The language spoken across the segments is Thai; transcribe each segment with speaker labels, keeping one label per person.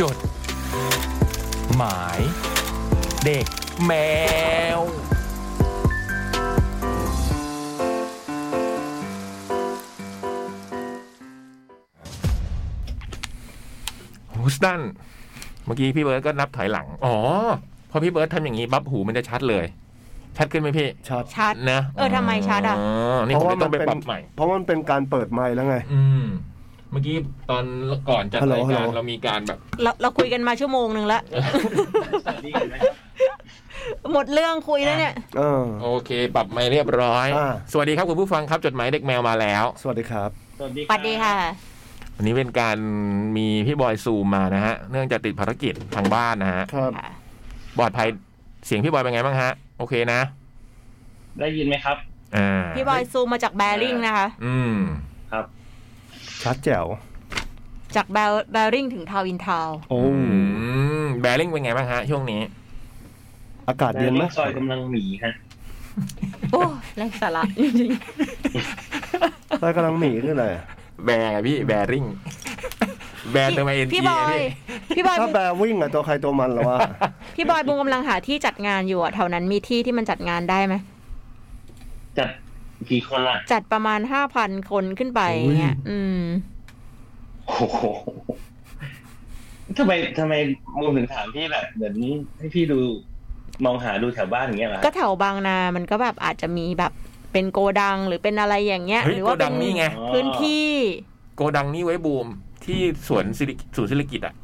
Speaker 1: จด หมาย เด็กแมว ฮูสตัน เมื่อกี้พี่เบิร์ดก็นับถอยหลัง อ๋อ พอพี่เบิร์ดทำอย่างนี้ปั๊บหูมันจะชัดเลย ชัดขึ้นไหมพี่
Speaker 2: ชัด
Speaker 3: ชัด
Speaker 1: นะ
Speaker 3: เออทำไมชัดอ่ะ
Speaker 1: อนี่ผมเลยต้องไปปรับใหม่
Speaker 2: เพราะมันเป็นการเปิดไมค์แล้วไง
Speaker 1: อืม เมื่อกี้ตอนก่อนจัด
Speaker 2: ฮัลโหล
Speaker 1: ราย
Speaker 2: ฮัล
Speaker 1: กา
Speaker 2: โห
Speaker 1: ร
Speaker 2: ล
Speaker 1: เรามีการแบบ
Speaker 3: เราเราคุยกันมาชั่วโมงหนึ่งแล้ว หมดเรื่องคุยแล้วเนี่ย
Speaker 2: เออ
Speaker 1: โอเค ปรับไม่เรียบร้อย
Speaker 2: อ่า
Speaker 1: สวัสดีครับคุณผู้ฟังครับจดหมายเด็กแมวมาแล้ว
Speaker 2: สวัสดีครับ
Speaker 3: สวัสดีค่ะ
Speaker 1: วันนี้เป็นการมีพี่บอยซูมมานะฮะ เนื่องจากติดภารกิจทางบ้านนะฮะ
Speaker 2: ครับ
Speaker 1: ปลอดภัยเสียงพี่บอยเป็นไงบ้างฮะ โอเคนะ
Speaker 4: ได้ยินไหมครับ
Speaker 1: อ่า
Speaker 3: พี่บอยซูมมาจากแบริ่งนะคะ
Speaker 1: อืม
Speaker 2: ชัดแจ๋ว
Speaker 3: จากแบแบริ่งถึงทาวน์อินทาวน์
Speaker 2: โอ้
Speaker 1: อืมแบริ่งเป็นไงบ้างฮะ ช่วงนี้
Speaker 2: อากาศเย็นไหม
Speaker 4: แบริ่งซอยกำลังหมีฮะ
Speaker 3: โอ้ไรสาระจริง
Speaker 2: ใต้กำลังหมีขึ้นเลย
Speaker 1: แบร์ไงพี่แบริ่ง แบร์ทำไมเอ็น
Speaker 3: พี่บอยพี่บอย
Speaker 2: ถ้าแบวิ่งอะตัวใครตัวมันเหรอวะ
Speaker 3: พี่บอยบุงกำลังหาที่จัดงานอยู่อะแถวนั้นมีที่ที่มันจัดงานได้ไหม
Speaker 4: จัดกี่คนล่ะ
Speaker 3: จัดประมาณห้าพันคนขึ้นไป
Speaker 2: อุ้ย
Speaker 3: เงี้ยอืม
Speaker 4: โอ้โหทำไมทำไมมูมถึงถามพี่แบบเหมือนให้พี่ดูมองหาดูแถวบ้านอย่างเงี้ยเหรอ
Speaker 3: ก็แถวบางนา มันก็แบบอาจจะมีแบบเป็นโกดังหรือเป็นอะไรอย่างเงี้ย
Speaker 1: เฮ้ย
Speaker 3: หรื
Speaker 1: โก
Speaker 3: ว่าเป็
Speaker 1: ดังนี่ไง
Speaker 3: พื้นที่
Speaker 1: โกดังนี่ไว้บูมที่สวนศิริศูนย์ศิริกิตอ่ะ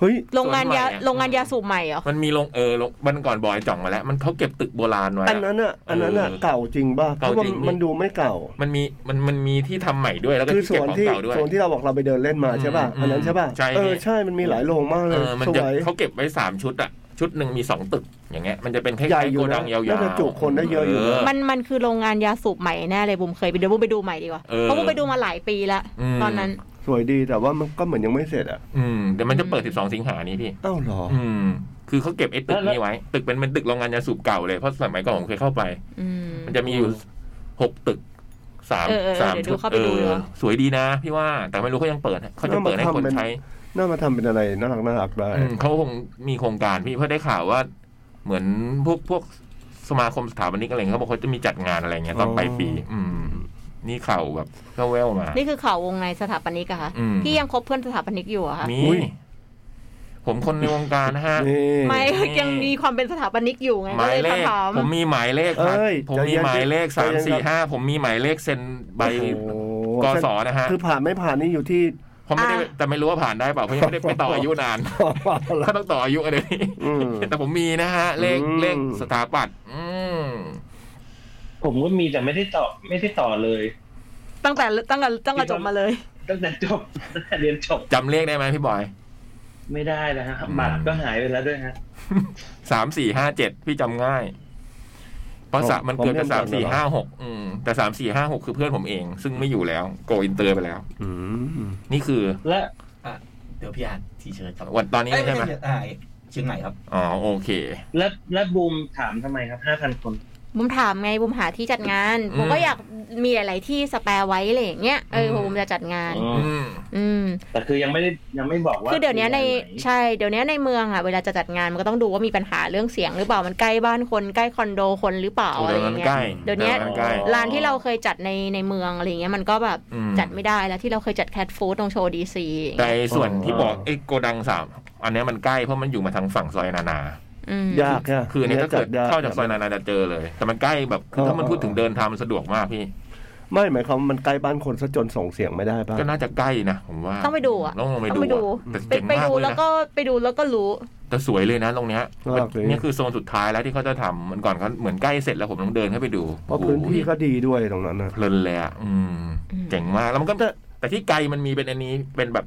Speaker 2: เฮ้ย
Speaker 3: โรงงานยา
Speaker 1: ส่วนใหญ่อะ
Speaker 3: โรงงานยาสูบใหม่เหรอ
Speaker 1: มันมีลงเออลงวันก่อนบอยจ่องมาแล้ว มันเขาเก็บตึกโบราณไว้
Speaker 2: อัน
Speaker 1: อะ
Speaker 2: นั้นอะอันนั้นอะ
Speaker 1: เออ
Speaker 2: เก่าจริงป่ะเพ
Speaker 1: เก่า
Speaker 2: ราะว่า
Speaker 1: จริง
Speaker 2: มันดูไม่เก่า
Speaker 1: มันมีมันมันมีที่ทำใหม่ด้วยแล้วก็
Speaker 2: คือ
Speaker 1: ที่
Speaker 2: ส
Speaker 1: เก็บ
Speaker 2: วน
Speaker 1: ของ
Speaker 2: ที่
Speaker 1: เก่าด้วย
Speaker 2: สวนที่เราบอกเราไปเดินเล่นมาใช่ป่ะ
Speaker 1: อืมอืม
Speaker 2: อันนั้นใช่ป่ะ
Speaker 1: ใช่
Speaker 2: เอ
Speaker 1: พี่
Speaker 2: อใช่ มันมีหลายโรงมากเล
Speaker 1: เอย อมัน
Speaker 2: ส
Speaker 1: จะ
Speaker 2: วย
Speaker 1: เขาเก็บไว้สามชุดอ่ะ ชุดหนึ่งมีสองตึกอย่างเงี้ยมันจะเป็นคล้า
Speaker 2: ใหญ่
Speaker 1: ยๆ
Speaker 2: อ
Speaker 1: โก
Speaker 2: ยู่
Speaker 1: ดั
Speaker 2: นะ
Speaker 1: งยาว
Speaker 2: น่าจะ
Speaker 1: ๆ
Speaker 2: จุคนได้เยอะอยู่นะ
Speaker 3: มันมันคือโรงงานยาสูบใหม่แน่เลยบุมเคยไปเดี๋ยวบุมไปดูใหม่ดีกว่า
Speaker 1: เออ
Speaker 3: เพราะบุมไปดูมาหลายปีแล้ว
Speaker 1: อืม
Speaker 3: ตอนนั้น
Speaker 2: สวยดีแต่ว่ามันก็เหมือนยังไม่เสร็จอะ
Speaker 1: อืมเดี๋ยวมันจะเปิดสิบสองสิงหานี้พี่
Speaker 2: อ้าวเหรอ
Speaker 1: อืม คือเขาเก็บไอ้ตึกนี้ไว้ ตึกเป็นเป็นตึกโรงงานยาสูบเก่าเลยเพราะสมัยก่อนผมเคยเข้าไป
Speaker 3: อืม
Speaker 1: มันจะมีอยู่
Speaker 2: อืม
Speaker 1: หกตึกสาม
Speaker 3: เออเออ
Speaker 1: สาม
Speaker 3: เดี๋ยว
Speaker 1: ชุ
Speaker 3: ดู
Speaker 1: ด
Speaker 3: เข้าไป
Speaker 1: เอ
Speaker 3: ดู
Speaker 1: อ
Speaker 3: เนอะ
Speaker 1: สวยดีนะพี่ว่าแต่ไม่รู้เขายังเปิดให้เขาจะเปิดให้คนใช้
Speaker 2: น่ามาทำเป็นอะไรน่ารักน่ารักได้
Speaker 1: อืมเขาคงมีโครงการพี่เพราะได้ข่าวว่า เหมือนพวกพวกสมาคมสถาปนิกอะไรเงี้ยเขาบอกเขาจะมีจัดงานอะไรเงี้ยตอน
Speaker 2: อ๋อ
Speaker 1: ปลายปี อืม นี่ข่าวแบบแว่วๆมา
Speaker 3: นี่คือข่าววงในสถาปนิกอะค่ะ
Speaker 1: อืม
Speaker 3: พี่ยังคบเพื่อนสถาปนิกอยู่อะค่ะ
Speaker 1: มี
Speaker 2: อุ๊ย
Speaker 1: ผมคนในวงการนะฮะ
Speaker 2: นี่
Speaker 3: ไม่
Speaker 1: นี่
Speaker 3: ยังมีความเป็นสถาปนิกอยู่ไง
Speaker 1: ห
Speaker 3: ก็
Speaker 1: มาย
Speaker 3: เลย
Speaker 1: เลข
Speaker 3: ถาม
Speaker 1: ผมมีหมายเลขครับ
Speaker 2: เอ้ย
Speaker 1: ผม
Speaker 2: ใจ
Speaker 1: มี
Speaker 2: เย็น
Speaker 1: หมายเลข
Speaker 2: ใจ
Speaker 1: สาม
Speaker 2: เย็น
Speaker 1: สี่
Speaker 2: ครับ
Speaker 1: ห้าผมมีหมายเลขเซ็นใบ
Speaker 2: โอ้โห
Speaker 1: กสนะฮะ
Speaker 2: คือผ่านไม่ผ่านนี่อยู่ที่
Speaker 1: ผมไม่ได้แต่ไม่รู้ว่าผ่านได้เปล่าเพราะยังไม่ได้ไปต่ออายุ นาน ก็ต้องต่ออายุกันเลยวนี้
Speaker 2: อืม
Speaker 1: แต่ผมมีนะฮะ เลข
Speaker 2: อืม
Speaker 1: เลขสถาปัตย์อืม
Speaker 4: ผมก็มีแต่ไม่ได้ต่อไม่ได้ต่อเลย
Speaker 3: ตั้งแต่ตั้งแต่ตั้งแต่จบมาเลย
Speaker 4: ตั้งแต่จบตั้งแต่เรียนจบ
Speaker 1: จำเลขได้ไหมพี่บอย
Speaker 4: ไม่ได้นะฮะบัตรก็หายไปแล้วด้วยฮะ
Speaker 1: สามสี่ห้าเจ็ดพี่จำง่าย เพราะสะ
Speaker 2: ผม
Speaker 1: มันเกิดกับ
Speaker 2: ผมเล่น
Speaker 1: สามสี่
Speaker 2: จำได้
Speaker 1: ห้าหกอืมแต่สามสี่ห้าหกคือเพื่อนผมเอง ซึ่งไม่อยู่แล้วโกอินเตอร์ไปแล้ว
Speaker 2: อืม
Speaker 1: นี่คือ
Speaker 4: และ
Speaker 5: เดี๋ยวพี่อ่านทีเชิร์ตครับ
Speaker 1: วันตอนนี้
Speaker 5: เอ้ย
Speaker 1: ใช่ไหม
Speaker 5: ใอ่าเชียงใหม่ครับ
Speaker 1: อ๋อโอเค
Speaker 4: และและบูมถามทำไมครับห้าพันคน
Speaker 3: บุมถามไงบุมหาที่จัดงาน
Speaker 1: อืม
Speaker 3: บุมก็อยากมีหลาย ๆ ที่สแปร์ไว้อะไรอย่างเงี้ยเออ
Speaker 1: อืม
Speaker 3: บุมจะจัดงาน
Speaker 4: อ๋อ
Speaker 1: อืม
Speaker 3: อืม
Speaker 4: แต่คือยังไม่ได้ยังไม่บอกว่า
Speaker 3: คือเดี๋ยวเนี้ยใน
Speaker 4: มีงาไห
Speaker 3: ใช่เดี๋ยวเนี้ยในเมืองอ่ะเวลาจะจัดงานมันก็ต้องดูว่ามีปัญหาเรื่องเสียงหรือเปล่ามันใกล้บ้านคนใกล้คอนโดคนหรือเปล่าอะไรอย่างเงี้ย เดี๋ยวเนี้ย
Speaker 1: มันใกล้
Speaker 3: ร้านที่เราเคยจัดในในเมืองอะไรอย่างเงี้ยมันก็แบบ
Speaker 1: อืม
Speaker 3: จัดไม่ได้แล้วที่เราเคยจัดแคทฟู้ดตรงโชว์ดีซี
Speaker 1: แต่ไอ้ส่วนที่บอกไอ้โกดังสามอันเนี้ยมันใกล้เพราะมันอยู่มาทางฝั่งซอยนานา
Speaker 2: ยากะ
Speaker 1: คือเนี่ยถ้าเกิด
Speaker 2: ย
Speaker 1: เข้าจากซอยนานาจะเจอเลย แต่มันใกล้แบบคือถ้ามัน
Speaker 2: เออ
Speaker 1: พูดถึงเดินทางมันสะดวกมากพี่
Speaker 2: ไม่หมายความมันใกล้บ้านคนซะจนส่งเสียงไม่ได้ป่ะ
Speaker 1: ก็น่าจะใกล้นะผมว่า
Speaker 3: ต้องไปดูอ่ะ
Speaker 1: ต้องลงไป
Speaker 3: ต้
Speaker 1: ดู
Speaker 3: องไปดู
Speaker 1: อะแต่
Speaker 3: ไป
Speaker 1: เจ๋ง
Speaker 3: ไป
Speaker 1: มาก
Speaker 3: ดู
Speaker 1: เลย
Speaker 3: แล้ว
Speaker 1: นะ
Speaker 3: ก็ไปดูแล้วก็รู้
Speaker 1: แต่สวยเลยนะตรงเนี้ย
Speaker 2: น่ารักเลย
Speaker 1: เนี่ยคือโซนสุดท้ายแล้วที่เขาจะทำมันก่อนเขาเหมือนใกล้เสร็จแล้วผมต้องเดินเข้าไปดู
Speaker 2: เพราะพื้นที่
Speaker 1: โอ้โห
Speaker 2: ก็ดีด้วยตรงนั้นนะ
Speaker 1: เพลินเลยอ่ะอืม
Speaker 3: อืม
Speaker 1: เจ๋งมากแล้วมันก็แต่ที่ไกลมันมีเป็นอันนี้เป็นแบบ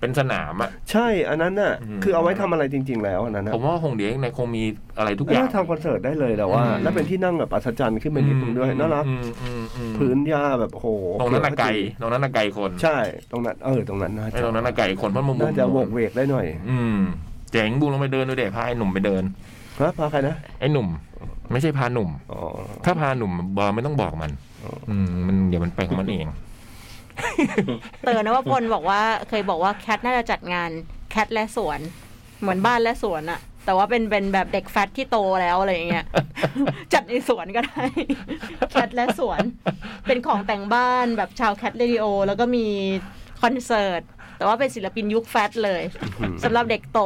Speaker 1: เป็นสนามอ่ะ
Speaker 2: ใช่ อันนั้นน่ะ
Speaker 1: อืม
Speaker 2: คือเอาไว้ทำอะไรจริง ๆ แล้วอันนั้นน่ะ
Speaker 1: ผมว่าคงเดี๋ยวในคงมีอะไรทุกอ
Speaker 2: แล้ว
Speaker 1: ย่าง
Speaker 2: ก็ทำคอนเสิร์ตได้เลยแต่ว่า
Speaker 1: อืม
Speaker 2: แล้วเป็นที่นั่งแบบอัศจรรย์ขึ้นไปนิดนึงด้วยน่ารัก
Speaker 1: อืมอืมอืม
Speaker 2: พื้นหญ้าแบบโอ้โห
Speaker 1: ตรงนั้นน่ะไกล
Speaker 2: เยว
Speaker 1: ตรงนั้นน่ะไกลคน
Speaker 2: ใช่ ตรงนั้นเออตรงนั้นน่า
Speaker 1: ไอ้
Speaker 2: จะ
Speaker 1: ตรงนั้นน่ะไกลคนเพราะมุม
Speaker 2: น่าจะโบกเวกได้หน่อย
Speaker 1: อืมเจ๋งบูมลงไปเดินดูเด็กพาไอ้หนุ่มไปเดิน
Speaker 2: ฮะพาใครนะ
Speaker 1: ไอ้หนุ่ม ไม่ใช่พาหนุ่ม
Speaker 2: อ๋อ
Speaker 1: ถ้าพาหนุ่มบอลไม่ต้องบอกมัน
Speaker 2: อ๋อ
Speaker 1: ื
Speaker 2: อื
Speaker 1: มมันเดี๋ยวมันไปของมันเอง
Speaker 3: เตือนนะว่าพลบอกว่าเคยบอกว่าแคทน่าจะจัดงานแค คทและสวน เหมือนบ้านและสวนอะแต่ว่าเป็นเป็นแบบเด็กแฟตที่โตแล้วอะไรอย่างเงี้ย จัดในสวนก็ได้ แคทและสวน เป็นของแต่งบ้านแบบชาวแคทเรดิโอ แล้วก็มีคอนเสิร์ต แต่ว่าเป็นศิลปินยุคแฟตเลยสำหรับเด็กโต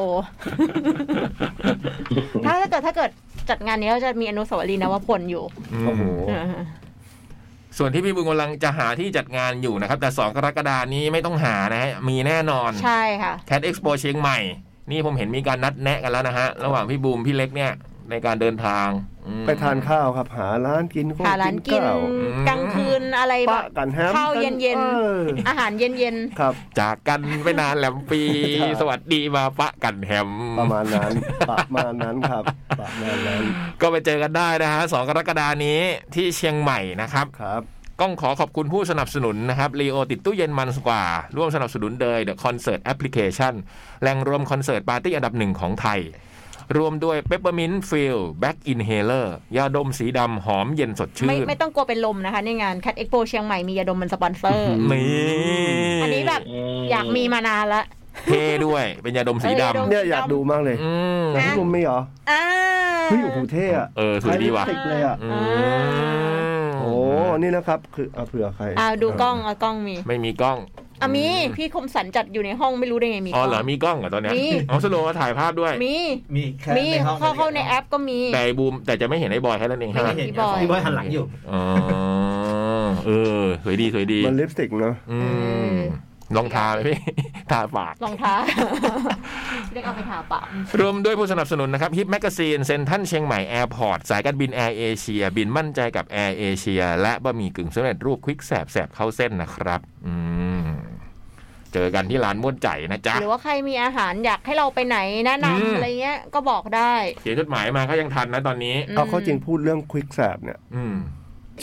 Speaker 3: ถ้าถ้าเกิดถ้าเกิดจัดงานนี้ก็จะมีอนุสาวรีย์นวพลอยู่
Speaker 1: อืม
Speaker 2: โอ้โห
Speaker 1: ส่วนที่พี่บุญกำลังจะหาที่จัดงานอยู่นะครับ แต่สองกรกฎานี้ไม่ต้องหานะฮะมีแน่นอน
Speaker 3: ใช่ค่ะ
Speaker 1: แคดเอ็กซ์โปเชียงใหม่ นี่ผมเห็นมีการนัดแนะกันแล้วนะฮะ ระหว่างพี่บูมพี่เล็กเนี่ย ในการเดินทางอืม
Speaker 2: ไปทานข้าวครับ หาร้านกินข้ว
Speaker 3: หาร้านกิน
Speaker 2: ข้ว
Speaker 1: ม
Speaker 3: กลางคืนอะไรแบ
Speaker 2: ปะ
Speaker 3: บ
Speaker 2: กันแฮม
Speaker 3: ข้าว
Speaker 2: กั
Speaker 3: เย็นๆ
Speaker 2: ออ
Speaker 3: อาหารเย็น
Speaker 2: ครับ
Speaker 1: จากกันไปนานแหลม ปี
Speaker 2: ครับ
Speaker 1: สวัสดีมาปะกันแฮม
Speaker 2: ประมาณ นั้นประมาณนั้นครับประมาณนั้น
Speaker 1: ก็ไปเจอกันได้นะฮะสองกรกฎานี้ที่เชียงใหม่นะครับ
Speaker 2: ครับ
Speaker 1: ต้องขอขอบคุณผู้สนับสนุนนะครับรีโอติดตู้เย็นมันกว่า ร่วมสนับสนุนโดย The Concert Application แหล่งรวมคอนเสิร์ตปาร์ตี้อันดับหนึ่งของไทย รวมด้วยเปปเปอร์มินต์ฟิลแบ็กอินเฮเลอร์ยาดมสีดำหอมเย็นสด
Speaker 3: ๆ
Speaker 1: ชื่
Speaker 3: ไม่
Speaker 1: น
Speaker 3: ไม่ต้องกลัวเป็นลมนะคะ ในงานคัดเอ็กโปเชียงใหม่มียาดมเป็นสปอนเซอร์
Speaker 1: นี่
Speaker 3: อันนี้แบบ
Speaker 4: ม
Speaker 3: อยากมีมานานละ
Speaker 1: เท่ด้วย เป็นยาดมสี
Speaker 3: เออยาดม
Speaker 1: ดำ
Speaker 2: เนี่ยอยากดูมากเลย
Speaker 1: อืม
Speaker 2: แต่พี่บุ้มไม่เหรอ
Speaker 3: อ่า
Speaker 2: เฮ้ยโอ้โหเท่อะ
Speaker 1: เออสวยดีว่ะ
Speaker 2: ใช้ลิปสติกเลยอะ
Speaker 1: อืม
Speaker 2: โอ้นี่นะครับ คือเอาเผื่อใคร
Speaker 3: อ่าดูกล้องเอากล้องมี
Speaker 1: ไม่มีกล้อง
Speaker 3: อ่ะมีพี่คมสันจัดอยู่ในห้องไม่รู้ได้ไงมีก
Speaker 1: อ๋อ
Speaker 3: ล้อง
Speaker 1: เหรอมีกล้องเหรอตอนเนี้ย
Speaker 3: มี
Speaker 1: อ๋อสโลว์มาถ่ายภาพด้วย
Speaker 3: มี
Speaker 5: มีแค่
Speaker 3: มี
Speaker 5: ในห้อง
Speaker 3: เข้าเข้าในแอปก็มี
Speaker 1: แต่ไอ้บูมแต่จะไม่เห็นไอ้บอยแค่นั้นเอง
Speaker 5: ไม่
Speaker 1: ฮะ
Speaker 5: เห็น
Speaker 3: พี่บอย
Speaker 5: พี่บอยหันหลังอยู่
Speaker 1: อ๋อเออสวยดีสวยดี
Speaker 2: มันลิปสติกเนาะ
Speaker 1: อืมลองทาไหมพี่ ทาปาก
Speaker 3: รอง เท้า เรียกเอาไปทาปาก
Speaker 1: รวมด้วยผู้สนับสนุนนะครับฮิปแมกซีนเซ็นทรัลเชียงใหม่แอร์พอร์ตสายการบินแอร์เอเชียบินมั่นใจกับแอร์เอเชียและบะหมี่กึ่งสำเร็จรูปควิกแสบแสบเข้าเส้นนะครับ อืม เจอกันที่ร้านม้วนใจนะจ๊ะ
Speaker 3: หรือว่าใครมีอาหารอยากให้เราไปไหนแนะ
Speaker 1: อืม
Speaker 3: นำอะไรเงี้ยก็บอกได้
Speaker 1: เขียนจดหมายมาก็ยังทันนะตอนนี้
Speaker 3: ม
Speaker 2: เอาเข้อจริงพูดเรื่องควิกแสบเนี่ย
Speaker 1: อืม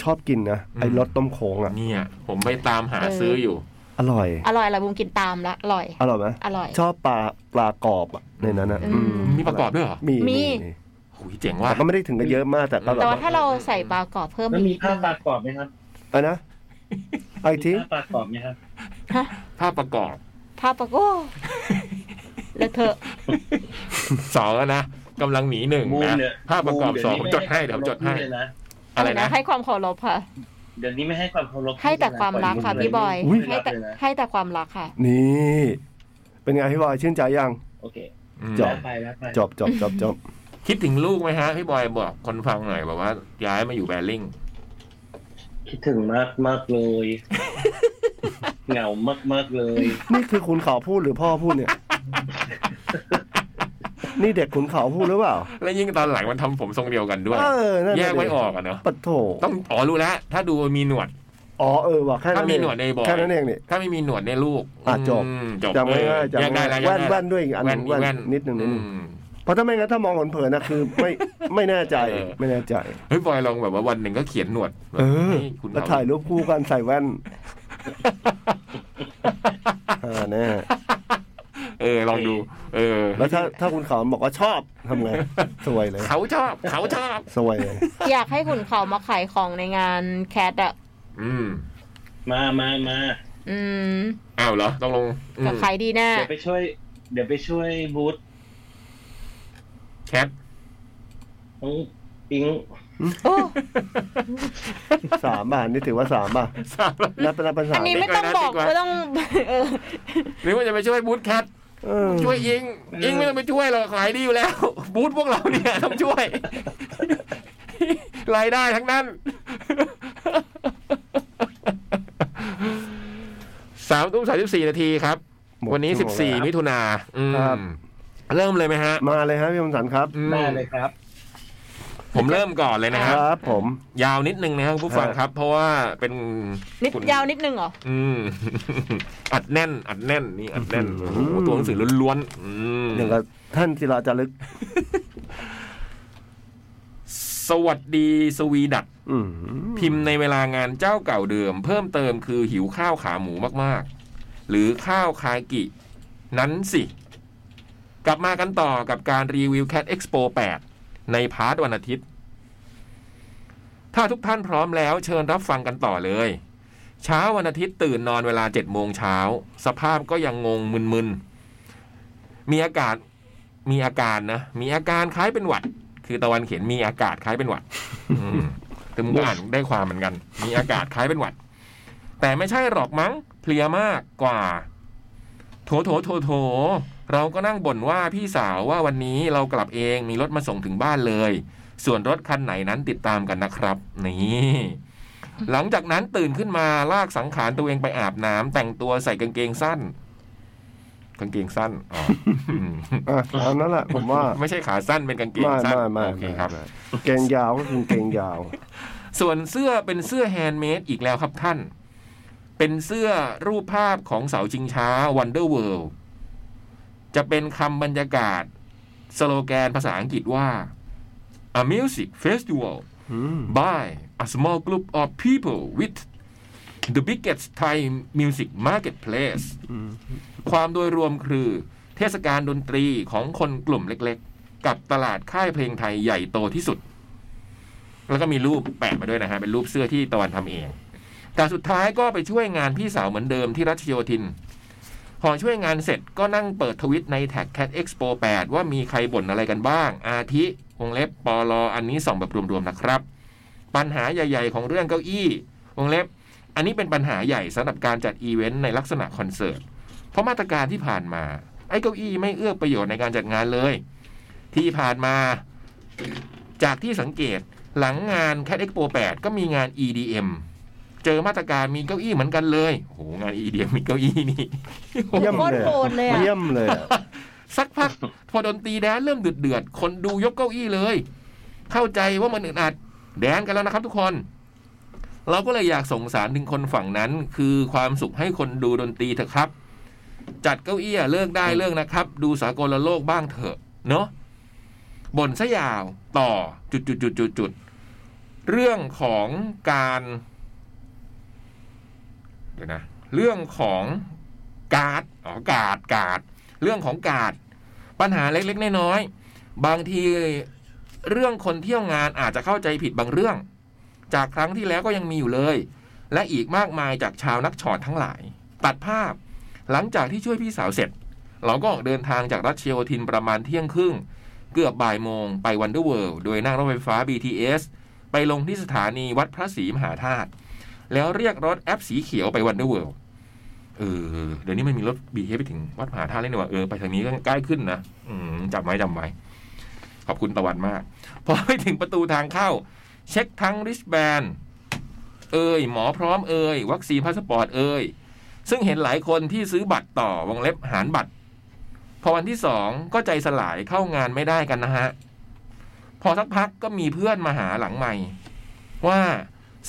Speaker 2: ชอบกินนะ ไอ้
Speaker 1: อืม
Speaker 2: รสต้มโค้งอ่ะ
Speaker 1: เนี่ย ผมไปตามหาซื้ออยู่
Speaker 2: อร่อย
Speaker 3: อร่อยอะไรบุมกินตามละอร่อย
Speaker 2: อร่อยไหม
Speaker 3: อร่อย
Speaker 2: ชอบปลาปลากรอบอะในนั้นอะ
Speaker 3: อืม
Speaker 2: อื
Speaker 1: มีประกอบด้วยเหรอ
Speaker 2: มี
Speaker 3: มี
Speaker 2: มี
Speaker 1: หูยเจ๋งว่า
Speaker 2: แต่ก็ไม่ได้ถึงกับเยอะมากแต่ก็แบ
Speaker 3: แต่
Speaker 2: บ
Speaker 3: ว่าถ้าเราใส่ปลากรอบเพิ่ม
Speaker 4: แล้วมี
Speaker 3: อีก
Speaker 4: ภาพปรากรอบไหมครับ
Speaker 2: เอะนะไอาอีกที
Speaker 4: ภาพปรากรอบไหมครับ
Speaker 1: ภาพประกอบ
Speaker 3: ภาพปลากโอ้แล้วเธอะ
Speaker 1: สองแล้วนะกำลังหนีหนึ่ง
Speaker 4: บูม
Speaker 1: นะ
Speaker 4: เนี่ย
Speaker 1: ภาพประกอบ
Speaker 4: เดี๋ย
Speaker 1: ส
Speaker 4: ว
Speaker 1: อง
Speaker 4: นี้
Speaker 1: ผม
Speaker 4: ไม่
Speaker 1: จดให้เดี๋ยวผมจดให้
Speaker 4: ลเลยนะ
Speaker 1: อะไรนะ
Speaker 3: ให้ความเคารพค่ะ
Speaker 4: เดี๋ยวนี้ไม่ให้ความเคารพ
Speaker 3: ให้แต่ความรักค่ะพี่บอย
Speaker 4: ไม่
Speaker 3: ให้
Speaker 4: รับ
Speaker 3: แต่
Speaker 4: เลยนะ
Speaker 3: ให้แต่ความรักค่ะ
Speaker 2: นี่ เป็นไงพี่บอยชื่นใจยัง
Speaker 4: โอเค
Speaker 1: อืม
Speaker 2: จ
Speaker 4: แล้วไปแล้วไป
Speaker 2: จบจบจบจบ
Speaker 1: คิดถึงลูกไหมฮะพี่บอยบอกคนฟังหน่อยแบบว่า ย้ายมาอยู่แบริ่ง
Speaker 4: คิดถึงมากมากๆเลย เหงามากมากๆเลย
Speaker 2: นี่คือคุณเขาพูดหรือพ่อพูดเนี่ย นี่เด็กขุนเขาพูดหรือเปล่า
Speaker 1: และยิ่งตอนหลังมันทำผมทรงเดียวกันด้วย
Speaker 2: เออนั่นน่ะ
Speaker 1: แยกไม่
Speaker 2: ดิ
Speaker 1: ออกอะเนาะ
Speaker 2: ปะโถ
Speaker 1: ต้องอ๋อรู้แล้ว ถ้าดูมีหนวด
Speaker 2: อ๋อเออว่ะแค่นั้
Speaker 1: ถ้าน มี
Speaker 2: เอง
Speaker 1: หนวดในบอย
Speaker 2: แค่นั้นเองนี่
Speaker 1: ถ้าไม่มีหนวดในลูก
Speaker 2: อ่ะจบ
Speaker 1: มจบ
Speaker 2: จำไม่
Speaker 1: เอ
Speaker 2: ได้
Speaker 1: อ
Speaker 2: จำ
Speaker 1: แยก
Speaker 2: ไม่
Speaker 1: ได้
Speaker 2: ได้
Speaker 1: แล้ว
Speaker 2: แว่น
Speaker 1: แยก
Speaker 2: แว่
Speaker 1: ได้
Speaker 2: นด้วยอีกอันห
Speaker 1: แว่
Speaker 2: นึ่ง
Speaker 1: อีก
Speaker 2: แว่น
Speaker 1: แว่น
Speaker 2: นิดหนึ่งนิดหนึ่ง
Speaker 1: อืม
Speaker 2: เพราะถ้าไม่งั้นถ้ามองเผินๆนะคือ ไม่ ไม่แน่ใจ
Speaker 1: เออ
Speaker 2: ไม่แน่ใจ
Speaker 1: เฮ้ยบอยลองแบบว่าวันหนึ่งก็เขียนหนวดแบบ
Speaker 2: เออ
Speaker 1: ให้คุณ
Speaker 2: แล้ว
Speaker 1: เอ
Speaker 2: ถ่ายรูปคู่กันใส่แว่นอ่าแน่
Speaker 1: เออลองดู เออ
Speaker 2: แล้วถ้าถ้าคุณขาวบอกว่าชอบทำไงสวยเลย
Speaker 1: เขาชอบเขาชอบ
Speaker 2: สวยเลย
Speaker 3: อยากให้ขุนเขามาขายของในงานแคทอ่ะ
Speaker 1: อืม
Speaker 4: มามามา
Speaker 3: อืม
Speaker 1: อ้าวเหรอต้องลงอืม
Speaker 3: ก็ขายดีแน่
Speaker 4: เดี๋ยวไปช่วย เดี๋ยวไปช่วยบูธ
Speaker 1: แคท
Speaker 4: น้องปิง
Speaker 3: โอ้
Speaker 2: สามบ่านี่ถือว่าสามบ่า
Speaker 1: สามแล้ว
Speaker 2: นับเป็นนับเป็น
Speaker 3: อั
Speaker 2: สาน ม
Speaker 3: นี้ไม่ต้องบอก
Speaker 1: เด็กน้อยนะ
Speaker 3: ไม่ต้อง เออ
Speaker 1: หรือว่าจะไปช่วยบูธแคท
Speaker 2: เออ
Speaker 1: ช่วยอิงอิงไม่ต้องไปช่วยหรอกขายดีอยู่แล้ว บูธพวกเราเนี่ยต้องช่วย รายได้ทั้งนั้น สามทุ่มสามสิบสี่นาทีครับ
Speaker 2: หมด
Speaker 1: วันนี้สิ
Speaker 2: ชั่ว
Speaker 1: บ
Speaker 2: โมง
Speaker 1: สี่
Speaker 2: แล้ว
Speaker 1: มิถุนาอืม
Speaker 2: ครับ
Speaker 1: เริ่มเลยไหมฮะ
Speaker 2: มาเลยฮะพี่คมสันครับ
Speaker 1: อืม
Speaker 4: ได้เลยครับ
Speaker 1: ผมเริ่มก่อนเลยนะ
Speaker 2: ค
Speaker 1: ครับ
Speaker 2: รับ ผม
Speaker 1: ยาวนิดนึงนะครับผู้ฟัง
Speaker 2: ฮะ
Speaker 1: ครับ เพราะว่าเป็น
Speaker 3: นิด
Speaker 1: คุณ
Speaker 3: ยาวนิดนึงเหรอ
Speaker 1: อืม อัดแน่น อัดแน่นนี่อัดแน่นโอ้โหตัวหนังสือล้วนๆอืม
Speaker 2: อย่างกับท่านศิลาจารึก
Speaker 1: สวัสดีสวีดัต
Speaker 2: อืม
Speaker 1: พิมพ์ในเวลางานเจ้าเก่าเดิม เพิ่มเติมคือหิวข้าวขาหมูมากๆ หรือข้าวคากิ นั้นสิ กลับมากันต่อกับการรีวิว Cat Expo 8 ในพาร์ทวันอาทิตย์ ถ้าทุกท่านพร้อมแล้วเชิญรับฟังกันต่อเลย เช้าวันอาทิตย์ตื่นนอนเวลา7โมงเช้า สภาพก็ยังงงมึน มีอากาศมีอาการนะ มีอาการคล้ายเป็นหวัด คือตะวันเขียนมีอากาศคล้ายเป็นหวัด อืมแต่มึงก็อ่านได้ความเหมือนกัน มีอากาศคล้ายเป็นหวัด แต่ไม่ใช่หรอกมั้งเพลียมากกว่า โถโถโถโถ เราก็นั่งบ่นว่าพี่สาวว่าวันนี้เรากลับเองมีรถมาส่งถึงบ้านเลย ส่วนรถคันไหนนั้นติดตามกันนะครับ นี่ หลังจากนั้นตื่นขึ้นมาลากสังขารตัวเองไปอาบน้ำแต่งตัวใส่กางเกงสั้น กางเกงสั้นอ๋ออืม
Speaker 2: อ่ะตามนั้นแหละผมว่า
Speaker 1: ไม่ใช่ขาสั้นเป็นกางเกง
Speaker 2: ไม่
Speaker 1: สั้น
Speaker 2: ไม่ไม่
Speaker 1: โอเค
Speaker 2: ไม่
Speaker 1: ครับ
Speaker 2: ไม่เกงยาวก็คือเกงยาว
Speaker 1: ส่วนเสื้อเป็นเสื้อแฮนด์เมดอีกแล้วครับท่าน เป็นเสื้อรูปภาพของเสาชิงช้าวันเดอร์เวิลจะเป็นคำบรรยากาศ สโลแกนภาษาอังกฤษว่า A Music Festival
Speaker 2: อืม
Speaker 1: by a small group of people with the biggest Thai music marketplace
Speaker 2: อืม
Speaker 1: ความโดยรวมคือเทศกาลดนตรีของคนกลุ่มเล็กๆ กับตลาดค่ายเพลงไทยใหญ่โตที่สุด แล้วก็มีรูปแปะมาด้วยนะฮะ เป็นรูปเสื้อที่ตะวันทำเอง แต่สุดท้ายก็ไปช่วยงานพี่สาวเหมือนเดิมที่รัชโยธิน พอช่วยงานเสร็จก็นั่งเปิดทวิตในแท็ก Cat Expo 8 ว่ามีใครบ่นอะไรกันบ้าง อาทิวงเล็บปอลออันนี้ส่องแบบรวมๆนะครับ ปัญหาใหญ่ ๆ ของเรื่องเก้าอี้วงเล็บ อันนี้เป็นปัญหาใหญ่สำหรับการจัดอีเวนต์ในลักษณะคอนเสิร์ต เพราะมาตรการที่ผ่านมา ไอ้เก้าอี้ไม่เอื้อประโยชน์ในการจัดงานเลย ที่ผ่านมา จากที่สังเกตหลังงาน Cat Expo 8 ก็มีงาน EDM เจอมาตรการมีเก้าอี้เหมือนกันเลยโอ้โหงาน EDM มีเก้าอี้นี่
Speaker 2: เยี่ยม
Speaker 3: โคต
Speaker 2: เลย
Speaker 3: รโหดเลย
Speaker 2: อะ
Speaker 3: อะ
Speaker 2: เยี่ยมเลยอะ
Speaker 1: สักพั ก พอดนตรีแดนเริ่มเดือดเดือดๆคนดูยกเก้าอี้เลย เข้าใจว่ามันอึดอัดแดนกันแล้วนะครับทุกคน เราก็เลยอยากส่งสารถึงคนฝั่งนั้น คือความสุขให้คนดูดนตรีเถอะครับ จัดเก้าอี้อะเลิกได้เลิกนะครับ ดูสากลโลกบ้างเถอะ เนาะบ่นซะยาวต่อจุดจุดจุดจุดจุดเรื่องของการ เดี๋ยวนะ เรื่องของการ์ดอ๋อการ์ดการ์ด เรื่องของกาดปัญหาเล็กๆ น้อยๆบางทีเรื่องคนเที่ยวงานอาจจะเข้าใจผิดบางเรื่อง จากครั้งที่แล้วก็ยังมีอยู่เลย และอีกมากมายจากชาวนักช็อตทั้งหลาย ตัดภาพ หลังจากที่ช่วยพี่สาวเสร็จ เราก็ออกเดินทางจากรัชเชโยธินประมาณเที่ยงครึ่ง เกือบบ่ายโมงไปวันเดอร์เวิลด์โดยนั่งรถไฟฟ้า BTS ไปลงที่สถานีวัดพระศรีมหาธาตุแล้วเรียกรถแอปสีเขียวไปวันเดอร์เวิลด์ เออเดี๋ยวนี้มันมีรถบีเไปถึงวัดมหาธาตุเลยนี่หว่าเออไปทางนี้ก็ใกล้ขึ้นนะอืมจำไว้จำไว้ ขอบคุณตะวันมาก พอไปถึงประตูทางเข้า เช็คทั้งริชแบน เอ่ยหมอพร้อมเอ่ยวัคซีนพาสปอร์ตเอ่ยซึ่งเห็นหลายคนที่ซื้อบัตรต่อวงเล็บหารบัตร พอวันที่สองก็ใจสลายเข้างานไม่ได้กันนะฮะ พอสักพักก็มีเพื่อนมาหาหลังใหม่ ว่า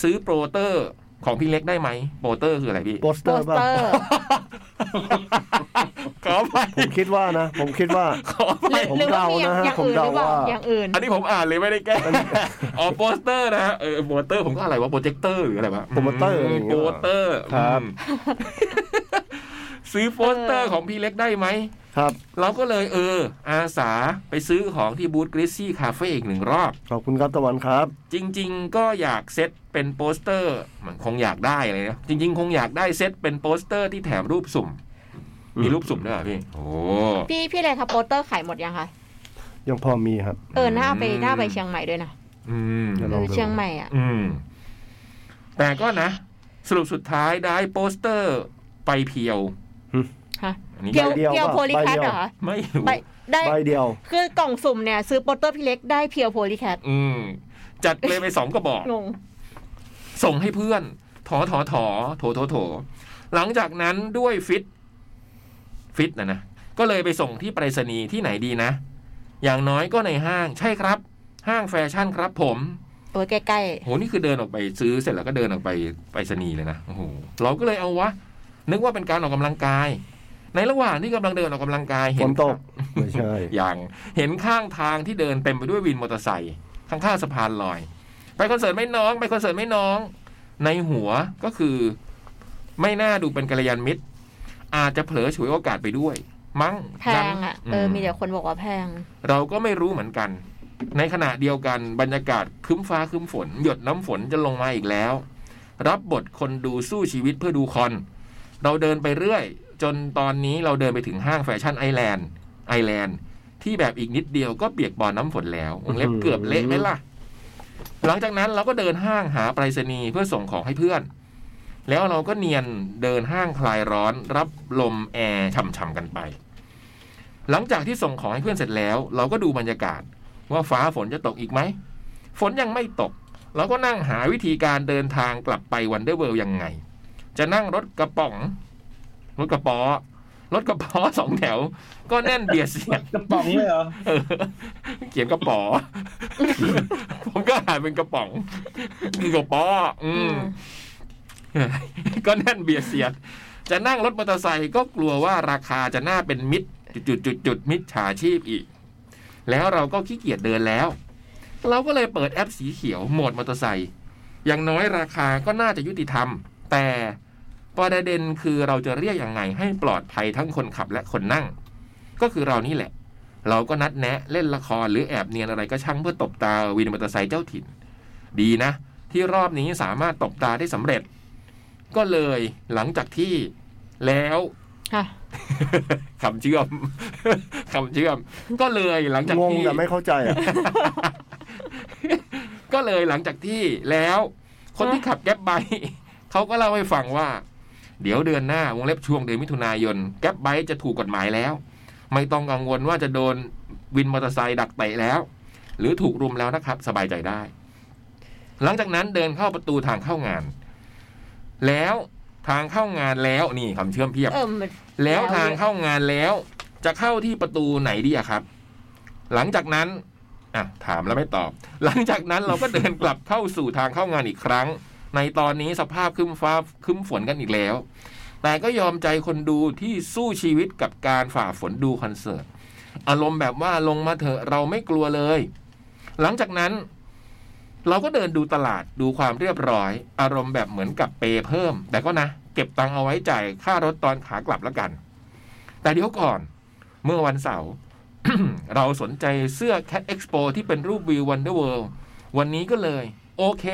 Speaker 1: ซื้อโปรเตอร์ของพี่เล็กได้ไหมโปรเตอร์คืออะไรพี่
Speaker 2: โปสเต
Speaker 3: โป
Speaker 2: อร์
Speaker 3: ส
Speaker 2: ป่ะ
Speaker 3: เตอร์
Speaker 1: ขอไป
Speaker 2: ผมคิดว่านะ ผมคิดว่า
Speaker 1: ขอไป
Speaker 2: ผม
Speaker 3: หรือว่า
Speaker 2: เดา
Speaker 3: มีอย่าง
Speaker 2: นะฮะ
Speaker 3: อย่าง
Speaker 2: ผม
Speaker 3: อื่นห
Speaker 2: เดา
Speaker 3: รือเปล่า
Speaker 2: ว่า
Speaker 3: อย่างอื่น
Speaker 1: อันนี้ผมอ่านเลยไม่ได้ แก้ อ๋อโปสเตอร์นะฮะเออโปสเตอร์ผมก็อะไรวะโปรเจคเตอร์หรืออะไรวะ
Speaker 2: Promoter อะไรอย่างเงี้
Speaker 1: โป
Speaker 2: ย
Speaker 1: สเตอร์
Speaker 2: ครับ
Speaker 1: อืม ซื้อโปสเตอร์ของพี่เล็กได้ไหม
Speaker 2: ครับ
Speaker 1: เราก็เลยเออ อาสาไปซื้อของที่บูธกริซซี่คาเฟ่อีกหนึ่งรอบ
Speaker 2: ขอบคุณครับตะวันครับ
Speaker 1: จริง ๆ ก็อยากเซตเป็นโปสเตอร์มันคงอยากได้เลยนะจริง ๆ คงอยากได้เซตเป็นโปสเตอร์ที่แถมรูปสุ่ม มีรูปสุ่มด้วยเหรอพี่โอ้
Speaker 3: พี่พี่เลยครับโปสเตอร์ขายหมดยังคะ
Speaker 2: ยังพอมีครับ
Speaker 3: เออหน้าไป
Speaker 1: อืม
Speaker 3: หน้าไปเชียงใหม่ด้วยนะ
Speaker 1: อืม
Speaker 2: เดี๋ยว
Speaker 3: เอ
Speaker 2: ลอง
Speaker 3: อ
Speaker 2: ดู
Speaker 3: เชียงใหม่อ่ะ
Speaker 1: อืม แต่ก็นะ สรุปสุดท้ายได้โปสเตอร์ไปเพียว
Speaker 2: หึ
Speaker 3: ฮะ
Speaker 1: อันนี้
Speaker 3: เพียว
Speaker 2: ใบเดียว
Speaker 3: เพียว
Speaker 2: ป่ะ
Speaker 3: โพลิแคท
Speaker 2: ใบเดียว
Speaker 3: เหรอคะ
Speaker 1: ไม่รู้
Speaker 3: ไปได้
Speaker 2: ใบเดียว
Speaker 3: คือกล่องสุ่มเนี่ย ซื้อโปสเตอร์พี่เล็กได้เพียวโพลิแคท
Speaker 1: อืม จัดเลยไปสองกระบอก
Speaker 3: งง
Speaker 1: ส่งให้เพื่อน ถอถอถอโถโถโถ หลังจากนั้นด้วยฟิต ฟิตนะนะ ก็เลยไปส่งที่ไปรษณีย์ที่ไหนดีนะ อย่างน้อยก็ในห้างใช่ครับ ห้างแฟชั่นครับผม
Speaker 3: โอ้ยใกล้
Speaker 1: โหนี่คือเดินออกไปซื้อเสร็จแล้วก็เดินออกไปไปสนีย์เลยนะโอ้โหเราก็เลยเอาวะ นึกว่าเป็นการออกกำลังกาย ในระหว่างที่กำลังเดินออกกำลังกาย
Speaker 2: ฝ
Speaker 1: เห็น
Speaker 2: นตก ไม่ใช่
Speaker 1: อย่างเห็นข้างทางที่เดินเต็มไปด้วยวินมอเตอร์ไซค์ข้างๆสะพานลอย ไปคอนเสิร์ตไหม่น้องไปคอนเสิร์ตไหม่น้อง ในหัวก็คือ ไม่น่าดูเป็นกัลยาณมิตร อาจจะเผลอฉวยโอกาสไปด้วย มั้ง
Speaker 3: ๆ แพงอ่ะ
Speaker 1: ม
Speaker 3: เออ มีแต่คนบอกว่าแพง
Speaker 1: เราก็ไม่รู้เหมือนกัน ในขณะเดียวกันบรรยากาศครึ้มฟ้าครึ้มฝน หยดน้ำฝนจะลงมาอีกแล้ว รับบทคนดูสู้ชีวิตเพื่อดูคอน เราเดินไปเรื่อย จนตอนนี้เราเดินไปถึงห้างแฟชั่นไอแลนด์ ไอแลนด์ ที่แบบอีกนิดเดียวก็เปียกบอนน้ำฝนแล้ววงเล็บเกือบเละไหมล่ะ หลังจากนั้นเราก็เดินห้างหาไปรษณีย์เพื่อส่งของให้เพื่อน แล้วเราก็เนียนเดินห้างคลายร้อนรับลมแอร์ช่ำๆกันไป หลังจากที่ส่งของให้เพื่อนเสร็จแล้ว เราก็ดูบรรยากาศ ว่าฟ้าฝนจะตกอีกไหม ฝนยังไม่ตก เราก็นั่งหาวิธีการเดินทางกลับไปวันเดอร์เวิลด์ยังไง จะนั่งรถกระป๋อง รถกระป๋อรถกระป๋อ สองแถว ก็แน่นเบียดเสียด
Speaker 4: กระป๋องเลยเหรอ
Speaker 1: เออเขียนกระป๋อ ผมก็อ่านเป็นกระป๋อง คือกระป๋ออืม ก็แน่นเบียดเสียด จะนั่งรถมอเตอร์ไซค์ก็กลัวว่าราคาจะน่าเป็นมิตรจุดจุดจุดๆๆๆมิตรฉาชีพอีก แล้วเราก็ขี้เกียจเดินแล้ว เราก็เลยเปิดแอปสีเขียวโหมดมอเตอร์ไซค์อย่างน้อยราคาก็น่าจะยุติธรรม แต่ประเด็นคือเราจะเรียกยังไงให้ปลอดภัยทั้งคนขับและคนนั่ง ก็คือเรานี่แหละ เราก็นัดแนะเล่นละครหรือแอบเนียนอะไรก็ช่างเพื่อตบตาวินมอเตอร์ไซค์เจ้าถิ่น ดีนะ ที่รอบนี้สามารถตบตาได้สำเร็จ ก็เลยหลังจากที่แล้ว
Speaker 3: ค่ะ
Speaker 1: คำเชื่อม คำเชื่อม ก็เลยหลังจาก
Speaker 2: งง
Speaker 1: ที่
Speaker 2: แต่ไม่เข้าใจอ่ะ
Speaker 1: ก็เลยหลังจากที่แล้ว คนที่ขับแก๊ปไบค์ เขาก็เล่าให้ฟังว่า เดี๋ยวเดือนหน้าวงเล็บช่วงเดือนมิถุนายน แก๊ปไบค์จะถูกกฎหมายแล้ว ไม่ต้องกังวลว่าจะโดนวินมอเตอร์ไซค์ดักเตะแล้ว หรือถูกรุมแล้วนะครับ สบายใจได้ หลังจากนั้นเดินเข้าประตูทางเข้างาน แล้วทางเข้างานแล้วนี่คำเชื่อมเพียบ
Speaker 3: เออมัน
Speaker 1: แล้วทางเข้างานแล้ว จะเข้าที่ประตูไหนดีอะครับ หลังจากนั้นอ่ะถามแล้วไม่ตอบ หลังจากนั้นเราก็เดินกลับเข้าสู่ทางเข้างานอีกครั้ง ในตอนนี้สภาพครึ้มฟ้าครึ้มฝนกันอีกแล้ว แต่ก็ยอมใจคนดูที่สู้ชีวิตกับการฝ่าฝนดูคอนเสิร์ต อารมณ์แบบว่าลงมาเถอะเราไม่กลัวเลย หลังจากนั้น เราก็เดินดูตลาดดูความเรียบร้อย อารมณ์แบบเหมือนกับเปเพิ่ม แต่ก็นะ เก็บตังค์เอาไว้จ่ายค่ารถตอนขากลับแล้วกัน แต่เดี๋ยวก่อน เมื่อวันเสาร์ เราสนใจเสื้อ Cat Expo ที่เป็นรูปวิว Wonder World วันนี้ก็เลย โอเค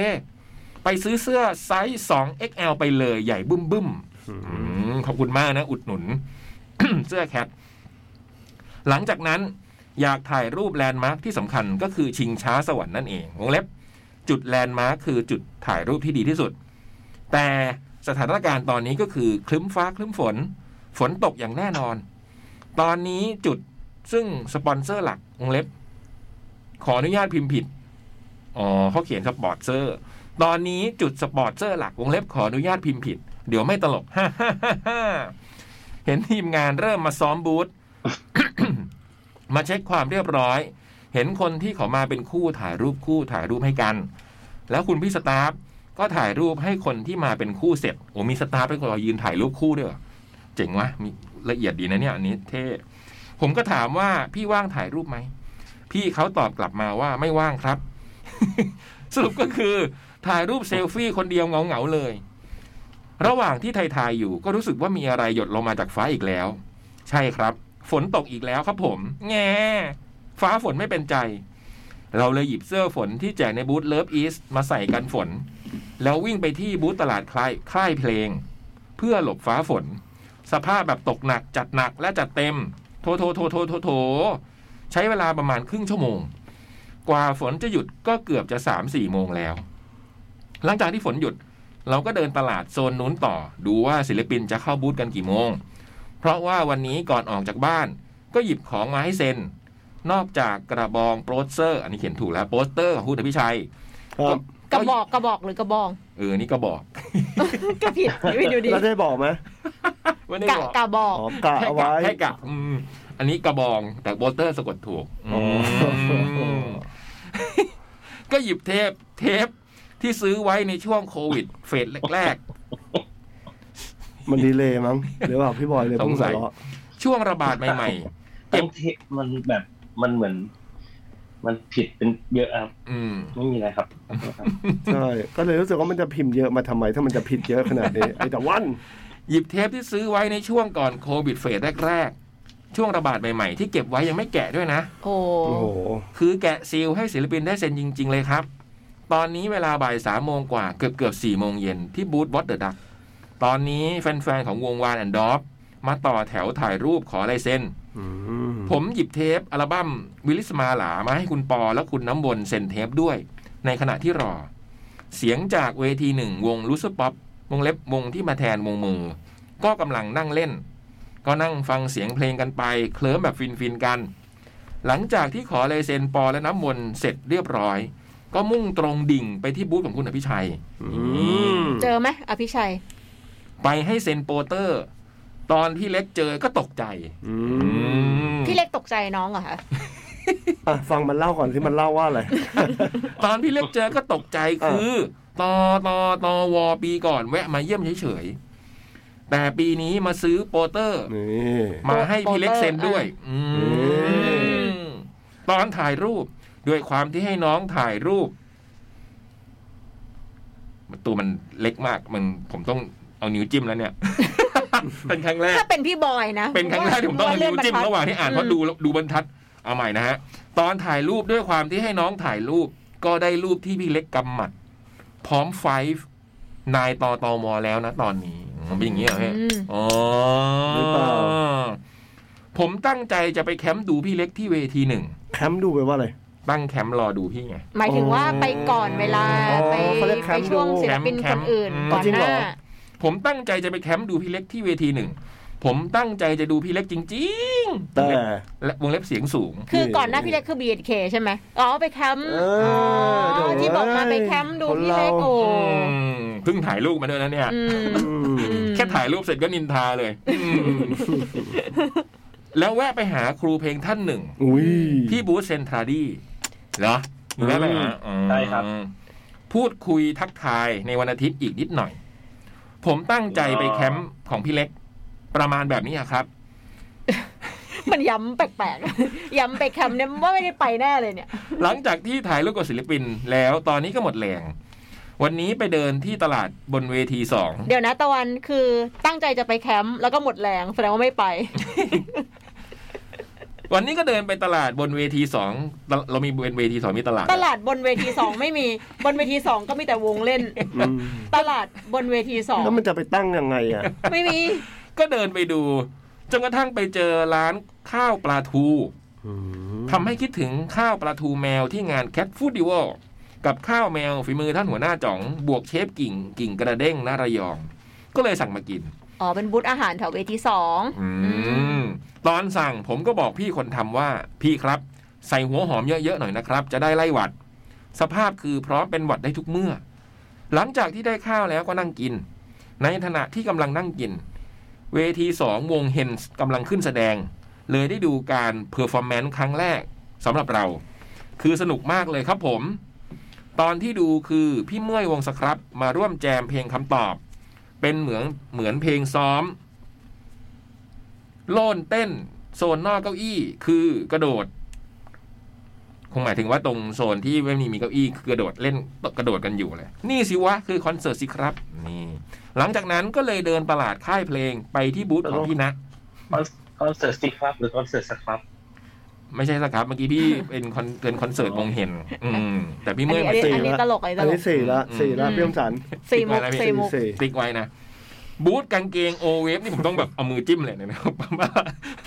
Speaker 1: ไปซื้อเสื้อไซส์ 2XL ไปเลยใหญ่บึ้มบึ้มๆ
Speaker 2: อืม
Speaker 1: อืมขอบคุณมากนะ อุดหนุน เสื้อแคท หลังจากนั้นอยากถ่ายรูปแลนด์มาร์คที่สำคัญก็คือชิงช้าสวรรค์นั่นเองวงเล็บ จุดแลนด์มาร์คคือจุดถ่ายรูปที่ดีที่สุด แต่สถานการณ์ตอนนี้ก็คือคลึ้มฟ้าคลึ้มฝน ฝนตกอย่างแน่นอน ตอนนี้จุดซึ่งสปอนเซอร์หลักวงเล็บ ขออนุญาตพิมพ์ผิด อ๋อเขาเขียนสปอร์ตเซอร์ ตอนนี้จุดสปอร์ตเซอร์หลักวงเล็บขออนุญาตพิมพ์ผิด เดี๋ยวไม่ตลก เห็นทีมงานเริ่มมาซ้อมบูธ มาเช็คความเรียบร้อย เห็นคนที่เขามาเป็นคู่ถ่ายรูปคู่ถ่ายรูปให้กัน แล้วคุณพี่สตาฟก็ถ่ายรูปให้คนที่มาเป็นคู่เสร็จโอ้มีสตาฟเป็นคนยืนถ่ายรูปคู่ด้วยเหรอเจ๋งวะมีละเอียดดีนะเนี่ยอันนี้เท่ผมก็ถามว่าพี่ว่างถ่ายรูปไหม พี่เขาตอบกลับมาว่าไม่ว่างครับ สรุปก็คือถ่ายรูปเซลฟี่คนเดียวเหงาๆเลย ระหว่างที่ถ่ายๆอยู่ก็รู้สึกว่ามีอะไรหยดลงมาจากฟ้าอีกแล้ว ใช่ครับ ฝนตกอีกแล้วครับผม แง่ ฟ้าฝนไม่เป็นใจ เราเลยหยิบเสื้อฝนที่แจกในบูธเลิฟอีสมาใส่กันฝน แล้ววิ่งไปที่บูธตลาดคลายค่ายเพลง เพื่อหลบฟ้าฝน สภาพแบบตกหนักจัดหนักและจัดเต็ม โทโทโทโทโทโทใช้เวลาประมาณครึ่งชั่วโมง กว่าฝนจะหยุดก็เกือบจะสามสี่โมงแล้ว หลังจากที่ฝนหยุด เราก็เดินตลาดโซนนู้นต่อ ดูว่าศิลปินจะเข้าบูธกันกี่โมง เพราะว่าวันนี้ก่อนออกจากบ้าน ก็หยิบของมาให้เซ็น นอกจากกระบองโปสเตอร์ อันนี้เขียนถูกแล้วโปสเตอร์ของคุณอภิชัย
Speaker 2: ครับ
Speaker 3: กระบอกกระบอกหรือกระบอง
Speaker 1: เออ นี่ก็บอก
Speaker 3: ก็ผิดพี่ดูดิ
Speaker 2: แล้วได้บอกไหม
Speaker 1: ไม่ได้
Speaker 3: กะ
Speaker 1: บอก
Speaker 3: กระบอ
Speaker 2: อ๋อ
Speaker 3: ก
Speaker 2: กะ
Speaker 1: ให้
Speaker 2: เอา
Speaker 1: กะ
Speaker 2: ไว้
Speaker 1: ให้กะอืมอันนี้กระบองแต่โปสเตอร์สะกดถูก
Speaker 2: อ๋ออื
Speaker 1: ม ก็หยิบเทปเทปที่ซื้อไว้ในช่วงโควิด เฟสแรก
Speaker 2: มันดีเลยมั้งหรือเปล่าพี่บอยเลยเพิ่
Speaker 1: ส
Speaker 2: ง
Speaker 1: งสั
Speaker 2: สาย ระ
Speaker 1: ๆ ช่วงระบาดใหม่
Speaker 4: ทั้งที่มันแบบมันเหมือน มันผิดเป็นเยอะครับ
Speaker 1: ๆ อืม
Speaker 4: ไม่มีอะไรครับ
Speaker 2: ใช่ก็เลยรู้สึกว่ามันจะพิมพ์เยอะมาทำไม ถ้ามันจะผิดเยอะขนาดนี้ไอ้แต่วัน
Speaker 1: หยิบเทปที่ซื้อไว้ในช่วงก่อนโควิดเฟสแรกๆ ช่วงระบาดใหม่ๆ ที่เก็บไว้ยังไม่แกะด้วยนะ
Speaker 3: โอ้
Speaker 2: โอ้โห
Speaker 1: คือแกะซีลให้ศิลปินได้เซ็นจริง ๆ เลยครับ ตอนนี้เวลาบ่ายสามโมงกว่าเกือบเกือบสี่โมงเย็นที่บูธวอตเดอะดักตอนนี้แฟน ๆ ของวงวานแอนด์ดอฟมาต่อแถวถ่ายรูปขอลายเซ็น
Speaker 2: อืม
Speaker 1: ผมหยิบเทปอัลบั้มวิลลิสมาหลามาให้คุณปอและคุณน้ำวนเซ็นเทปด้วย ในขณะที่รอ เสียงจากเวทีหนึ่งวงลูสป๊อปวงเล็บวงที่มาแทนวงมือ ก็กำลังนั่งเล่น ก็นั่งฟังเสียงเพลงกันไป เคลิ้มแบบฟินๆกัน หลังจากที่ขอลายเซ็นปอและน้ำวนเสร็จเรียบร้อย ก็มุ่งตรงดิ่งไปที่บูธของคุณอภิชัย
Speaker 3: เจอไหมอภิชัย
Speaker 1: ไปให้เซ็นโปเตอร์ ตอนพี่เล็กเจอก็ตกใจ
Speaker 2: อื
Speaker 1: อื
Speaker 2: ม
Speaker 1: ม
Speaker 3: พี่เล็กตกใจน้องเหรอคะ
Speaker 2: อ่ะฟังมันเล่าก่อนที่มันเล่าว่าอะไร
Speaker 1: ตอนพี่เล็กเจอก็ตกใจคือตอตอตอวอปีก่อนแวะมาเยี่ยมเฉยๆแต่ปีนี้มาซื้อโปเตอร์
Speaker 2: นี่
Speaker 1: มาให้พี่เล็กเซ็นด้วย อืมตอนถ่ายรูปด้วยความที่ให้น้องถ่ายรูป ตัวมันเล็กมากมันผมต้องเอานิ้วจิ้มแล้วเนี่ย เป็นครั้งแรก
Speaker 3: ถ้าเป็นพี่บอยนะ
Speaker 1: เป็นครั้งแรกที่ผมต้องเอานิ้วจิ้มระหว่างที่อ่านเพราะดูแล้วดูบรรทัดเอาใหม่นะฮะ ตอนถ่ายรูปด้วยความที่ให้น้องถ่ายรูป ก็ได้รูปที่พี่เล็กกำหมัด พร้อมไฟฟ์นายตอตอมอแล้วนะตอนนี้มันเป็นอย่างนี้เหรอฮะ
Speaker 3: อืม
Speaker 1: อ๋อ
Speaker 2: หรือเปล่า
Speaker 1: ผมตั้งใจจะไปแคมป์ดูพี่เล็กที่เวทีหนึ่ง
Speaker 2: แคมป์ดูไปว่าอะไร
Speaker 1: ตั้งแคมป์รอดูพี่ไง
Speaker 3: หมายถึงว่าไปก่อนเวลา
Speaker 2: อ๋อ
Speaker 3: ไป
Speaker 2: เขาเรียกแค
Speaker 3: ไป
Speaker 2: มป์
Speaker 3: ช่วงศิลปิน
Speaker 1: แค
Speaker 3: ค
Speaker 1: มป์
Speaker 3: นอื่น
Speaker 1: อืม
Speaker 3: ก่อน
Speaker 2: จริง
Speaker 3: ห
Speaker 2: เหร
Speaker 3: น้า
Speaker 2: อ
Speaker 1: ผมตั้งใจจะไปแคมป์ดูพี่เล็กที่เวทีหนึ่งผมตั้งใจจะดูพี่เล็กจริงๆ
Speaker 2: แต่
Speaker 1: และวงเล็บเสียงสูง
Speaker 3: คือก่อนหน้าพี่เล็กคือ BNK ใช่ไหมอ๋อไปแคมป์
Speaker 2: เออ
Speaker 3: อ
Speaker 2: โถ่
Speaker 3: ที่บอกมาไปแคมป์ดู
Speaker 2: คน
Speaker 3: พี่
Speaker 2: เรา
Speaker 3: เล็กโอ้
Speaker 1: อืมเพิ่งถ่ายรูปมาด้วยนะเนี่ย
Speaker 3: อืม
Speaker 2: อืม
Speaker 1: แค่ถ่ายรูปเสร็จก็นินทา เลย แล้วแวะไปหาครูเพลงท่านหนึ่ง
Speaker 2: อุ้ย
Speaker 1: ที่บูธเซนทราดีเหรอแวะไปหาอืม
Speaker 4: ใช่ครับ
Speaker 1: พูดคุยทักทายในวันอาทิตย์อีกนิดหน่อย ผมตั้งใจไปแคมป์ของพี่เล็ก ประมาณแบบนี้อะครับ
Speaker 3: มันย้ำแปลกๆ ย้ำไปแคมป์เนี่ยว่าไม่ได้ไปแน่เลยเนี่ย
Speaker 1: หลังจากที่ถ่ายรูปกับศิลปินแล้วตอนนี้ก็หมดแรง วันนี้ไปเดินที่ตลาดบนเวทีสอง
Speaker 3: เดี๋ยวนะตะวันคือตั้งใจจะไปแคมป์แล้วก็หมดแรงแสดงว่าไม่ไป
Speaker 1: วันนี้ก็เดินไปตลาดบนเวทีสองตลเรามีบนเวทีสองมีตลาด
Speaker 3: ตลาดบนเวทีสองไม่มีบนเวทีสองก็มีแต่วงเล่น
Speaker 2: อืม
Speaker 3: ตลาดบนเวทีสอง
Speaker 2: แล้วมันจะไปตั้งยังไงอ่ะ
Speaker 3: ไม่มี
Speaker 1: ก็เดินไปดูจนกระทั่งไปเจอร้านข้าวปลาทูทำให้คิดถึงข้าวปลาทูแมวที่งานแคทฟูดดิวอลกับข้าวแมวฝีมือท่านหัวหน้าจ่อง บวกเชฟกิ่งกิ่งกระเด้งหน้าระยอง ก็เลยสั่งมากิน
Speaker 3: อ๋อ เป็นบูธอาหารแถวเวทีสอง
Speaker 1: อื
Speaker 3: ม
Speaker 1: มตอนสั่งผมก็บอกพี่คนทำว่า พี่ครับ ใส่หัวหอมเยอะๆหน่อยนะครับ จะได้ไล่หวัด สภาพคือพร้อมเป็นหวัดได้ทุกเมื่อ หลังจากที่ได้ข้าวแล้วก็นั่งกิน ในขณะที่กำลังนั่งกิน เวทีสองวงเฮนส์กำลังขึ้นแสดง เลยได้ดูการเพอร์ฟอร์แมนซ์ครั้งแรกสำหรับเรา คือสนุกมากเลยครับผม ตอนที่ดูคือพี่เมื่อยวงสครับมาร่วมแจมเพลงคำตอบ เป็นเหมือนเหมือนเพลงซ้อม โลนเต้น โซนนอกเก้าอี้คือกระโดด คงหมายถึงว่าตรงโซนที่ไม่มีมีเก้าอี้คือกระโดดเล่นกระโดดกันอยู่เลยนี่สิวะคือคอนเสิร์ตสิครับ นี่ หลังจากนั้นก็เลยเดินตลาดค่ายเพลงไปที่บูธของพี่นะ
Speaker 4: คอนเสิร์ตสิครับหรือคอนเสิร์ตสครับ
Speaker 1: ไม่ใช่สครับเมื่อกี้พี่เป็นคอนเป็นคอนเสิร์ตวงเห็น อืม แต่พี่
Speaker 3: อัน
Speaker 1: เมื่อย
Speaker 3: นี้
Speaker 1: มา
Speaker 2: สี่
Speaker 3: อันนี้อันนี้
Speaker 2: ละ
Speaker 3: ตลกอันนี้
Speaker 2: อั
Speaker 3: ต
Speaker 2: น
Speaker 3: ลก
Speaker 2: นี้สี่ละสี่ละ
Speaker 3: อืม
Speaker 2: เพี่ยมสัน
Speaker 3: สี่มุกสี่
Speaker 2: สี่
Speaker 3: มุก
Speaker 2: สี่
Speaker 1: ติ๊กไว้นะ บูธกางเกงโอเวฟนี่ผมต้องแบบเอามือจิ้มเลย นะเพราะว่า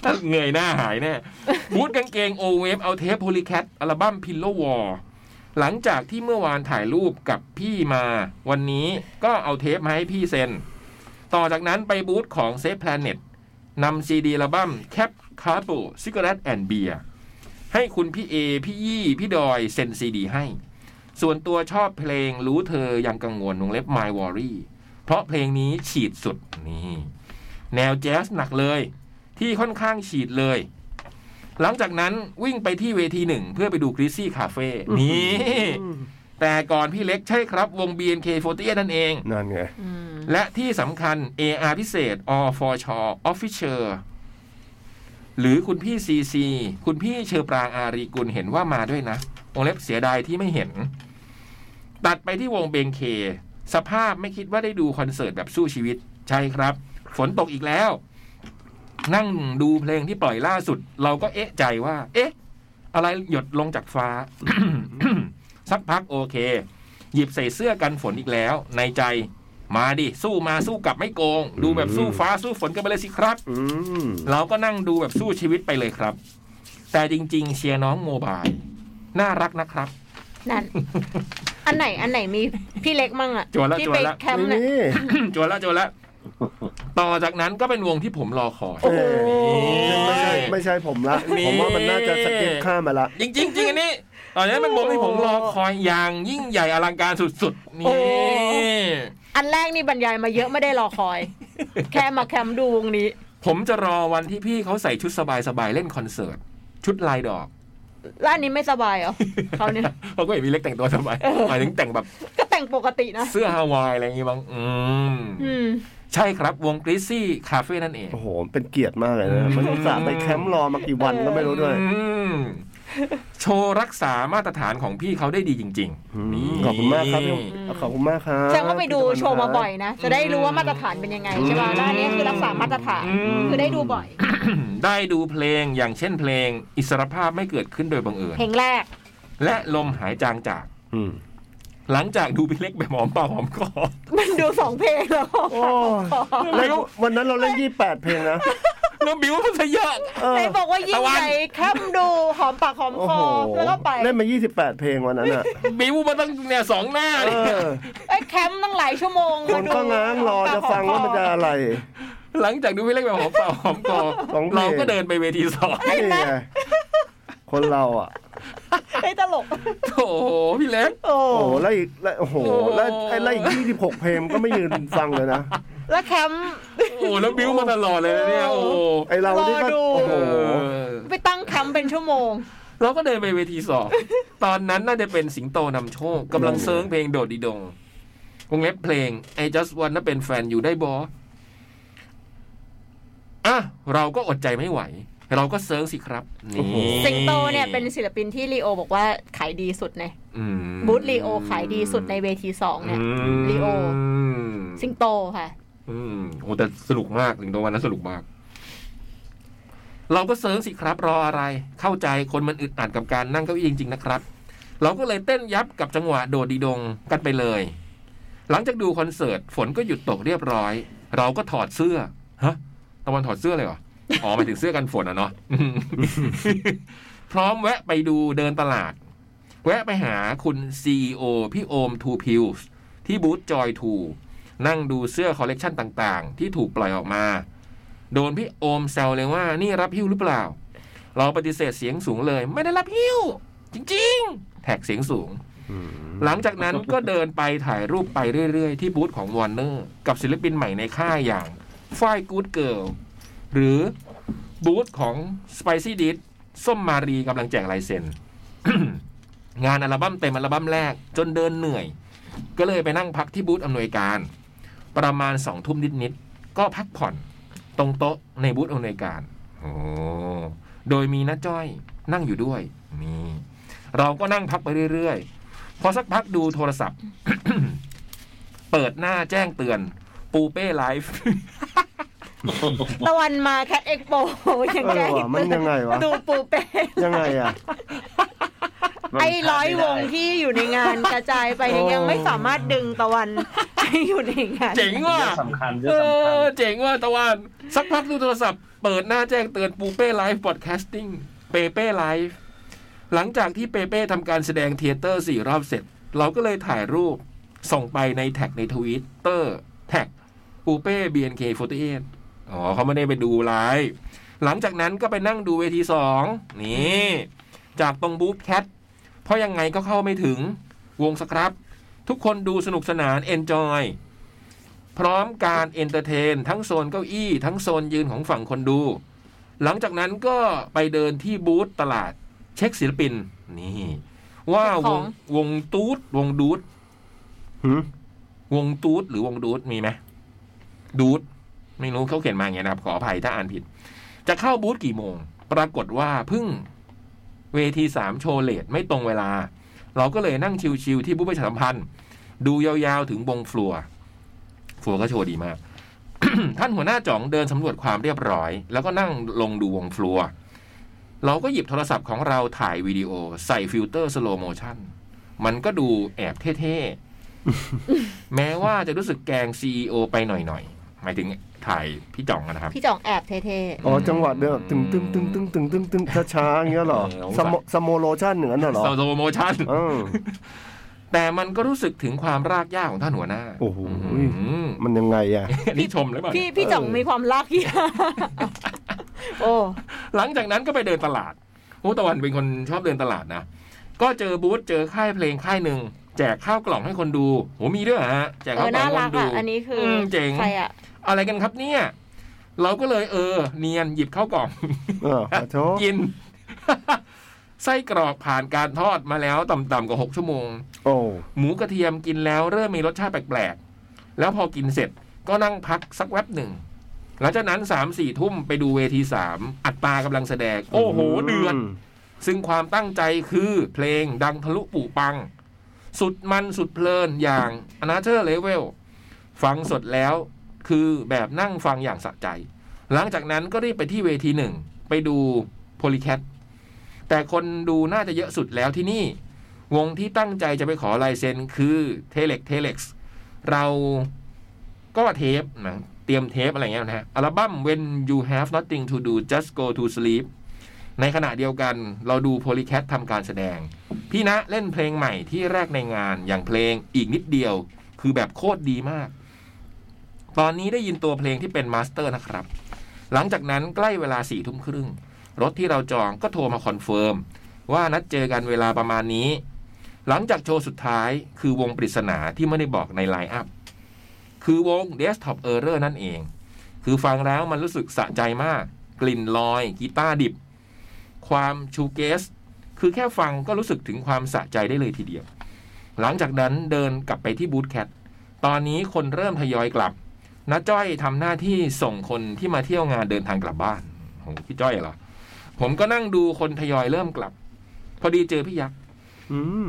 Speaker 1: ถ้าเงยหน้าหาย แน่บูธกางเกงโอเวฟเอาเทปโพลีแคทอัลบั้มพิลโลวอลหลังจากที่เมื่อวานถ่ายรูปกับพี่มา วันนี้ก็เอาเทปมาให้พี่เซ็น ต่อจากนั้นไปบูธของเซฟแพลเน็ตนำซีดีอัลบั้มแคปคาร์บูซิกเรตแอนด์เบียให้คุณพี่เอ พี่ยี่ พี่ดอยเซ็นซีดีให้ ส่วนตัวชอบเพลงรู้เธอยังกังวลวงเล็บ My Worry เพราะเพลงนี้ฉีดสุดนี่ แนวแจ๊สหนักเลย ที่ค่อนข้างฉีดเลย หลังจากนั้นวิ่งไปที่เวทีหนึ่ง เพื่อไปดูกริซซี่คาเฟ่นี่
Speaker 2: อืม
Speaker 1: แต่ก่อนพี่เล็กใช่ครับวง BNK48 นั่นเอง
Speaker 2: นั่นไง
Speaker 3: อืม
Speaker 1: และที่สำคัญ AR พิเศษ All for s h o r Official หรือคุณพี่ซีซี คุณพี่เชอปรางอารีกุลเห็นว่ามาด้วยนะวงเล็บเสียดายที่ไม่เห็น ตัดไปที่วงเบงเค สภาพไม่คิดว่าได้ดูคอนเสิร์ตแบบสู้ชีวิต ใช่ครับ ฝนตกอีกแล้ว นั่งดูเพลงที่ปล่อยล่าสุด เราก็เอ๊ะใจว่า เอ๊ะ อะไรหยดลงจากฟ้า สักพักโอเค หยิบใส่เสื้อกันฝนอีกแล้ว ในใจ มาดิ สู้มาสู้กลับไม่โกง ดูแบบสู้ฟ้าสู้ฝนกันไปเลยสิครับ
Speaker 2: อืม
Speaker 1: เราก็นั่งดูแบบสู้ชีวิตไปเลยครับ แต่จริง ๆ เชียร์น้องโมบาย น่ารักนะครับ
Speaker 3: นั่น อันไหนอันไหนมีพี่เล็กมั่งอะ
Speaker 1: จวนละ
Speaker 3: ที่
Speaker 1: จวน
Speaker 3: ไป
Speaker 1: ละ
Speaker 3: แคมป์น่ะ
Speaker 2: นี่
Speaker 1: จวนละจวนละต่อจากนั้นก็เป็นวงที่ผมรอคอย
Speaker 3: โอ้โห
Speaker 2: ไม่ใช่ไม่ใช่ผมละ
Speaker 1: นี่
Speaker 2: ผมว่ามันน่าจะสเก็ปข้ามมาละ
Speaker 1: จริงๆจริงอันนี้ตอนนี้เป็นวงที่ผมรอคอยอย่างยิ่งใหญ่อลังการสุดๆ
Speaker 3: โอ้
Speaker 1: นี่
Speaker 3: อันแรกนี่บรรยายมาเยอะไม่ได้รอคอย แค่มาแคมป์ดูวงนี้
Speaker 1: ผมจะรอวันที่พี่เขาใส่ชุดสบายๆเล่นคอนเสิร์ต ชุดลายดอก
Speaker 3: แล้วอันนี้ไม่สบายเหรอเขาเนี่ย
Speaker 1: เพราะก็เห็นมีเล็กแต่งตัวสบาย
Speaker 3: เออ
Speaker 1: หมายถึงแต่งแบบ
Speaker 3: ก็แต่งปกตินะ
Speaker 1: เสื้อฮาวายอะไรอย่างงี้บ้างอืม
Speaker 3: อืม
Speaker 1: ใช่ครับวงกริซซี่คาเฟ่นั่นเอง
Speaker 2: โอ้โห เป็นเกียรติมากเลยนะมันอุตส่าห์ไปแคมป์รอมากี่วันก็ไม่รู้ด้วย
Speaker 1: อืมโชว์รักษามาตรฐานของพี่เขาได้ดีจริงๆนี่
Speaker 2: ขอบคุณมากครับพี่
Speaker 3: อืม
Speaker 2: ขอบคุณมากครับ
Speaker 3: แสดงว่าไปดูโชว์มาบ่อยนะ จะได้รู้ว่ามาตรฐานเป็นยังไงใช่ป่ะแล้วอันนี้คือรักษามาตรฐาน
Speaker 1: อืม
Speaker 3: คือได้ดูบ่อย
Speaker 1: ได้ดูเพลงอย่างเช่นเพลง อิสรภาพไม่เกิดขึ้นโดยบังเอิญ
Speaker 3: เพลงแรก
Speaker 1: และลมหายจางจาก
Speaker 2: อืม
Speaker 1: หลังจากดูพี่เล็กแบบหอมปากหอมคอ
Speaker 3: มันดูสองเพลงแล้ว
Speaker 2: โอ้เล่นวันนั้นเราเล่นยี่แปดเพลงนะ
Speaker 1: แล้วบิวมันซะเยอะ
Speaker 2: เออ
Speaker 3: ไหนบอกว่ายิ่ง
Speaker 1: ตะวัน
Speaker 3: ใหญ่แคมดูหอมปากหอม
Speaker 2: โอ้
Speaker 3: ค
Speaker 2: โห
Speaker 3: อแล้วก็ไป
Speaker 2: เล่นมายี่สิบแปดเพลงวันนั้นอ่ะ
Speaker 1: บิวมันตั้งเนี่ยสองหน้า
Speaker 2: เอ
Speaker 1: เนี่ย
Speaker 2: อ
Speaker 3: ไอ้ยแคมป์ตั้งหลายชั่วโมง
Speaker 2: คนก็ง้างรอจะฟังว่ามันจะอะไร
Speaker 1: หลังจากดูพี่เล็กแบบหอมปากหอมคอ
Speaker 2: สองเพลง
Speaker 1: เราก็เดินไปเวทีสอง
Speaker 2: นี่ไงคนเราอ่ะ
Speaker 3: ไอ้ยตลก
Speaker 1: โอ้โหพี่เล็ก
Speaker 3: โอ้
Speaker 2: โอ้โหแล้วอีกแล้วโอ้โหแล้วไอ้แล้วอีกยี่สิบหกเพลงก็ไม่ยืนฟังเลยนะ
Speaker 3: แล้วแคมป์
Speaker 1: โอ้โหแล้วบิวมาตลอดเลยนะเนี่ยโอ้โห
Speaker 2: ไอ้เรานี่ก็
Speaker 3: รอดู
Speaker 2: โอ้โห
Speaker 1: เออ
Speaker 3: ไปตั้งแคมป์เป็นชั่วโมง
Speaker 1: เราก็เดินไปเวทีสอง ตอนนั้นน่าจะเป็นสิงโตนำโชคกำลัง
Speaker 2: อืม
Speaker 1: เซิร์งเพลงโดดดีดงวงเล็บเพลง I just wanna เป็นแฟนอยู่ได้บออ่ะ เราก็อดใจไม่ไหว เราก็เซิร์งสิครับ นี่
Speaker 3: สิงโตเนี่ยเป็นศิลปินที่ลีโอบอกว่าขายดีสุดใน
Speaker 1: อืม
Speaker 3: บูธลีโอขายดีสุดในเวทีสองเนี่ย
Speaker 1: ม
Speaker 3: ลีโอ สิงโตค่ะ
Speaker 1: อืมโอ้แต่สนุกมากสิงโตวันนั้นสนุกมาก เราก็เซิร์งสิครับ รออะไร เข้าใจคนมันอึดอัดกับการนั่งเก้าอี้จริง ๆ นะครับ เราก็เลยเต้นยับกับจังหวะโดดดีดงกันไปเลย หลังจากดูคอนเสิร์ตฝนก็หยุดตกเรียบร้อย เราก็ถอดเสื้อ ฮะ ตะวันถอดเสื้อเลยเหรอ อ๋อหมายถึงเสื้อกันฝนอ่ะเนาะ พร้อมแวะไปดูเดินตลาด แวะไปหาคุณ CEO พี่โอมทูพิวส์ที่บูธจอยทูนั่งดูเสื้อคอลเลกชันต่างๆ ที่ถูกปล่อยออกมา โดนพี่โอมแซวเลยว่านี่รับหิ้วหรือเปล่า เราปฏิเสธเสียงสูงเลย ไม่ได้รับหิ้ว จริง ๆ แท็กเสียงสูง หลังจากนั้นก็เดินไปถ่ายรูปไปเรื่อย ๆ ที่บูธของวอร์เนอร์กับศิลปินใหม่ในค่ายอย่างฝ้ายกู๊ดเกิร์ลหรือบูธของ Spicy d i s ส้มมารีกำลังแจกลายเซ็น งานอัลบั้มเต็มอัลบั้มแรก จนเดินเหนื่อย ก็เลยไปนั่งพักที่บูธอำนวยการ ประมาณสองทุ่มนิด ๆ ก็พักผ่อน ตรงโต๊ะในบูธอำนวยการโอ้โดยมีน้าจ้อยนั่งอยู่ด้วยนี่เราก็นั่งพักไปเรื่อย ๆ พอสักพักดูโทรศัพท์ เปิดหน้าแจ้งเตือน ปูเป้ไลฟ์
Speaker 3: ตะวันมาแคทเอ็กโปอย่างแก
Speaker 2: เออว่ะมันยังไงวะ
Speaker 3: ดูปูเป้
Speaker 2: ยังไงอ่ะ
Speaker 4: มัน
Speaker 3: ไอ้
Speaker 4: ขา
Speaker 3: ร้
Speaker 4: ด
Speaker 3: อย
Speaker 4: ม่
Speaker 3: ว
Speaker 4: ได้
Speaker 3: งที่อยู่ในงานกระจายไปเนี่ย
Speaker 2: โอ้
Speaker 3: ยังไม่สามารถดึงตะวันให้อยู่ในงาน
Speaker 1: เจ๋งว่ะ
Speaker 4: เรื่องสำคัญเรื่
Speaker 1: เอ
Speaker 4: องสำคัญ
Speaker 1: อเจ๋งว่ะตะวัน สักพักดูโทรศัพท์ เปิดหน้าแจ้งเตือนปูเป้ไลฟ์พอดแคสติ้งเปเป้ไลฟ์หลังจากที่เปเป้ทำการแสดงเทยเตอร์สี่รอบเสร็จ เราก็เลยถ่ายรูป ส่งไปในแท็กในทวิตเตอร์แท็กปูเป้ BNK48 อ๋อเขาไม่ได้ไปดูไลฟ์หลังจากนั้นก็ไปนั่งดูเวทีสองนี่ จากตรงบูธแคท เพราะยังไงก็เข้าไม่ถึงวงสครับ ทุกคนดูสนุกสนานเอนจอย พร้อมการเอนเตอร์เทน ทั้งโซนเก้าอี้ ทั้งโซนยืนของฝั่งคนดู หลังจากนั้นก็ไปเดินที่บูธตลาดเช็คศิลปิน นี่ ว่า
Speaker 3: เช็คว ของ ง
Speaker 1: วงตูดวงดูด
Speaker 2: หืม
Speaker 1: วงตูดหรือวงดูดมีไหมดูดไม่รู้เขาเขียนมาอย่างเงี้ยนะครับ ขออภัยถ้าอ่านผิด จะเข้าบูธกี่โมง ปรากฏว่าเพึ่งเวทีสามโชว์เลทไม่ตรงเวลา เราก็เลยนั่งชิวๆที่บูธประชาสัมพันธ์ ดูยาวๆถึงวงฟลัวฟลัวก็โชว์ดีมาก ท่านหัวหน้าจ่องเดินสำรวจความเรียบร้อย แล้วก็นั่งลงดูวงฟลัวเราก็หยิบโทรศัพท์ของเราถ่ายวิดีโอ ใส่ฟิลเตอร์สโลโมชันมันก็ ดูแอบเท่ๆ แม้ว่าจะรู้สึกแกล้ง CEO ไปหน่อย หมายถึงถ่ายพี่จ่องอะนะครับ
Speaker 3: พี่จ่องแอบเท่
Speaker 2: อ๋อจังหวะเดิมตึงตึงตึงตึงตึงตึงตึงช้าๆอย่างเงี้ยเหรอ
Speaker 1: เออ
Speaker 2: สโมสโมโลชั่นเหนือนน่ะเหรอ
Speaker 1: สโลโมชั่น
Speaker 2: เออ
Speaker 1: แต่มันก็รู้สึกถึงความรากหญ้าของท่านหัวหน้า
Speaker 2: โอ้โห
Speaker 1: อืม
Speaker 2: มันยังไงอ่ะ
Speaker 1: นี่ชมหรือเปล่า
Speaker 3: ๆพี่พี่จ่องมีความลากยา โอ้
Speaker 1: หลังจากนั้นก็ไปเดินตลาดโอ้ตะวันเป็นคนชอบเดินตลาดนะ ก็เจอบูธเจอค่ายเพลงค่ายหนึ่งแจกข้าวกล่องให้คนดูโหมีด้วยเหรอฮะ แจก
Speaker 3: เอ
Speaker 1: ข้าวล่อ
Speaker 3: อกน่าง
Speaker 1: ให้ค
Speaker 3: รัก
Speaker 1: นดู
Speaker 3: อ่ะอันนี้คือ
Speaker 1: มเจ๋ง
Speaker 3: ใครอ่ะ
Speaker 1: อะไรกันครับเนี่ย เราก็เลยเออ เนียนหยิบข้าวกล่อง
Speaker 2: เออขอโทษ
Speaker 1: กิน ไส้กรอกผ่านการทอดมาแล้วต่ำๆกว่าหกชั่วโมง
Speaker 2: โอ้
Speaker 1: หมูกระเทียมกินแล้วเริ่มมีรสชาติแปลกๆ แล้วพอกินเสร็จก็นั่งพักสักแวบหนึ่ง หลังจากนั้นสามสี่ทุ่มไปดูเวทีสามอัตตากำลังแสดง โอ้โห เดือด
Speaker 2: ม
Speaker 1: ซึ่งความตั้งใจคือเพลงดังทะลุปู่ปัง สุดมันสุดเพลินอย่าง Another Level ฟังสดแล้วคือแบบนั่งฟังอย่างสะใจ หลังจากนั้นก็รีบไปที่เวทีหนึ่ง ไปดู Polycat แต่คนดูน่าจะเยอะสุดแล้วที่นี่ วงที่ตั้งใจจะไปขอลายเซ็นคือ t e l e x t e l e x เราก็เทปนะเตรียมเทปอะไรเงี้ยนะฮะอัลบั้ม When You Have Nothing to Do Just Go to Sleep ในขณะเดียวกันเราดูโพลีแคททำการแสดง พี่ณะเล่นเพลงใหม่ที่แรกในงานอย่างเพลงอีกนิดเดียว คือแบบโคตรดีมาก ตอนนี้ได้ยินตัวเพลงที่เป็นมาสเตอร์นะครับ หลังจากนั้นใกล้เวลาสี่ทุ่มครึ่ง รถที่เราจองก็โทรมาคอนเฟิร์ม ว่านัดเจอกันเวลาประมาณนี้ หลังจากโชว์สุดท้ายคือวงปริศนาที่ไม่ได้บอกในไลน์อัพ คือวง Desktop Error นั่นเอง คือฟังแล้วมันรู้สึกสะใจมาก กลิ่นลอยกีตาร์ดิบ ความชูเกส คือแค่ฟังก็รู้สึกถึงความสะใจได้เลยทีเดียว หลังจากนั้นเดินกลับไปที่บูธแคท ตอนนี้คนเริ่มทยอยกลับน้าจ้อยทำหน้าที่ส่งคนที่มาเที่ยวงานเดินทางกลับบ้านโอ้โหพี่จ้อยเหรอ ผมก็นั่งดูคนทยอยเริ่มกลับ พอดีเจอพี่ยักษ์
Speaker 2: อืม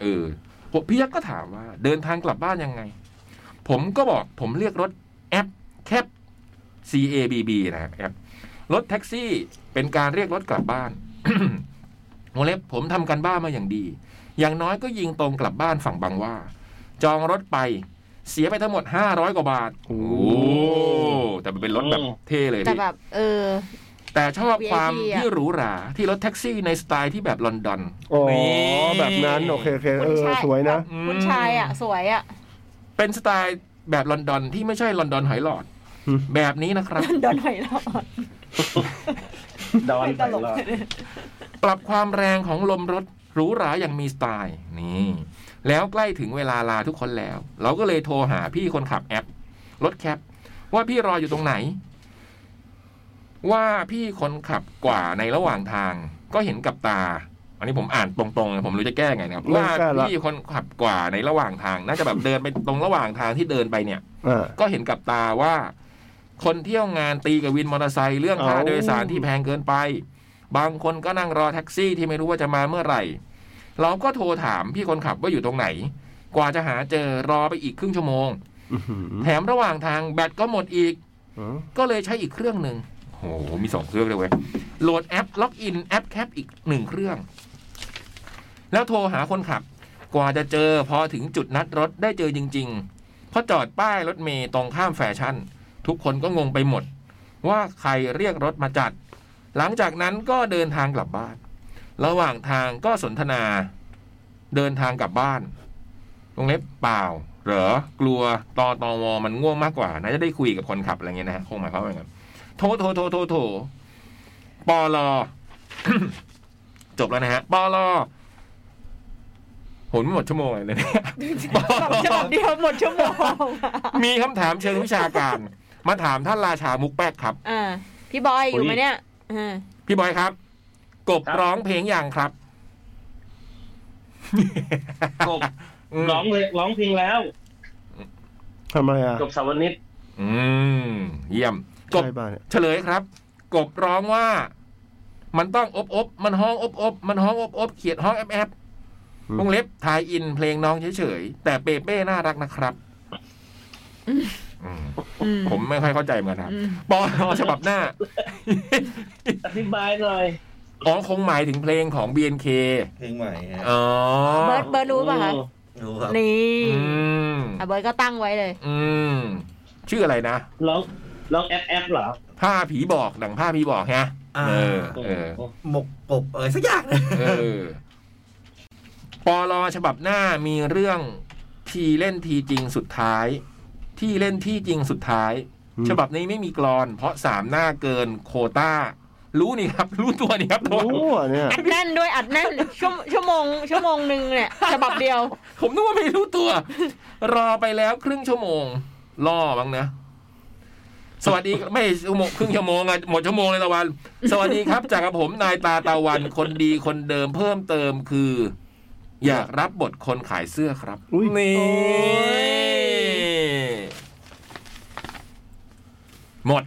Speaker 1: เออผมพี่ยักษ์ก็ถามว่า เดินทางกลับบ้านยังไง ผมก็บอกผมเรียกรถแอปแคป C A B B นะครับแอปรถแท็กซี่เป็นการเรียกรถกลับบ้าน วงเล็บผมทำการบ้านมาอย่างดี อย่างน้อยก็ยิงตรงกลับบ้านฝั่งบางหว่า จองรถไปเสียไปทั้งหมด 500 กว่าบาท โอ้โหแต่มันเป็นรถแบบเท่เลย
Speaker 3: แต่
Speaker 1: พี่
Speaker 3: แบบ เออ
Speaker 1: แต่ชอบ
Speaker 3: VIP
Speaker 1: ความ
Speaker 3: อะ
Speaker 1: ที่หรูหราที่รถแท็กซี่ในสไตล์ที่แบบลอนดอน
Speaker 2: อ๋อ
Speaker 1: นี่
Speaker 2: แบบนั้นโอเคโอเคเอ
Speaker 3: คุณ
Speaker 2: อ
Speaker 3: ชาย
Speaker 2: สวยนะ
Speaker 1: อืม
Speaker 3: คุณชายอ่ะ สวย อ่ะ
Speaker 1: เป็นสไตล์แบบลอนดอนที่ไม่ใช่ลอนดอนหอยหลอด
Speaker 2: อืม
Speaker 1: แบบนี้นะครับ
Speaker 3: โดนหอยหลอด
Speaker 4: ดอน
Speaker 3: ต
Speaker 4: ใส่
Speaker 3: ลก
Speaker 4: รอด
Speaker 1: ปรับความแรงของลมรถหรูหราอย่างมีสไตล์นี่ แล้วใกล้ถึงเวลาลาทุกคนแล้ว เราก็เลยโทรหาพี่คนขับแอป รถแคป ว่าพี่รออยู่ตรงไหน ว่าพี่คนขับกว่าในระหว่างทาง ก็เห็นกับตา อันนี้ผมอ่านตรงๆนะผมรู้จะแก้ไงนะครับ
Speaker 2: ไม่
Speaker 1: ว่า
Speaker 2: แก้ละ
Speaker 1: พี่คนขับกว่าในระหว่างทาง น่าจะแบบเดินไปตรงระหว่างทางที่เดินไปเนี่ย
Speaker 2: อ่า
Speaker 1: ก็เห็นกับตาว่า คนเที่ยวงานตีกับวินมอเตอร์ไซค์เรื่องค่า
Speaker 2: เอ้า
Speaker 1: โดยสารที่แพงเกินไป บางคนก็นั่งรอแท็กซี่ที่ไม่รู้ว่าจะมาเมื่อไหร่ เราก็โทรถามพี่คนขับว่าอยู่ตรงไหน กว่าจะหาเจอรอไปอีกครึ่งชั่วโมง
Speaker 2: อื้อหือ
Speaker 1: แถมระหว่างทางแบตก็หมดอีก
Speaker 2: อ๋อ
Speaker 1: ก็เลยใช้อีกเครื่องหนึ่งโอ้โห มีสองเครื่องเลยเว้ย โหลดแอปล็อกอินแอปแคปอีกหนึ่งเครื่อง แล้วโทรหาคนขับ กว่าจะเจอพอถึงจุดนัดรถได้เจอจริงๆ เพราะจอดป้ายรถเมย์ตรงข้ามแฟชั่น ทุกคนก็งงไปหมด ว่าใครเรียกรถมาจัด หลังจากนั้นก็เดินทางกลับบ้าน ระหว่างทางก็สนทนา เดินทางกลับบ้านวงเล็บเปล่า เหรอ กลัวตอตอวอมันง่วงมากกว่า น่าจะได้คุยกับคนขับอะไรเงี้ยนะฮะคงหมายความว่าอย่างนั้นโทโทโทโทโทปอลอ จบแล้วนะฮะปอลอโหนไม่หมดชั่วโมงเลยนะเนี่ย
Speaker 3: แบบฉบับเดียวหมดชั่วโมงอะ
Speaker 1: มีคำถามเชิงวิชาการ มาถามท่านราชามุกแป๊กครับ
Speaker 3: อ่าพี่บอยอยู่ไหมเนี่ยอ่า
Speaker 1: พี่บอยครับ กบ
Speaker 4: ครับ
Speaker 1: ร้องเพลงอย่างครับ
Speaker 4: ก
Speaker 1: ม
Speaker 4: บร้องเลยร้องเพลงแล้ว
Speaker 2: ทำไมอ่ะ
Speaker 4: กบสาวนิด
Speaker 1: อืม เยี่ยมกบ
Speaker 2: ใช่ป่ะเนี่ย
Speaker 1: เฉลยครับ กบร้องว่า มันต้องอบอบมันห้องอบอบมันห้องอบอบเขียดห้องแอบแอบวงเล็บทายอินเพลงน้องเฉยๆแต่เปเป้น่ารักนะครับอืม
Speaker 3: อืม
Speaker 1: ผมไม่ค่อยเข้าใจเหมือนกันครับ
Speaker 3: อืม
Speaker 1: ปอลอ ฉบับหน้า
Speaker 4: อธิบายหน่อย
Speaker 1: อ๋อคงหมายถึงเพลงของ BNK
Speaker 5: เพลงใหม่ฮะ
Speaker 1: อ๋อ
Speaker 3: เบิร์ดเบิร์ดรู้ป่ะคะ
Speaker 5: รู้ครับ
Speaker 3: นี่
Speaker 1: อืม
Speaker 3: อ่ะเบิร์ดก็ตั้งไว้เลย
Speaker 1: อืม ชื่ออะไรนะ
Speaker 4: ร้องร้องแอปแอปเหรอ
Speaker 1: ผ้าผีบอกหนังผ้าผีบอกฮะ
Speaker 5: อ่า
Speaker 1: เออ
Speaker 4: โอ้
Speaker 1: เออ
Speaker 4: โห
Speaker 5: หมกกบอะไรสักอย่างนะ
Speaker 1: เออปอลอฉบับหน้ามีเรื่องทีเล่นทีจริงสุดท้าย ที่เล่นที่จริงสุดท้าย
Speaker 2: อืม
Speaker 1: ฉบับนี้ไม่มีกรอน เพราะสามหน้าเกินโควต้า รู้นี่ครับ รู้ตัวนี่ครับโทษ
Speaker 2: โอ้เนี่ย
Speaker 3: อัดแน่นด้วยอัดแน่นชั่วชั่วโมงชั่วโมงหนึ่งเนี่ยฉบับเดียว
Speaker 1: ผมนึกว่าไม่รู้ตัว รอไปแล้วครึ่งชั่วโมง ล่อบ้างนะ สวัสดีไม่ชั่วโมงครึ่งชั่วโมงอะหมดชั่วโมงเลยละวัน สวัสดีครับ จากกับผมนายตาตะวันคนดีคนเดิมเพิ่มเติมคือ อยากรับบทคนขายเสื้อครับ
Speaker 2: อุ้ย
Speaker 1: นี่
Speaker 3: โอ้ย
Speaker 1: หมด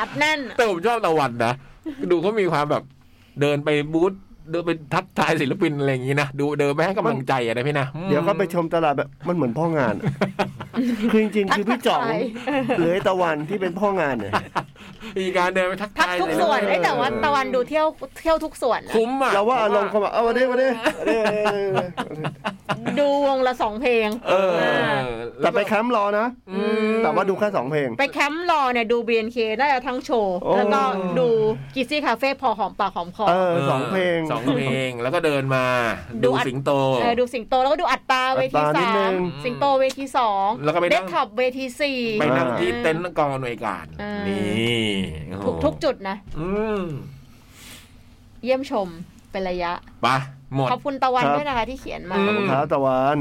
Speaker 3: อัดแน่น
Speaker 1: แต่ผมชอบตะวันนะ ดูเขามีความแบบ เดินไปบูธเดินไปทักทายศิลปินอะไรอย่างนี้นะ ดูเดินไปให้กำลังใจอะนะพี่นะอืม
Speaker 2: เดี๋ยวก็ไปชมตลาดแบบมันเหมือนพ่องาน คือจริงๆคือพี่จ่อง
Speaker 3: ทักทาย
Speaker 2: หรือไอ้ตะวันที่เป็นพ่องานเนี่ย
Speaker 1: มีการเดินไปทัก
Speaker 3: ทัก
Speaker 1: ทาย
Speaker 3: ทุกส่วน
Speaker 1: ศิลปิ
Speaker 3: เอ้ยแต่ว่าตะวันดูเที่ยวเที่ยวทุกส่วนอะ
Speaker 1: คุ้มอ่ะ
Speaker 2: เราว่าอารมณ์เขาแบบเอามาดิมาดิมาดิมาดิมาดิ
Speaker 3: ดูวงละสองเพลง
Speaker 1: เออ
Speaker 2: แต่ไปแคมป์รอนะ
Speaker 1: อืม
Speaker 2: แต่ว่าดูแค่สองเพลง
Speaker 3: ไปแคมป์รอเนี่ยดู BNK ได้ทั้งโชว์
Speaker 2: โอ้
Speaker 3: แล้วก็ดูกิซี่คาเฟ่พอหอมปากหอมคอ
Speaker 2: เออสองเพลง
Speaker 1: สองเพลงแล้วก็เดินมา
Speaker 3: ดู
Speaker 1: ดู
Speaker 3: อัด
Speaker 1: สิงโต
Speaker 3: เออดูสิงโตแล้วก็ดูอัตตาเวที
Speaker 2: อัตตานิด
Speaker 3: สา
Speaker 2: นึ
Speaker 3: ม
Speaker 2: ง
Speaker 3: สิงโตเวทีสอง
Speaker 1: แล้วก็ไปนั่
Speaker 3: เด็
Speaker 1: ง
Speaker 3: กขับเวทีสี่
Speaker 1: ไปนั่ง
Speaker 2: อ่า
Speaker 1: ที่เต็นท์กองหน่วยการ
Speaker 3: อ่านี่
Speaker 1: นี่
Speaker 3: ทุกทุกจุดนะ
Speaker 1: อืม
Speaker 3: เยี่ยมชมเป็นระยะ
Speaker 1: ไปหมด
Speaker 3: ขอบคุณตะวัน
Speaker 2: ครับ
Speaker 3: ด้วยนะคะที่เขียนมา
Speaker 1: อื
Speaker 2: ขอบ
Speaker 1: ม
Speaker 2: คุณครับตะวัน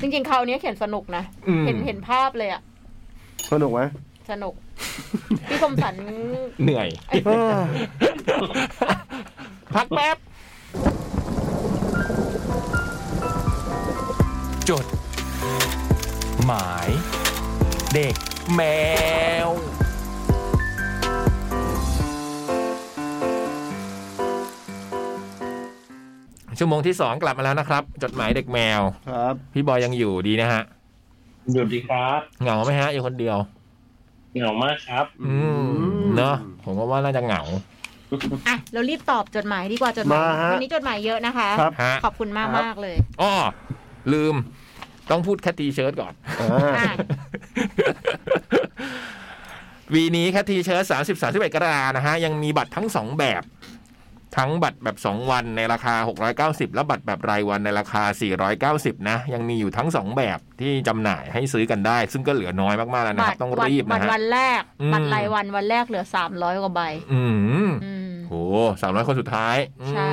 Speaker 3: จริงๆคราวนี้เขียนสนุกนะ
Speaker 1: อืม
Speaker 3: เห็นเห็นภาพเลยอะ
Speaker 2: สนุกไหม
Speaker 3: สนุก พี่คมสัน
Speaker 1: เหนื่อย
Speaker 2: เออ
Speaker 1: พักแป๊บ จด หมาย เด็กแมว ชั่วโมงที่สองกลับมาแล้วนะครับ จดหมายเด็กแมว
Speaker 2: ครับ
Speaker 1: พี่บอยยังอยู่ดีนะฮะ
Speaker 4: หยุดดีครับ
Speaker 1: เหงาไหมฮะอยู่คนเดียว
Speaker 4: เหงามากครับ
Speaker 1: อืม
Speaker 2: อืม
Speaker 1: เนาะผมก็ว่าน่าจะเหงา
Speaker 3: อ่ะ เรารีบตอบจดหมายดีกว่าจดหมาย
Speaker 2: มาฮะ
Speaker 3: วันนี้จดหมายเยอะนะคะ
Speaker 2: ครับ
Speaker 1: ฮะ
Speaker 3: ขอบคุณมากมากๆเลย
Speaker 1: อ้อลืม ต้องพูดแคททีเชิร์ตก่อน
Speaker 2: อ่า
Speaker 3: อ่ะ
Speaker 1: วีนี้แคททีเชิร์ตสามสิบสามสิบเอ็ดกรกฎานะฮะ ยังมีบัตรทั้งสองแบบ ทั้งบัตรแบบ 2 วันในราคา 690 และบัตรแบบรายวันในราคา 490 นะ ยังมีอยู่ทั้ง 2 แบบที่จำหน่ายให้ซื้อกันได้ ซึ่งก็เหลือน้อยมากๆแล้วนะค
Speaker 3: บั
Speaker 1: รับ ต้องรีบ
Speaker 3: วั
Speaker 1: นะ
Speaker 3: น
Speaker 1: ฮะ
Speaker 3: วันแรก
Speaker 1: อืม
Speaker 3: บัตรรายวันวันแรกเหลือสามร้อยกว่าใบ
Speaker 1: อืม
Speaker 3: อืม
Speaker 1: โหสามร้อยคนสุดท้ายอืม
Speaker 3: ใช่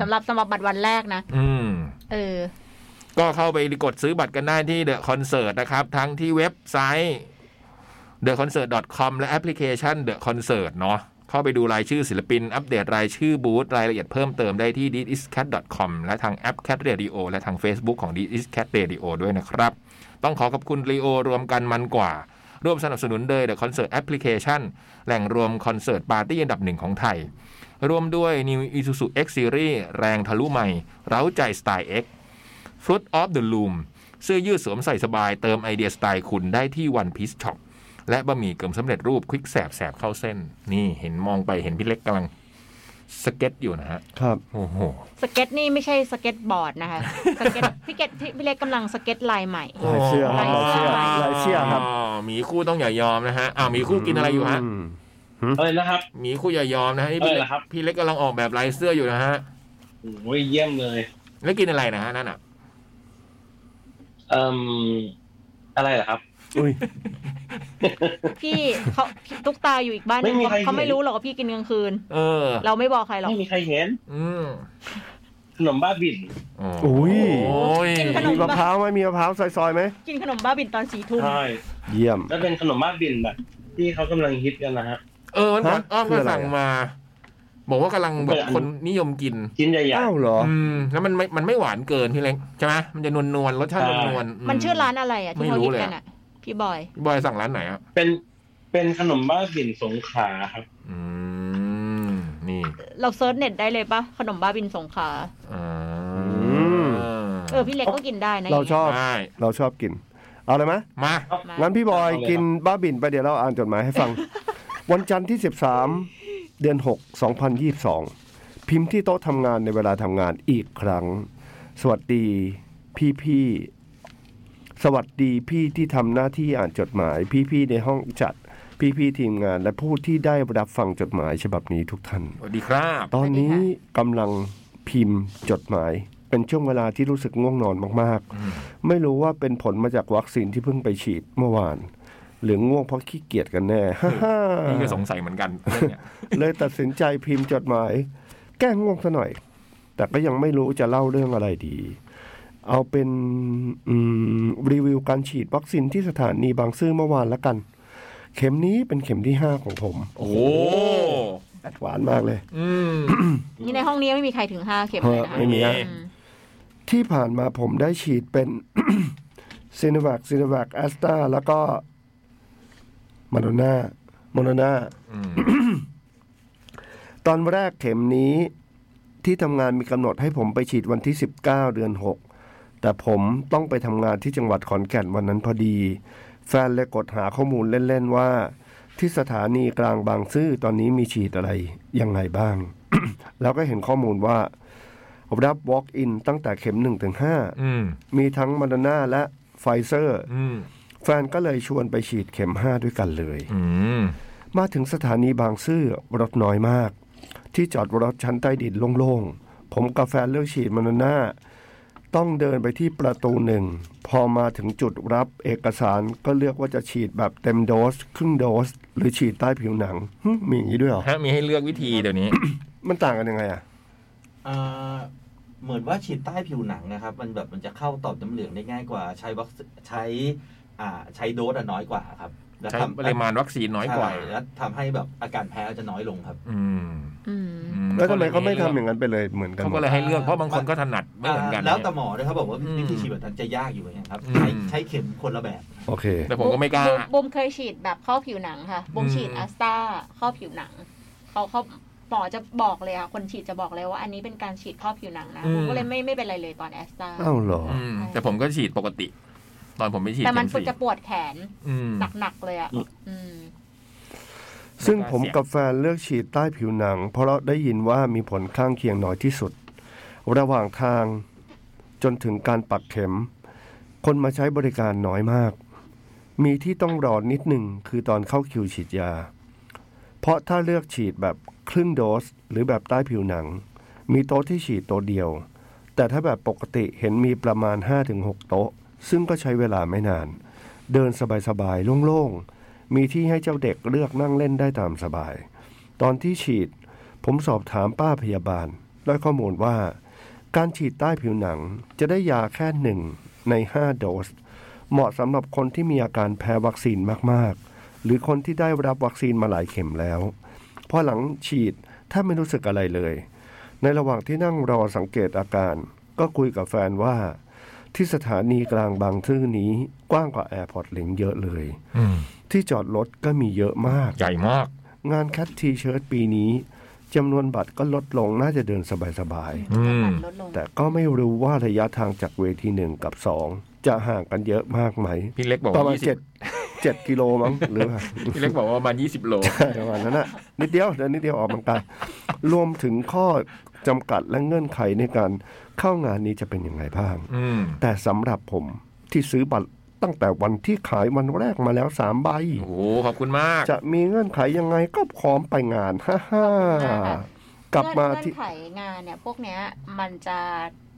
Speaker 3: สำหรับสำหรับบัตรวันแรกนะ
Speaker 1: อืม
Speaker 3: เออ
Speaker 1: ก็เข้าไปกดซื้อบัตรกันได้ที่เดอะคอนเสิร์ตนะครับ ทั้งที่เว็บไซต์ theconcert.com และแอปพลิเคชัน The Concert เนาะเข้าไปดูรายชื่อศิลปิน อัปเดตรายชื่อบูธรายละเอียดเพิ่มเติมได้ที่ d i s c a t c o m และทางแอป Cat Radio และทาง Facebook ของ d i s c a t Radio ด้วยนะครับ ต้องขอขอบคุณรีโอรวมกันมันกว่า ร่วมสนับสนุนโดย The Concert Application แหล่งรวมคอนเสิร์ตปาร์ตี้อันดับหนึ่งของไทย ร่วมด้วย New Isuzu X Series แรงทะลุใหม่เร้าใจสไตล์ X Fruit of the Loom เสื้อยืดสวมใส่สบายเติมไอเดียสไตล์คุณได้ที่ One Piece Shop และบะหมี่เกิมสำเร็จรูปควิกแสบแสบเข้าเส้น นี่เห็นมองไปเห็นพี่เล็กกำลังสเก็ตอยู่นะฮะ
Speaker 2: ครับ
Speaker 1: โอ้โห
Speaker 3: สเก็ตนี่ไม่ใช่สเก็ตบอร์ดนะคะ สเก็ตพี่เกตพี่พี่เล็กกำลังสเก็ตลายใหม่
Speaker 2: ลายเสื้อครับลายเสื้อลายเสื้อครับ
Speaker 1: อ๋อหมีคู่ต้องอย่ายอมนะฮะอ้าวหมีคู่กินอะไรอยู่ฮะ
Speaker 2: ม
Speaker 4: เอ้ยนะครับ
Speaker 1: หมีคู่อย่ายอมนะฮะนี่พี่
Speaker 4: เออ
Speaker 1: เล็ก
Speaker 4: เหรอครับ
Speaker 1: พี่เล็กกำลังออกแบบลายเสื้ออยู่นะฮะ
Speaker 4: โอ้ยเยี่ยมเลย
Speaker 1: แล้วกินอะไรนะฮะนั่นอ่ะ
Speaker 4: เอ่มอะไรเหรอครับ
Speaker 2: อุ้ย
Speaker 3: พี่เขาพี่ตุ๊กตาอยู่อีกบ้านหนึ่ง
Speaker 4: ไม่มีใคร
Speaker 3: เขาไม่
Speaker 4: เห็น
Speaker 3: รู้หรอกว่าพี่กินกลางคืน
Speaker 1: เออ
Speaker 3: เราไม่บอกใครหรอก
Speaker 4: ไม่มีใครเห็น
Speaker 1: อืม
Speaker 4: ขนมบ้าบิน
Speaker 2: อุ้ย
Speaker 1: โอ้ย
Speaker 3: กินขน
Speaker 2: มีมะพร้าวไหมมีมะพร้าวซอยๆไหม
Speaker 3: กินขนมบ้าบินตอนสี่ทุ่ม
Speaker 4: ใช่
Speaker 2: เยี่ยม
Speaker 4: แล้วเป็นขนมบ้าบินแบบที่เขากำลังฮิตกันนะฮะ
Speaker 1: เออวันก่อน
Speaker 2: ฮะ
Speaker 1: อ้อม
Speaker 2: คื
Speaker 1: ก็
Speaker 2: ออะไร
Speaker 1: สั่งมา บอกว่ากำลังแบบ
Speaker 4: เป็นอัน
Speaker 1: คนนิยมกิน
Speaker 4: ชิ้นใหญ่
Speaker 2: อ้าวเหรอ
Speaker 1: อืม แล้วมันไม่ มันไม่หวานเกินพี่เล็กใช่ไหมมันจะนวลนวลๆรสชาตินวลนวล
Speaker 3: มันชื่อร้านอะไรอ่ะที่
Speaker 1: ไม่
Speaker 3: เขา
Speaker 1: รู้
Speaker 3: หยิบ
Speaker 1: เลย
Speaker 3: กัน
Speaker 1: อะ
Speaker 3: อ่ะ พี่บอย
Speaker 1: บอยสั่งร้านไหนอ่ะ
Speaker 4: ๆเป็นเป็นขนมบ้าบินสงขลาครับ
Speaker 1: อืม นี่
Speaker 3: เราเซิร์ชเน็ตได้เลยปะขนมบ้าบินสงขลา
Speaker 1: อ่า
Speaker 2: ม
Speaker 3: เออพี่เล็กก็กินได้นะ
Speaker 2: เราชอบ
Speaker 1: ได้
Speaker 2: เราชอบกิน เอาเลยไหม
Speaker 1: มา
Speaker 3: มา
Speaker 2: งั้นพี่บอย
Speaker 4: เอาเลย
Speaker 2: กินบ้าบินไปเดี๋ยวเราอ่านจดหมายให้ฟัง วันจันทร์ที่ 13 เดือน 6 2022 พิมพ์ที่โต๊ะทำงานในเวลาทำงานอีกครั้ง สวัสดีพี่พี่ๆ สวัสดีพี่ที่ทำหน้าที่อ่านจดหมาย พี่ๆในห้องจัด พี่ๆทีมงานและผู้ที่ได้รับฟังจดหมายฉบับนี้ทุกท่าน
Speaker 1: สวัสดีครับ
Speaker 2: ตอนนี้กำลังพิมพ์จดหมาย เป็นช่วงเวลาที่รู้สึกง่วงนอนมากๆ ไม่รู้ว่าเป็นผลมาจากวัคซีนที่เพิ่งไปฉีดเมื่อวาน หรือง่วงเพราะขี้เกียจกันแน่ ฮ่าฮ่า
Speaker 1: นี่ก็สงสัยเหมือนกันเรื่องเนี่ย
Speaker 2: เลยตัดสินใจพิมพ์จดหมาย แก้ง่วงซะหน่อย แต่ก็ยังไม่รู้จะเล่าเรื่องอะไรดี เอาเป็นอืมรีวิวการฉีดวัคซีนที่สถานีบางซื่อเมื่อวานละกัน เข็มนี้เป็นเข็มที่ห้าของผม
Speaker 1: โอ้โห
Speaker 2: แอดวานซ์มากเลย
Speaker 1: อืม
Speaker 3: นี่ในห้องนี้ไม่มีใครถึงห้าเข็มเลยนะ
Speaker 2: ไม่มีฮะ
Speaker 3: อืม
Speaker 2: ที่ผ่านมาผมได้ฉีดเป็น ซีโนแวคซีโนแวคแอสตราแล้วก็มโนนาโมโนนา
Speaker 1: อืม
Speaker 2: ตอนแรกเข็มนี้ ที่ทำงานมีกำหนดให้ผมไปฉีดวันที่ 19 เดือน 6 แต่ผมต้องไปทำงานที่จังหวัดขอนแก่นวันนั้นพอดี แฟนเลยกดหาข้อมูลเล่น ๆ ว่า ที่สถานีกลางบางซื่อตอนนี้มีฉีดอะไร ยังไงบ้าง แล้วก็เห็นข้อมูลว่า รับ Walk-in ตั้งแต่เข็ม1ถึง5
Speaker 1: อืม
Speaker 2: มีทั้งม o ด e r n นาและไฟเซอร์
Speaker 1: อืม
Speaker 2: แฟนก็เลยชวนไปฉีดเข็ม 5 ด้วยกันเลย
Speaker 1: อืม
Speaker 2: มาถึงสถานีบางซื่อรถน้อยมาก ที่จอดรถชั้นใต้ดินโล่งๆ ผมกับแฟนเลือกฉีดม o ด e r n นาต้องเดินไปที่ประตูหนึ่ง พอมาถึงจุดรับเอกสารก็เลือกว่าจะฉีดแบบเต็มโดส ครึ่งโดส หรือฉีดใต้ผิวหนังหึมีอย่างนี้ด้วยเหรอ
Speaker 1: ถ้ามีให้เลือกวิธีเดี๋ยวนี้
Speaker 2: มันต่างกันยังไงอ่ะ
Speaker 5: เอ่อเหมือนว่าฉีดใต้ผิวหนังนะครับ มันแบบมันจะเข้าต่อมน้ำเหลืองได้ง่ายกว่าใช้วัคซีใช้อ่าใช้โดสอะน้อยกว่าครับและ
Speaker 1: ใช้
Speaker 5: ทำ
Speaker 1: ปริมาณวัคซีนน้อยกว่า
Speaker 5: ใช่แล้วทำให้แบบอาการแพ้จะน้อยลงครับ
Speaker 1: อืม
Speaker 3: อืม
Speaker 1: อื
Speaker 2: แล้วทำไมเขาไม่ทำอย่างนั้นไปเลยเหมือนกัน
Speaker 1: เขา
Speaker 2: หม
Speaker 1: ก็
Speaker 2: ด
Speaker 1: เลยให้เลือกเพราะบางคนก็ถนัดไม่เหมือนกัน
Speaker 5: อ่า
Speaker 1: เนี่ย
Speaker 5: แล้วแต่หมอด้วยครับบอกว่า
Speaker 1: อืม
Speaker 5: วิธีฉีดแบบนั้นจะยากอยู่เหมือนกันครับ
Speaker 1: อืม
Speaker 5: ใช้ใช้เข็มคนละแบบ
Speaker 2: โอเค
Speaker 1: แต่ผมก็ไม่กล้า
Speaker 3: บุบุมเคยฉีดแบบเข้าผิวหนังค่ะ บุมฉีด
Speaker 1: อืม
Speaker 3: อัสตาเข้าผิวหนัง เขาเขาหมอจะบอกเลยค่ะ คนฉีดจะบอกเลยว่าอันนี้เป็นการฉีดเข้าผิวหนังนะบุมก็เลยไม่ไม่เป็นไรเลยตอนแอสตา
Speaker 2: อ้าวเหรอ
Speaker 1: อืมแต่ผมก็ฉีดปกติ ตอนผมไปฉีด
Speaker 3: แต่มัน
Speaker 1: เข็สี่
Speaker 3: จะปวดแขน
Speaker 1: อืม
Speaker 3: หนักๆเลยอ่ะอืม
Speaker 2: ซึ่งผมกับแฟนเลือกฉีดใต้ผิวหนัง เพราะได้ยินว่ามีผลข้างเคียงน้อยที่สุด ระหว่างทางจนถึงการปักเข็ม คนมาใช้บริการน้อยมาก มีที่ต้องรอนิดหนึ่งคือตอนเข้าคิวฉีดยา เพราะถ้าเลือกฉีดแบบครึ่งโดสหรือแบบใต้ผิวหนัง มีโต๊ะที่ฉีดโต๊ะเดียว แต่ถ้าแบบปกติเห็นมีประมาณ 5-6 โต๊ะ ซึ่งก็ใช้เวลาไม่นาน เดินสบายๆโล่งๆ มีที่ให้เจ้าเด็กเลือกนั่งเล่นได้ตามสบาย ตอนที่ฉีด ผมสอบถามป้าพยาบาล ได้ข้อมูลว่า การฉีดใต้ผิวหนังจะได้ยาแค่หนึ่งใน 5 โดส เหมาะสำหรับคนที่มีอาการแพ้วัคซีนมากๆ หรือคนที่ได้รับวัคซีนมาหลายเข็มแล้ว พอหลังฉีดถ้าไม่รู้สึกอะไรเลย ในระหว่างที่นั่งรอสังเกตอาการ ก็คุยกับแฟนว่า ที่สถานีกลางบางซื่อนี้กว้างกว่าแอร์พอร์ตลิงเยอะเลย
Speaker 1: อืม
Speaker 2: ที่จอดรถก็มีเยอะมาก
Speaker 1: ใหญ่มาก
Speaker 2: งานแคททีเชิร์ตปีนี้จำนวนบัตรก็ลดลงน่าจะเดินสบาย
Speaker 1: อืม
Speaker 3: ลดลง
Speaker 2: ๆ แต่ก็ไม่รู้ว่าระยะทางจากเวทีหนึ่งกับสองจะห่างกันเยอะมากไหม
Speaker 1: พี่เล็กบอก
Speaker 2: ประ
Speaker 1: ว่า
Speaker 2: มาณ
Speaker 1: ยี่สิ
Speaker 2: เจ็
Speaker 1: บ
Speaker 2: ดเจ็ดกิโลมั้งหรือว่า
Speaker 1: พี่เล็กบอกว่าประมาณยี่สิบโล
Speaker 2: ประมาณนั้นน่ะนิดเดียวเดินนิดเดียวออกกำลังกายรวมถึงข้อจำกัดและเงื่อนไขในการเข้างานนี้จะเป็นยังไงบ้าง
Speaker 1: อืม
Speaker 2: แต่สำหรับผมที่ซื้อบัตรตั้งแต่วันที่ขายวันแรกมาแล้วสามใบ
Speaker 1: โอ้โหขอบคุณมาก
Speaker 2: จะมีเงื่อนไขยังไงก็พร้อมไปงาน ฮ่าฮ่า
Speaker 3: ขอบคุณมากค่ะ
Speaker 2: กลับมา
Speaker 3: เงื่อน
Speaker 2: ที่
Speaker 3: เงื่อนไขงานเนี่ย พวกเนี้ย มันจะ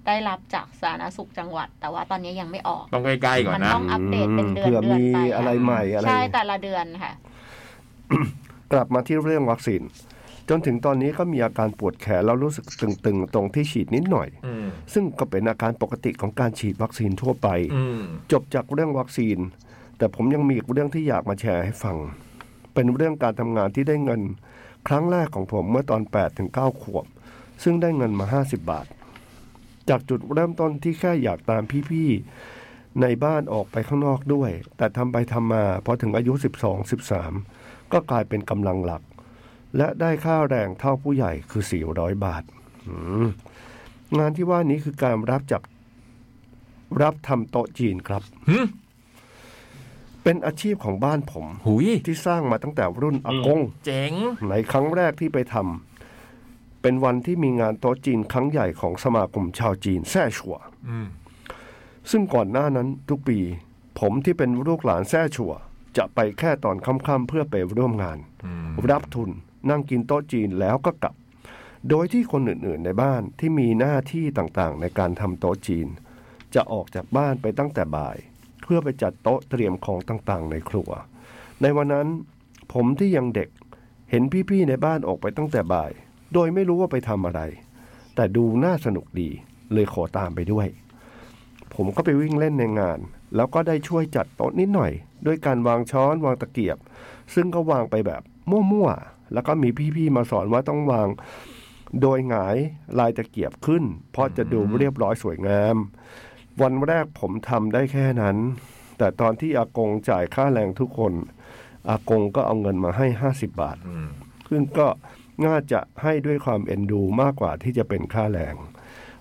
Speaker 3: ได้รับจากสาธารณสุขจังหวัด แต่ว่าตอนนี้ยังไม่ออก
Speaker 1: ต้องใกล้ๆก่อน
Speaker 3: มั
Speaker 1: นะ
Speaker 3: ต้องอัปเดตเป็นเดือน
Speaker 2: เผื่อ
Speaker 3: เดือน
Speaker 2: มี
Speaker 3: ไป
Speaker 2: อะไรใหม่อะไร
Speaker 3: ใช่แต่ละเดือนค่ะ
Speaker 2: กลับมาที่เรื่องวัคซีน จนถึงตอนนี้ก็มีอาการปวดแขนแล้วรู้สึกตึงๆ ตรงที่ฉีดนิดหน่อย
Speaker 1: อืม
Speaker 2: ซึ่งก็เป็นอาการปกติของการฉีดวัคซีนทั่วไป
Speaker 1: อืม
Speaker 2: จบจากเรื่องวัคซีน แต่ผมยังมีอีกเรื่องที่อยากมาแชร์ให้ฟัง เป็นเรื่องการทำงานที่ได้เงิน ครั้งแรกของผมเมื่อตอน8ถึง9ขวบ ซึ่งได้เงินมา 50 บาท จากจุดเริ่มต้นที่แค่อยากตามพี่ๆ ในบ้านออกไปข้างนอกด้วย แต่ทำไปทำมาพอถึงอายุ 12 13 ก็กลายเป็นกำลังหลัก และได้ค่าแรงเท่าผู้ใหญ่คือ 400 บาทอืมงานที่ว่านี้คือการรับจับรับทำโต๊ะจีนครับ
Speaker 1: หึ
Speaker 2: เป็นอาชีพของบ้านผม
Speaker 1: หุย
Speaker 2: ที่สร้างมาตั้งแต่รุ่นอากง
Speaker 1: เจ๋ง
Speaker 2: ในครั้งแรกที่ไปทำเป็นวันที่มีงานโต๊ะจีนครั้งใหญ่ของสมาคมชาวจีนแซ่ชัว
Speaker 1: อืม
Speaker 2: ซึ่งก่อนหน้านั้นทุกปี ผมที่เป็นลูกหลานแซ่ชัว จะไปแค่ตอนค่ำๆเพื่อไปร่วมงาน
Speaker 1: อืม
Speaker 2: รับทุนนั่งกินโต๊ะจีนแล้วก็กลับ โดยที่คนอื่นๆในบ้านที่มีหน้าที่ต่างๆ ในการทำโต๊ะจีน จะออกจากบ้านไปตั้งแต่บ่าย เพื่อไปจัดโต๊ะเตรียมของต่างๆ ในครัว ในวันนั้นผมที่ยังเด็กเห็นพี่ๆในบ้านออกไปตั้งแต่บ่าย โดยไม่รู้ว่าไปทำอะไร แต่ดูน่าสนุกดีเลยขอตามไปด้วย ผมก็ไปวิ่งเล่นในงาน แล้วก็ได้ช่วยจัดโต๊ะนิดหน่อย ด้วยการวางช้อนวางตะเกียบ ซึ่งก็วางไปแบบมั่วๆ แล้วก็มีพี่ๆ มาสอนว่าต้องวางโดยหงายลายตะเกียบขึ้น เพราะจะดูเรียบร้อยสวยงาม วันแรกผมทำได้แค่นั้น แต่ตอนที่อากงจ่ายค่าแรงทุกคน อากงก็เอาเงินมาให้ 50 บาท
Speaker 1: อืม
Speaker 2: ซึ่งก็น่าจะให้ด้วยความเอ็นดูมากกว่าที่จะเป็นค่าแรง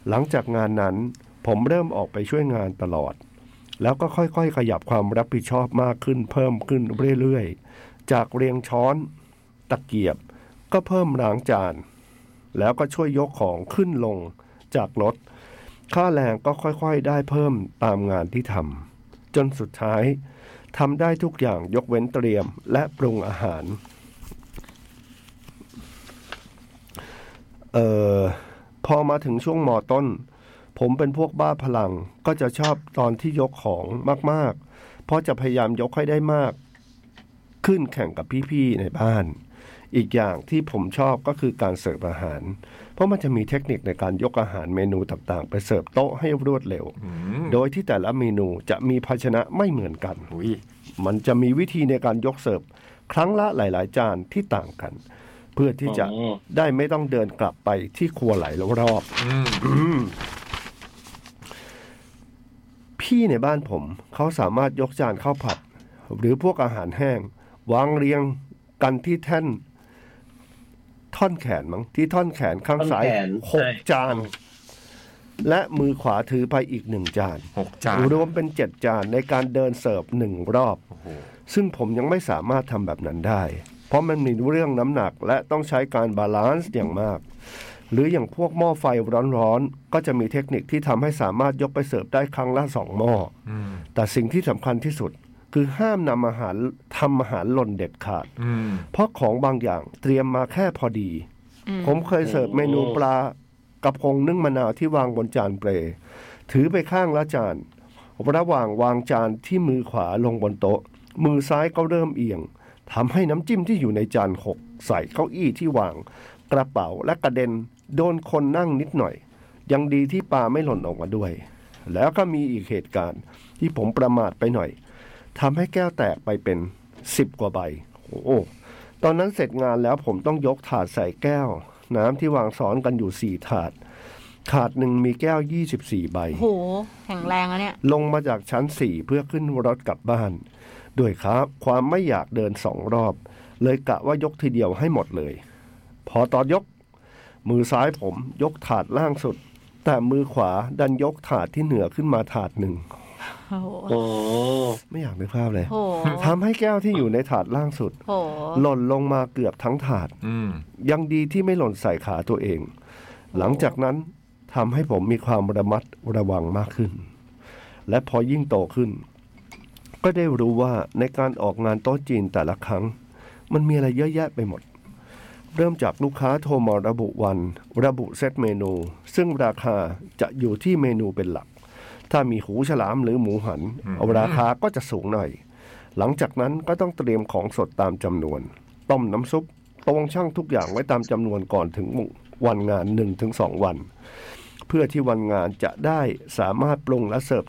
Speaker 2: หลังจากงานนั้นผมเริ่มออกไปช่วยงานตลอด แล้วก็ค่อยๆ ขยับความรับผิดชอบมากขึ้น เพิ่มขึ้นเรื่อยๆ จากเรียงช้อนตะเกียบ ก็เพิ่มล้างจาน แล้วก็ช่วยยกของขึ้นลงจากรถ ค่าแรงก็ค่อยๆ ได้เพิ่มตามงานที่ทำจนสุดท้ายทำได้ทุกอย่างยกเว้นเตรียมและปรุงอาหาร เอ่อพอมาถึงช่วงมอต้น ผมเป็นพวกบ้าพลังก็จะชอบตอนที่ยกของมากๆ เพราะจะพยายามยกให้ได้มาก ขึ้นแข่งกับพี่ๆในบ้าน อีกอย่างที่ผมชอบก็คือการเสิร์ฟอาหาร เพราะมันจะมีเทคนิคในการยกอาหารเมนูต่างๆ ไปเสิร์ฟโต๊ะให้รวดเร็ว
Speaker 1: อืม
Speaker 2: โดยที่แต่ละเมนูจะมีภาชนะไม่เหมือนกัน
Speaker 1: อุ้ย
Speaker 2: มันจะมีวิธีในการยกเสิร์ฟครั้งละหลายๆ จานที่ต่างกัน เพื่อที่จะ
Speaker 4: อ๋อ
Speaker 2: ได้ไม่ต้องเดินกลับไปที่ครัวหลายรอบ
Speaker 1: อืม
Speaker 2: พี่ในบ้านผมเขาสามารถยกจานข้าวผัด หรือพวกอาหารแห้ง วางเรียงกันที่แท่น ท่อนแขนมั้งที่ท่อนแขนข้าง
Speaker 4: ท่อน
Speaker 2: ซ้าย
Speaker 4: แขน
Speaker 2: หก
Speaker 4: ใช่
Speaker 2: จาน และมือขวาถือไปอีกหนึ่งจาน
Speaker 1: หกจาน
Speaker 2: รวมเป็นเจ็ดจานในการเดินเสิร์ฟหนึ่งรอบ
Speaker 1: โอ้โห
Speaker 2: ซึ่งผมยังไม่สามารถทำแบบนั้นได้ เพราะมันมีเรื่องน้ำหนักและต้องใช้การบาลานซ์อย่างมาก หรืออย่างพวกหม้อไฟร้อนๆ ก็จะมีเทคนิคที่ทำให้สามารถยกไปเสิร์ฟได้ครั้งละสองหม้อ
Speaker 1: อืม
Speaker 2: แต่สิ่งที่สำคัญที่สุด คือห้ามนำอาหารทำอาหารหล่นเด็ดขาด
Speaker 1: อืม
Speaker 2: เพราะของบางอย่างเตรียมมาแค่พอดี
Speaker 3: อืม
Speaker 2: ผมเคยเสิร์ฟเมนูปลากับพงนึ่งมะนาวที่วางบนจานเปรย์ถือไปข้างละจาน ระหว่างวางจานที่มือขวาลงบนโต๊ะ มือซ้ายก็เริ่มเอียงทำให้น้ำจิ้มที่อยู่ในจานหกใส่เก้าอี้ที่วาง กระเป๋าและกระเด็น โดนคนนั่งนิดหน่อย ยังดีที่ปลาไม่หล่นออกมาด้วย แล้วก็มีอีกเหตุการณ์ที่ผมประมาทไปหน่อยทำให้แก้วแตกไปเป็นสิบกว่าใบโอ้โห ตอนนั้นเสร็จงานแล้วผมต้องยกถาดใส่แก้ว น้ำที่วางซ้อนกันอยู่สี่ถาด ถาดหนึ่งมีแก้ว 24 ใบ
Speaker 3: โหแข็งแรงอะเนี่ย
Speaker 2: ลงมาจากชั้นสี่เพื่อขึ้นรถกลับบ้าน ด้วยครับความไม่อยากเดินสองรอบ เลยกะว่ายกทีเดียวให้หมดเลย พอตอนยก มือซ้ายผมยกถาดล่างสุด แต่มือขวาดันยกถาดที่เหนือขึ้นมาถาดหนึ่ง
Speaker 3: โอ้โห
Speaker 4: โอ้
Speaker 2: ไม่อยากนึกภาพเลย
Speaker 3: โห
Speaker 2: ทำให้แก้วที่อยู่ในถาดล่างสุด
Speaker 3: โห
Speaker 2: หล่นลงมาเกือบทั้งถาด
Speaker 1: อืม
Speaker 2: ยังดีที่ไม่หล่นใส่ขาตัวเอง หลังจากนั้นทำให้ผมมีความระมัดระวังมากขึ้น และพอยิ่งโตขึ้น ก็ได้รู้ว่าในการออกงานโต๊ะจีนแต่ละครั้ง มันมีอะไรเยอะแยะไปหมด เริ่มจากลูกค้าโทรมาระบุวัน ระบุเซตเมนู ซึ่งราคาจะอยู่ที่เมนูเป็นหลัก ถ้ามีหูฉลามหรือหมูหันเอาราคาก็จะสูงหน่อย หลังจากนั้นก็ต้องเตรียมของสดตามจำนวน ต้มน้ำซุปตวงช่างทุกอย่างไว้ตามจำนวนก่อนถึงวันงาน 1-2 วัน เพื่อที่วันงานจะได้สามารถปรุงและเสิร์ฟ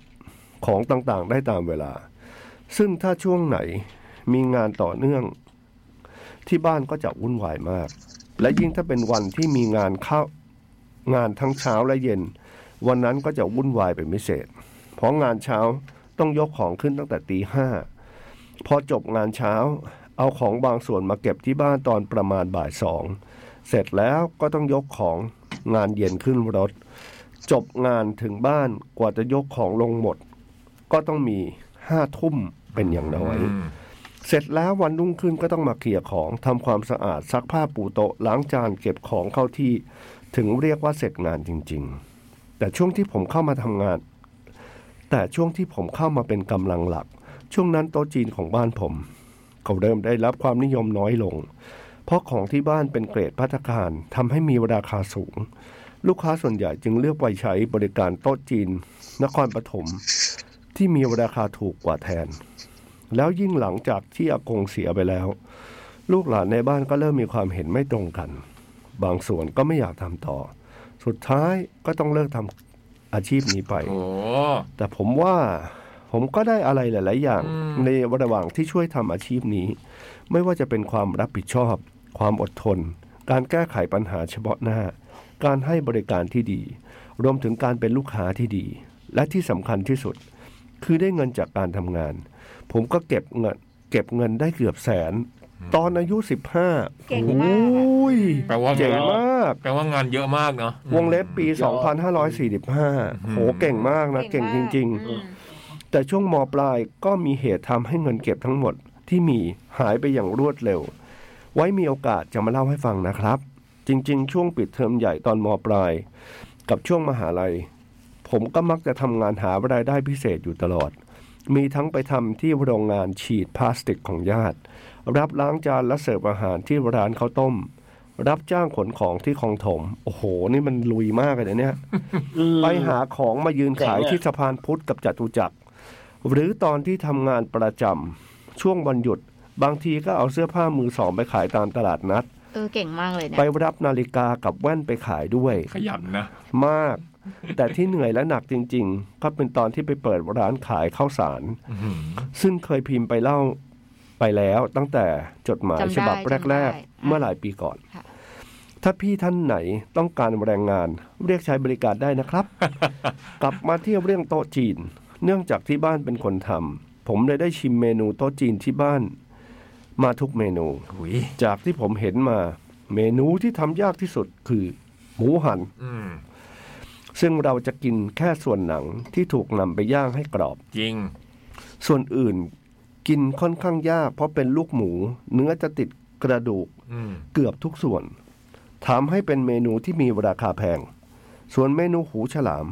Speaker 2: ของต่างๆ ได้ตามเวลา ซึ่งถ้าช่วงไหนมีงานต่อเนื่อง ที่บ้านก็จะวุ่นวายมาก และยิ่งถ้าเป็นวันที่มีงานเข้างานทั้งเช้าและเย็น วันนั้นก็จะวุ่นวายเป็นพิเศษ เพราะงานเช้าต้องยกของขึ้นตั้งแต่ตีห้า พอจบงานเช้า เอาของบางส่วนมาเก็บที่บ้านตอนประมาณบ่ายสอง เสร็จแล้วก็ต้องยกของงานเย็นขึ้นรถ จบงานถึงบ้านกว่าจะยกของลงหมด ก็ต้องมีห้าทุ่มเป็นอย่างน้อย
Speaker 1: อืม
Speaker 2: เสร็จแล้ววันรุ่งขึ้นก็ต้องมาเคลียร์ของทำความสะอาดซักผ้าปูโต๊ะล้างจานเก็บของเข้าที่ ถึงเรียกว่าเสร็จงานจริง ๆ แต่ช่วงที่ผมเข้ามาทำงาน แต่ แต่ช่วงที่ผมเข้ามาเป็นกำลังหลัก ช่วงนั้นโต๊ะจีนของบ้านผม ก็เริ่มได้รับความนิยมน้อยลง เพราะของที่บ้านเป็นเกรดพัตตาคารทำให้มีราคาสูง ลูกค้าส่วนใหญ่จึงเลือกไปใช้บริการโต๊ะจีน นครปฐมที่มีราคาถูกกว่าแทน แล้วยิ่งหลังจากที่อากงเสียไปแล้ว ลูกหลานในบ้านก็เริ่มมีความเห็นไม่ตรงกัน บางส่วนก็ไม่อยากทำต่อ สุดท้ายก็ต้องเลิกทำอาชีพนี้ไป
Speaker 1: โอ้
Speaker 2: แต่ผมว่าผมก็ได้อะไรหลาย ๆ อย่าง
Speaker 1: อืม
Speaker 2: ในระหว่างที่ช่วยทำอาชีพนี้ ไม่ว่าจะเป็นความรับผิดชอบ ความอดทน การแก้ไขปัญหาเฉพาะหน้า การให้บริการที่ดี รวมถึงการเป็นลูกค้าที่ดี และที่สำคัญที่สุด คือได้เงินจากการทำงาน ผมก็เก็บเงิน เก็บเงินได้เกือบแสน ตอนอายุ 15
Speaker 3: เก่งมากอะ
Speaker 2: โอ้ย
Speaker 1: แปลว่า
Speaker 2: เจ๋งมาก
Speaker 1: แปลว่างานเยอะมากเนาะ
Speaker 2: วงเล็บปี
Speaker 4: ยอ
Speaker 2: 2545 โห เก่งมากนะ เก่งจริง ๆ
Speaker 3: อืม
Speaker 2: แต่ช่วงมปลายก็มีเหตุทำให้เงินเก็บทั้งหมดที่มีหายไปอย่างรวดเร็ว ไว้มีโอกาสจะมาเล่าให้ฟังนะครับ จริง ๆ ช่วงปิดเทอมใหญ่ตอนมปลาย กับช่วงมหาลัย ผมก็มักจะทำงานหารายได้พิเศษอยู่ตลอด มีทั้งไปทำที่โรงงานฉีดพลาสติกของญาติ รับล้างจานและเสิร์ฟอาหารที่ร้านข้าวต้ม รับจ้างขนของที่คลองถม โอ้โห นี่มันลุยมากเลยนะเนี่ย ไปหาของมายืนขาย
Speaker 4: เจ๋งอะ
Speaker 2: ที่สะพานพุทธกับจตุจักร หรือตอนที่ทำงานประจำช่วงวันหยุด บางทีก็เอาเสื้อผ้ามือสองไปขายตามตลาดนัด
Speaker 3: เออเก่งมากเลยเนี่ย
Speaker 2: ไปรับนาฬิกากับแว่นไปขายด้วย
Speaker 1: ขยันนะ
Speaker 2: มาก แต่ที่เหนื่อยและหนักจริง ๆ ก็เป็นตอนที่ไปเปิดร้านขายข้าวสาร ซึ่งเคยพิมพ์ไปเล่าไปแล้วตั้งแต่จดหมายฉบับแรก ๆ เมื่อหลายปีก่อน ถ้าพี่ท่านไหนต้องการแรงงานเรียกใช้บริการได้นะครับ กลับมาที่เรื่องโต๊ะจีน เนื่องจากที่บ้านเป็นคนทำผมเลยได้ชิมเมนูโต๊ะจีนที่บ้าน มาทุกเมนู
Speaker 1: อุ้ย
Speaker 2: จากที่ผมเห็นมา เมนูที่ทำยากที่สุดคือ หมูหัน
Speaker 1: อืม
Speaker 2: ซึ่งเราจะกินแค่ส่วนหนังที่ถูกนำไปย่างให้กรอบ
Speaker 1: จริง
Speaker 2: ส่วนอื่นกินค่อนข้างยากเพราะเป็นลูกหมู เนื้อจะติดกระดูก
Speaker 1: อืม
Speaker 2: เกือบทุกส่วนทำให้เป็นเมนูที่มีราคาแพง ส่วนเมนูหูฉลาม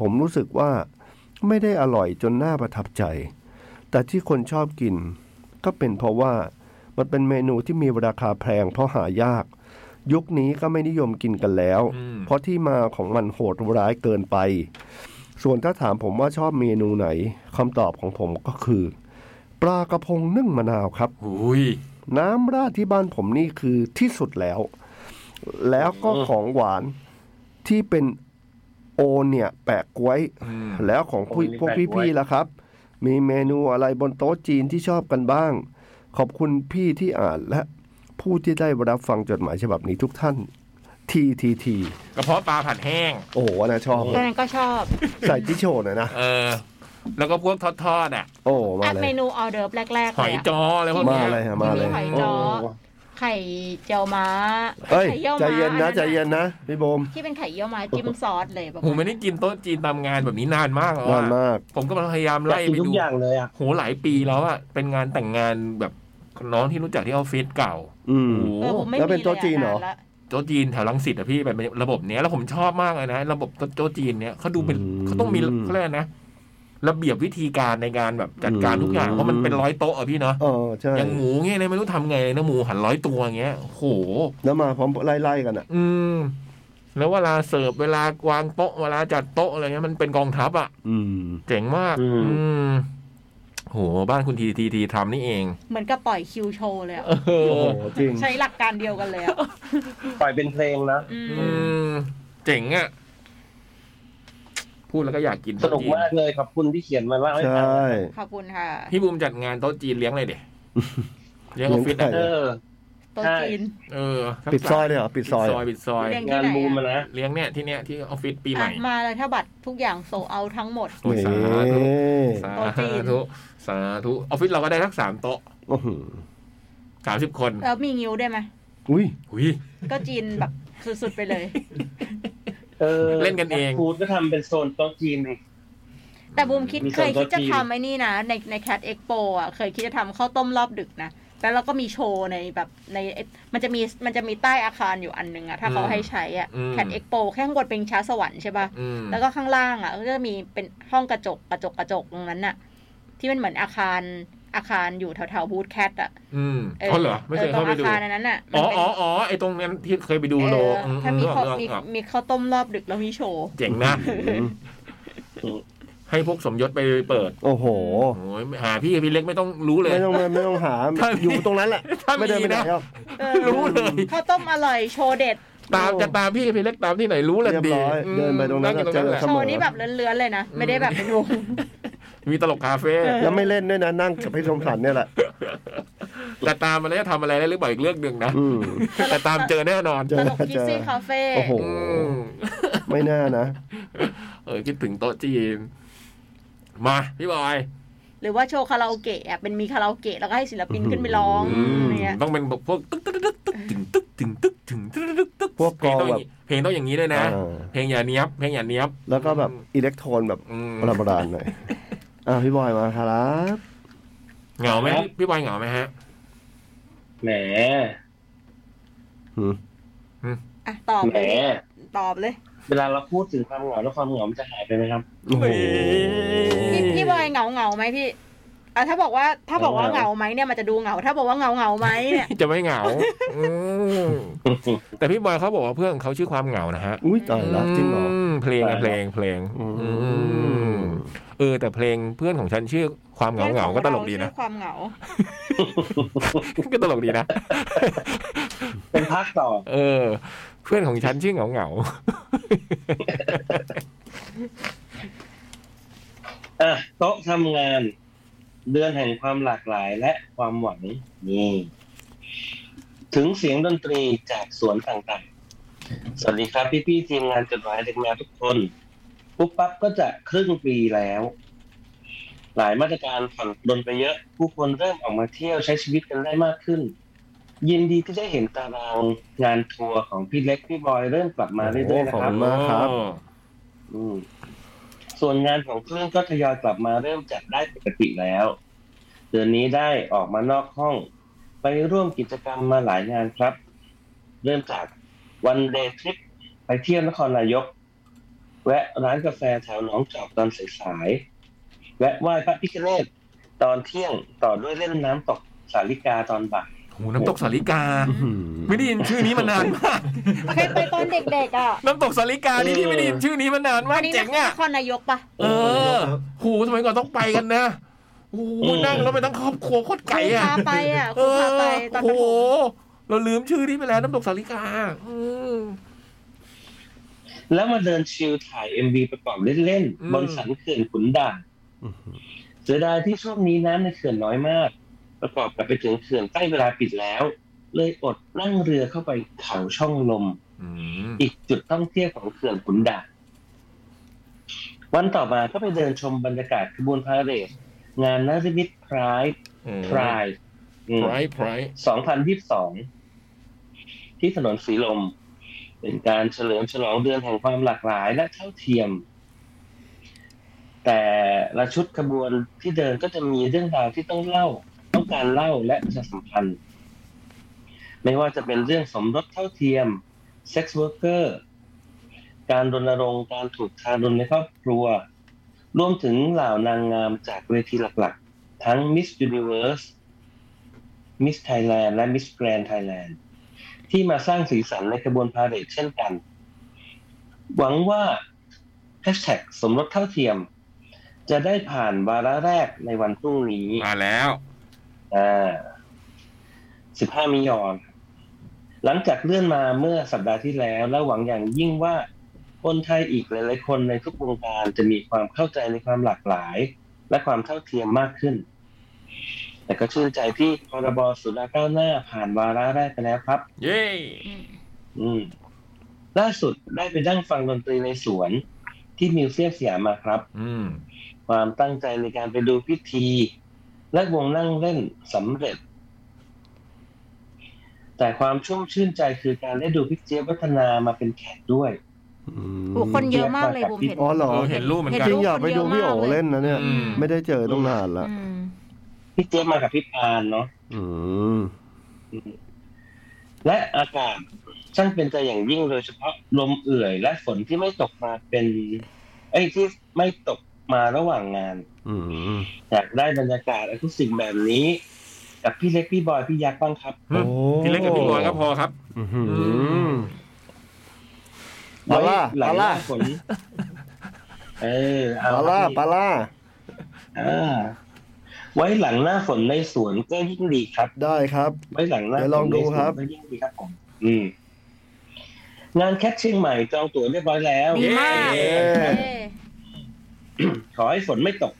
Speaker 2: ผมรู้สึกว่าไม่ได้อร่อยจนน่าประทับใจ แต่ที่คนชอบกิน ก็เป็นเพราะว่ามันเป็นเมนูที่มีราคาแพงเพราะหายาก ยุคนี้ก็ไม่นิยมกินกันแล้ว
Speaker 1: อืม
Speaker 2: เพราะที่มาของมันโหดร้ายเกินไป ส่วนถ้าถามผมว่าชอบเมนูไหนคำตอบของผมก็คือ ปลากระพงนึ่งมะนาวครับ
Speaker 1: อุ้ย
Speaker 2: น้ำราดที่บ้านผมนี่คือที่สุดแล้ว แล้วก็ของหวานที่เป็นโอเนี่ยแปะกล้วย
Speaker 1: อืม
Speaker 2: แล้วของพวก
Speaker 4: โอนี่
Speaker 2: พวก
Speaker 4: แปะกล้วย
Speaker 2: พี่ๆล่ะครับ มีเมนูอะไรบนโต๊ะจีนที่ชอบกันบ้าง ขอบคุณพี่ที่อ่านและผู้ที่ได้รับฟังจดหมายฉบับนี้ทุกท่าน ทีทีที
Speaker 1: กระเพาะปลาผัดแห้ง
Speaker 2: โอ้โหอันนะชอบ
Speaker 3: ตอนนั้นก็ชอบ
Speaker 2: ใส่จิโชหน่อยนะ
Speaker 1: เออ แล้วก็พวกทอดๆอ่ะ
Speaker 2: โอ้มา
Speaker 3: อัน
Speaker 2: เล
Speaker 3: เม
Speaker 2: ย
Speaker 3: นูออเดิร์ฟแรกๆ
Speaker 1: ห
Speaker 3: เล
Speaker 1: อย
Speaker 3: ยอะ
Speaker 1: จออะไรพวก
Speaker 2: มา
Speaker 1: เนี้ย
Speaker 2: เลยฮะมาเลย
Speaker 3: หอย
Speaker 4: โอ้
Speaker 3: จ้อ ไข่เจียวม้า
Speaker 2: เอ้ย
Speaker 3: ไข่เยี่ยว
Speaker 2: ใจ
Speaker 3: ม้า
Speaker 2: เย็นนะ
Speaker 3: อั
Speaker 2: ใจเย็นนะพี่โบม
Speaker 3: ที่เป็นไข่เยี่ยวม้าจิ้มซอสเลยแบบ
Speaker 1: ผมไม่ได้กินโต๊ะจีนตามงานแบบนี้นานมากแล้ว
Speaker 2: น่า
Speaker 1: อะ
Speaker 2: มาก
Speaker 1: ผมก็พยายาม
Speaker 4: อยา
Speaker 1: ไล่
Speaker 4: กกิน
Speaker 1: ไป
Speaker 4: ทุ
Speaker 1: ดู
Speaker 4: กอย่างเลยอ่ะ
Speaker 1: โหหลายปีแล้วอะเป็นงานแต่งงานแบบน้องที่รู้จักที่ออฟฟิศเก่า
Speaker 2: อืม
Speaker 1: โอ้โห
Speaker 3: เออผมไม่
Speaker 2: แล้วเป็น
Speaker 3: มีลย
Speaker 2: โต๊ะจีนเหรอ
Speaker 3: าละ
Speaker 1: โต๊ะจีนแถวลังสิตอะพี่แบบระบบเนี้ยแล้วผมชอบมากเลยนะ ระบบโต๊ะจีนเนี้ยเขาดูเป็น
Speaker 2: อืม
Speaker 1: เขาต้องมีเขาเรียกอะไรนะ ระเบียบวิธีการในการแบบจัดการทุกอย่าง
Speaker 2: อืม
Speaker 1: เพราะมันเป็นร้อยโต๊ะอะพี่เนาะ
Speaker 2: เออใช่
Speaker 1: อย่างหมูเงี้ยเนี่ยไม่รู้ทำไงเลยนะหมูหันร้อยตัวเงี้ยโอ้โห
Speaker 2: แล้วมาพร้อมไล่ๆกันอ่ะ
Speaker 1: อืม แล้วเวลาเสิร์ฟเวลาวางโต๊ะเวลาจัดโต๊ะอะไรเงี้ยมันเป็นกองทัพอะ
Speaker 2: อืม
Speaker 1: เจ๋งมาก
Speaker 4: อืม
Speaker 1: อืมโหบ้านคุณทีทีทีทำนี่เอง
Speaker 3: เหมือนกับปล่อยคิวโชว์เลยอะ
Speaker 1: โอ้
Speaker 2: โอ้โหจริง
Speaker 3: ใช้หลักการเดียวกันเลยอะ
Speaker 4: ปล่อยเป็นเพลงนะ
Speaker 3: อื
Speaker 1: อื
Speaker 3: ม
Speaker 1: มเจ๋งอะพูดแล้วก็อยากกิน
Speaker 4: ส
Speaker 1: โต๊ะ
Speaker 4: นุก
Speaker 1: จีน
Speaker 4: มากเลยขอบคุณที่เขียนมาเล่าให้
Speaker 2: ใช
Speaker 4: ฟัง่
Speaker 3: ขอบคุณค่ะ
Speaker 1: พี่บูมจัดงานโต๊ะจีนเลี้ยง เลยเด็เลี้ยงออฟฟิศอะ
Speaker 2: เลี้ยงใคร
Speaker 4: เออ
Speaker 3: โต๊ะจีน
Speaker 1: เออ
Speaker 2: ปิดซอยเลยเหรอปิ
Speaker 1: ปิ
Speaker 2: ด
Speaker 1: ด
Speaker 2: ซ
Speaker 1: ซ
Speaker 2: อ
Speaker 1: อย ยปิดซอย
Speaker 3: เลี้ยง
Speaker 4: งานบูมอะนะ
Speaker 1: เลี้ยงเนี่ยที่เนี่ยที่ออฟฟิศปีให
Speaker 3: อ่ะ
Speaker 1: ม่
Speaker 3: มาเลยถ้าบัตรทุกอย่างโซเอาทั้งหมด
Speaker 1: โอ้ยสาธุ
Speaker 2: นี่
Speaker 1: สา
Speaker 3: โต๊ะจีน
Speaker 1: ธุสาธุออฟฟิศเราก็ได้ทักสามโต๊ะ
Speaker 2: อื้อหือ
Speaker 1: สามสิบคน
Speaker 3: แล้วมีงิ้วได้ไหม
Speaker 2: อุ้ย
Speaker 1: อุ้ย
Speaker 3: ก็จีนแบบสุดๆไปเลย
Speaker 4: เออ
Speaker 1: เล่นกันเอง
Speaker 4: ฟูดก็ทำเป็นโซนโต๊ะจีนอีก
Speaker 3: แต่บูมคิด
Speaker 4: มีส่
Speaker 3: เค
Speaker 4: วน
Speaker 3: ยคิดจะ
Speaker 4: โต๊ะจีน
Speaker 3: ทำไอ้นี่นะ ในในแคดเอ็กโปอ่ะ เคยคิดจะทำข้าวต้มรอบดึกนะ แล้วเราก็มีโชว์ในแบบในมันจะมีมันจะมีใต้อาคารอยู่อันหนึ่งอะถ้าเขาให้ใช้อะ
Speaker 1: อืม
Speaker 3: แคดเอ็กโปแค่ข้างบนเป็นช้าสวรรค์ใช่ป่ะ
Speaker 1: อืม
Speaker 3: แล้วก็ข้างล่างอ่ะก็จะมีเป็นห้องกระจกกระจกกระจกตรงนั้นน่ะ ที่มันเหมือนอาคารอาคารอยู่แถวแถวบูธแคทอ่ะ
Speaker 1: อืมอ๋อเหรอไม่เคย
Speaker 3: ตร
Speaker 1: เข้าง ไป
Speaker 3: อา
Speaker 1: ดู
Speaker 3: คารอันนั้นน่ะมั
Speaker 1: อ๋
Speaker 3: น
Speaker 1: อ
Speaker 3: เป็น
Speaker 1: อ๋ออ๋อไอตรงนั้นที่เคยไปดู
Speaker 3: เออ
Speaker 1: โรงอื
Speaker 3: ถ้า
Speaker 1: นึ
Speaker 3: มี
Speaker 1: กอ
Speaker 3: ข้า
Speaker 1: อก
Speaker 3: มี
Speaker 1: นึกออก
Speaker 3: มีข้าวต้มรอบดึกแล้วมีโชว์
Speaker 1: เจ๋ง นะให้พวกสมยศไปเปิด
Speaker 2: โอ้โห
Speaker 1: โอ้ยหาพี่พี่เล็กไม่ต้องรู้เลย
Speaker 2: ไม่ต้องไม่ไม่ต้องหา
Speaker 1: ถ้ามี
Speaker 2: อยู่ตรงนั้นแหละ
Speaker 1: ถ้ามี
Speaker 2: ไม่เดินไปไหน
Speaker 1: นะ
Speaker 2: หรอก
Speaker 3: เออ
Speaker 1: รู้เลย
Speaker 3: ข้าวต้มอร่อยโชว์เด็ด
Speaker 1: ตามจะตามพี่พี่เล็กตามที่ไหนรู้เลย
Speaker 2: เรียบ
Speaker 1: ดี
Speaker 2: ร้อย
Speaker 1: อืม
Speaker 2: เดินไปตรงนั้น
Speaker 1: อยู่
Speaker 2: เจอ
Speaker 1: แหละ
Speaker 2: ครั
Speaker 3: โชว์นี้แบบเลื้อนๆเลยนะ ไม่ได้แบบเป็นวง
Speaker 1: มีตลกคาเฟ่
Speaker 3: เออ
Speaker 2: แล้วไม่เล่นด้วยนะนั่งกับพี่สมสันเนี่ยแหละ
Speaker 1: แต่ตามมาแล้วจะทำอะไรได้หรือเปล่าอีกเรื่องหนึ่งนะ
Speaker 2: อืม
Speaker 1: แต่ตามเจอแน่นอน
Speaker 2: เจ
Speaker 3: ต
Speaker 2: อ
Speaker 3: ลกคิสซี่คาเฟ่
Speaker 2: โอ้โห
Speaker 1: อืม
Speaker 2: ไม่น่านะ
Speaker 1: เออคิดถึงโต๊ะจีน มาพี่บอย
Speaker 3: หรือว่าโชว์คาราโอเกะอะเป็นมีคาราโอเกะแล้วก็ให้ศิลปินขึ้นไปร้อง
Speaker 2: อืม
Speaker 3: เนี้ย
Speaker 1: ต้องเป็นแบบพวกตึ๊กตึ๊กตึ๊กตึ๊กตึ๊งตึ๊กตึ๊งตึ๊กตึ๊งตึ๊กตึ๊กตึ๊ก
Speaker 2: พวก
Speaker 1: เพลง
Speaker 2: กอ
Speaker 1: ต้องอ
Speaker 2: แบ
Speaker 1: ย่างนี้
Speaker 2: บ
Speaker 1: เพลงต้องอย่างนี้ด้วยนะ
Speaker 2: อ่า
Speaker 1: เพลงอย่าเนี้ยบเพลงอย่าเนี้ยบ
Speaker 2: แล้วก็แบบอิเล็กโทรนแบบ
Speaker 1: อืม
Speaker 2: ประหลาดๆหน่อยอ่ะพี่บอยมาครับ
Speaker 1: เหงาไหมพี่บอยเหงาไหมฮะ
Speaker 4: แหม
Speaker 2: อืม
Speaker 3: อ่ะตอบ
Speaker 4: แหม
Speaker 3: เลยตอบเลย
Speaker 4: เวลาเราพูดถึงความเหงาแล้วความเหงามันจะหายไปไหมครับ
Speaker 2: โอ้โห
Speaker 1: นี่
Speaker 3: พี่พี่บอยเหงาเหงาไหมพี่อ่ะถ้าบอกว่าถ้าบอกว่าเห
Speaker 4: เห
Speaker 3: งาง
Speaker 4: า
Speaker 3: ไหมเนี่ยมันจะดูเหงา ถ้าบอกว่าเหงาเหงาไหมเนี่ย
Speaker 1: จะไม่เหงาอืมแต่พี่บอยเขาบอกว่าเพื่อนเขาชื่อความเหงานะฮะ
Speaker 2: อุ้ยตายละจริงเหรอ
Speaker 1: มเพลงอะเพลงเพลง
Speaker 2: อืม
Speaker 1: อืมเออ แต่เพลงเพื่อนของฉันชื่อความเหงาเหงาๆก็ตลกดีนะ
Speaker 3: เรื่องของเราชื่อค
Speaker 1: ก็
Speaker 3: วามเหงา
Speaker 1: ตลกดีนะ
Speaker 4: เป็นภาคต่อ
Speaker 1: เออ เพื่อนของฉันชื่อเหงาเหงา
Speaker 4: อ่ะโต๊ะทำงาน เดือนแห่งความหลากหลายและความหวังนี่ถึงเสียงดนตรีจากสวนต่างๆ สวัสดีครับพี่ๆทีมงานจดหมายเด็กแมวทุกคน ปุ๊บปั๊บก็จะครึ่งปีแล้ว หลายมาตรการผ่อนปลนไปเยอะ ผู้คนเริ่มออกมาเที่ยวใช้ชีวิตกันได้มากขึ้น ยินดีที่ได้เห็นตารางงานทัวร์ของพี่เล็กพี่บอยเริ่มกลับมาเรื่อยๆนะ
Speaker 2: ขอบ
Speaker 4: ครับ
Speaker 2: คุณมากครับ
Speaker 1: โอ้
Speaker 4: อืมส่วนงานของเครื่องก็ทยอยกลับมาเริ่มจัดได้ปกติแล้ว เดือนนี้ได้ออกมานอกห้อง ไปร่วมกิจกรรมมาหลายงานครับ เริ่มจากวันเดย์ทริปไปเที่ยวนครนายก แวะร้านกาแฟแถวหนองจอกตอนสายๆแวะไหว้พระพิฆเนศตอนเที่ยงต่อด้วยเล่นน้ำตกสาลิกาตอนบ่าย
Speaker 1: โอ้โหน้ำตกสาลิกา
Speaker 2: อืม
Speaker 1: ไม่ได้ยินชื่อนี้มานานมาก
Speaker 3: เคยไปตอนเด็กๆอ่ะ
Speaker 1: น้ำตกสาลิกานี่
Speaker 4: เออ
Speaker 1: พี่ไม่ได้ยินชื่อนี้มานานมา
Speaker 3: อั
Speaker 1: ก
Speaker 3: นนี้
Speaker 1: เจ๋
Speaker 3: นะ
Speaker 1: งอ่ะ
Speaker 3: นครนายกปะ
Speaker 1: เออโหสมัยก่อนต้องไปกันนะโอ้โหนั่งแล้วไปทั้งครอบครัวโคตร
Speaker 3: ค
Speaker 1: ไก่
Speaker 3: รู
Speaker 1: อ่ะ
Speaker 3: พาไปอ่ะค
Speaker 1: เอ
Speaker 3: รูพา
Speaker 1: อ
Speaker 3: ไปตอน
Speaker 1: โอ้
Speaker 3: ประถ
Speaker 1: โห
Speaker 3: ม
Speaker 1: เราลืมชื่อนี้ไปแล้วน้ำตกสาลิกาอืม
Speaker 4: แล้วมาเดินชิลถ่ายเอ็มวีประกอบเล่น
Speaker 1: อืม
Speaker 4: ๆบนสันเขื่อนขุนด่าน เสียดายที่ช่วงนี้น้ำในเขื่อนน้อยมาก ประกอบกับไปถึงเขื่อนใกล้เวลาปิดแล้ว เลยอดนั่งเรือเข้าไปเขาช่องลม
Speaker 1: อืม
Speaker 4: อีกจุดต้องเที่ยวของเขื่อนขุนด่านวันต่อมาก็ไปเดินชมบรรยากาศขบวนพาเหรดงานนาซิมิตพรายพราย
Speaker 1: ไพร์ไพร์
Speaker 4: 2022 ที่ถนนสีลม เป็นการเฉลิมฉลองเดือนแห่งความหลากหลายและเท่าเทียม แต่ละชุดขบวนที่เดินก็จะมีเรื่องราวที่ต้องเล่า ต้องการเล่าและประชาสัมพันธ์ ไม่ว่าจะเป็นเรื่องสมรสเท่าเทียม sex worker การรณรงค์การถูกทารุณในครอบครัว รวมถึงเหล่านางงามจากเวทีหลักๆ ทั้ง Miss Universe Miss Thailand และ Miss Grand Thailand ที่มาสร้างสีสันในกระบวนพาเหรดเช่นกัน หวังว่า hashtag สมรสเท่าเทียม จะได้ผ่านวาระแรกในวันพรุ่งนี้
Speaker 1: มาแล้ว
Speaker 4: อ่าสิบห้ามิยอน หลังจากเลื่อนมาเมื่อสัปดาห์ที่แล้ว และหวังอย่างยิ่งว่า คนไทยอีกหลายๆคนในทุกวงการจะมีความเข้าใจในความหลากหลาย และความเท่าเทียมมากขึ้น แต่ก็ชื่นใจที่พรบสุราก้าวหน้าผ่านวาระแรกไปแล้วครับ
Speaker 1: เย้
Speaker 4: อืม ล่าสุดได้ไปนั่งฟังดนตรีในสวนที่มิวเซียมสยามมาครับ
Speaker 1: อืม
Speaker 4: ความตั้งใจในการไปดูพิธี และวงนั่งเล่นสำเร็จ แต่ความชุ่มชื่นใจคือการได้ดูพิเจียบวัฒนามาเป็นแขกด้วย
Speaker 3: โอ้โหคนเยอะมากเลยบุมเห็น
Speaker 2: อ๋อเหร
Speaker 1: เอ
Speaker 2: อ
Speaker 1: อเห็นรูปเหมือนกัน
Speaker 2: จริงอยากไปดูพี่โอเล่นนะเนี่ย
Speaker 1: อืม
Speaker 2: ไม่ได้เจอต้องนานละ
Speaker 3: อืม
Speaker 4: พี่เจียบมากับพี่ปานเนาะ
Speaker 2: อืม
Speaker 4: และอากาศช่างเป็นใจอย่างยิ่งโดยเฉพาะลมเอื่อยและฝนที่ไม่ตกมาเป็น เอ้ยที่ไม่ตกมาระหว่างงาน
Speaker 2: อืม
Speaker 4: อยากได้บรรยากาศอะคุสติกแบบนี้ กับพี่เล็กพี่บอยพี่ยักษ์บ้างครับ
Speaker 2: โอ้
Speaker 1: พี่เล็กกับพี่บอยก็พอครับ
Speaker 2: อื้อหือ
Speaker 4: ไว้
Speaker 2: ปลาล่า
Speaker 4: หลังห
Speaker 2: ปลา
Speaker 4: น้า
Speaker 2: ล่า
Speaker 4: ฝ นเออเอ
Speaker 2: ปลาล่า
Speaker 4: พี่
Speaker 2: ปลาล่า
Speaker 4: อ่าไว้หลังหน้าฝนในสวนก็ยิ่งดีครับ
Speaker 2: ได้ครับ
Speaker 4: ไว้หลังหน้า
Speaker 2: เดี๋ยวลองดูครับ
Speaker 4: ฝนในสวนก็ยิ่งดีครับผมอืม งานแคทเชียงใหม่จองตั๋วเรียบร้อยแล้ว
Speaker 3: ดีมาก
Speaker 1: เย้
Speaker 3: เย้
Speaker 4: ขอให้ฝนไม่ตก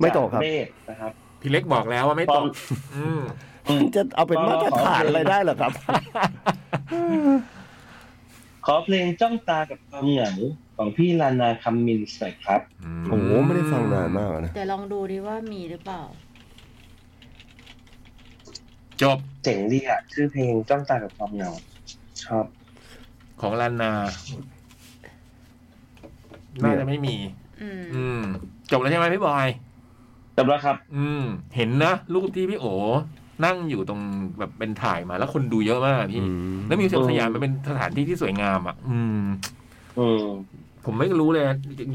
Speaker 2: ไม่ตกครับ
Speaker 4: จากเมฆนะครับ
Speaker 1: พี่เล็กบอกแล้วว่าไม่ตก
Speaker 4: ปอม
Speaker 1: อืม
Speaker 4: อืม
Speaker 2: จะเอาเป็นมาตรฐานอะไรได้เหรอครับ
Speaker 4: ขอเพลงจ้องตากับความเหงาของพี่ลานาคัมมินส์หน่อยครับ
Speaker 2: โอ้โหไม่ได้ฟังนานมากอะนะ
Speaker 3: แต่ลองดูดิว่ามีหรือเปล่า
Speaker 1: จบ
Speaker 4: เจ๋งดีอ่ะ ชื่อเพลงจ้องตากับความเหงา ชอบ
Speaker 1: ของลันนา น่าจะไม่มี
Speaker 3: อืม
Speaker 1: อืม จบแล้วใช่ไหมพี่บอย
Speaker 4: จบแล้วครับ
Speaker 1: อืม เห็นนะ รูปที่พี่โอ นั่งอยู่ตรงแบบเป็นถ่ายมาแล้วคนดูเยอะมากพี่
Speaker 2: อืม
Speaker 1: แล้วมิวเซียมสยามมันเป็นสถานที่ที่สวยงามอ่ะ อืม
Speaker 4: อืม
Speaker 1: ผมไม่รู้เลย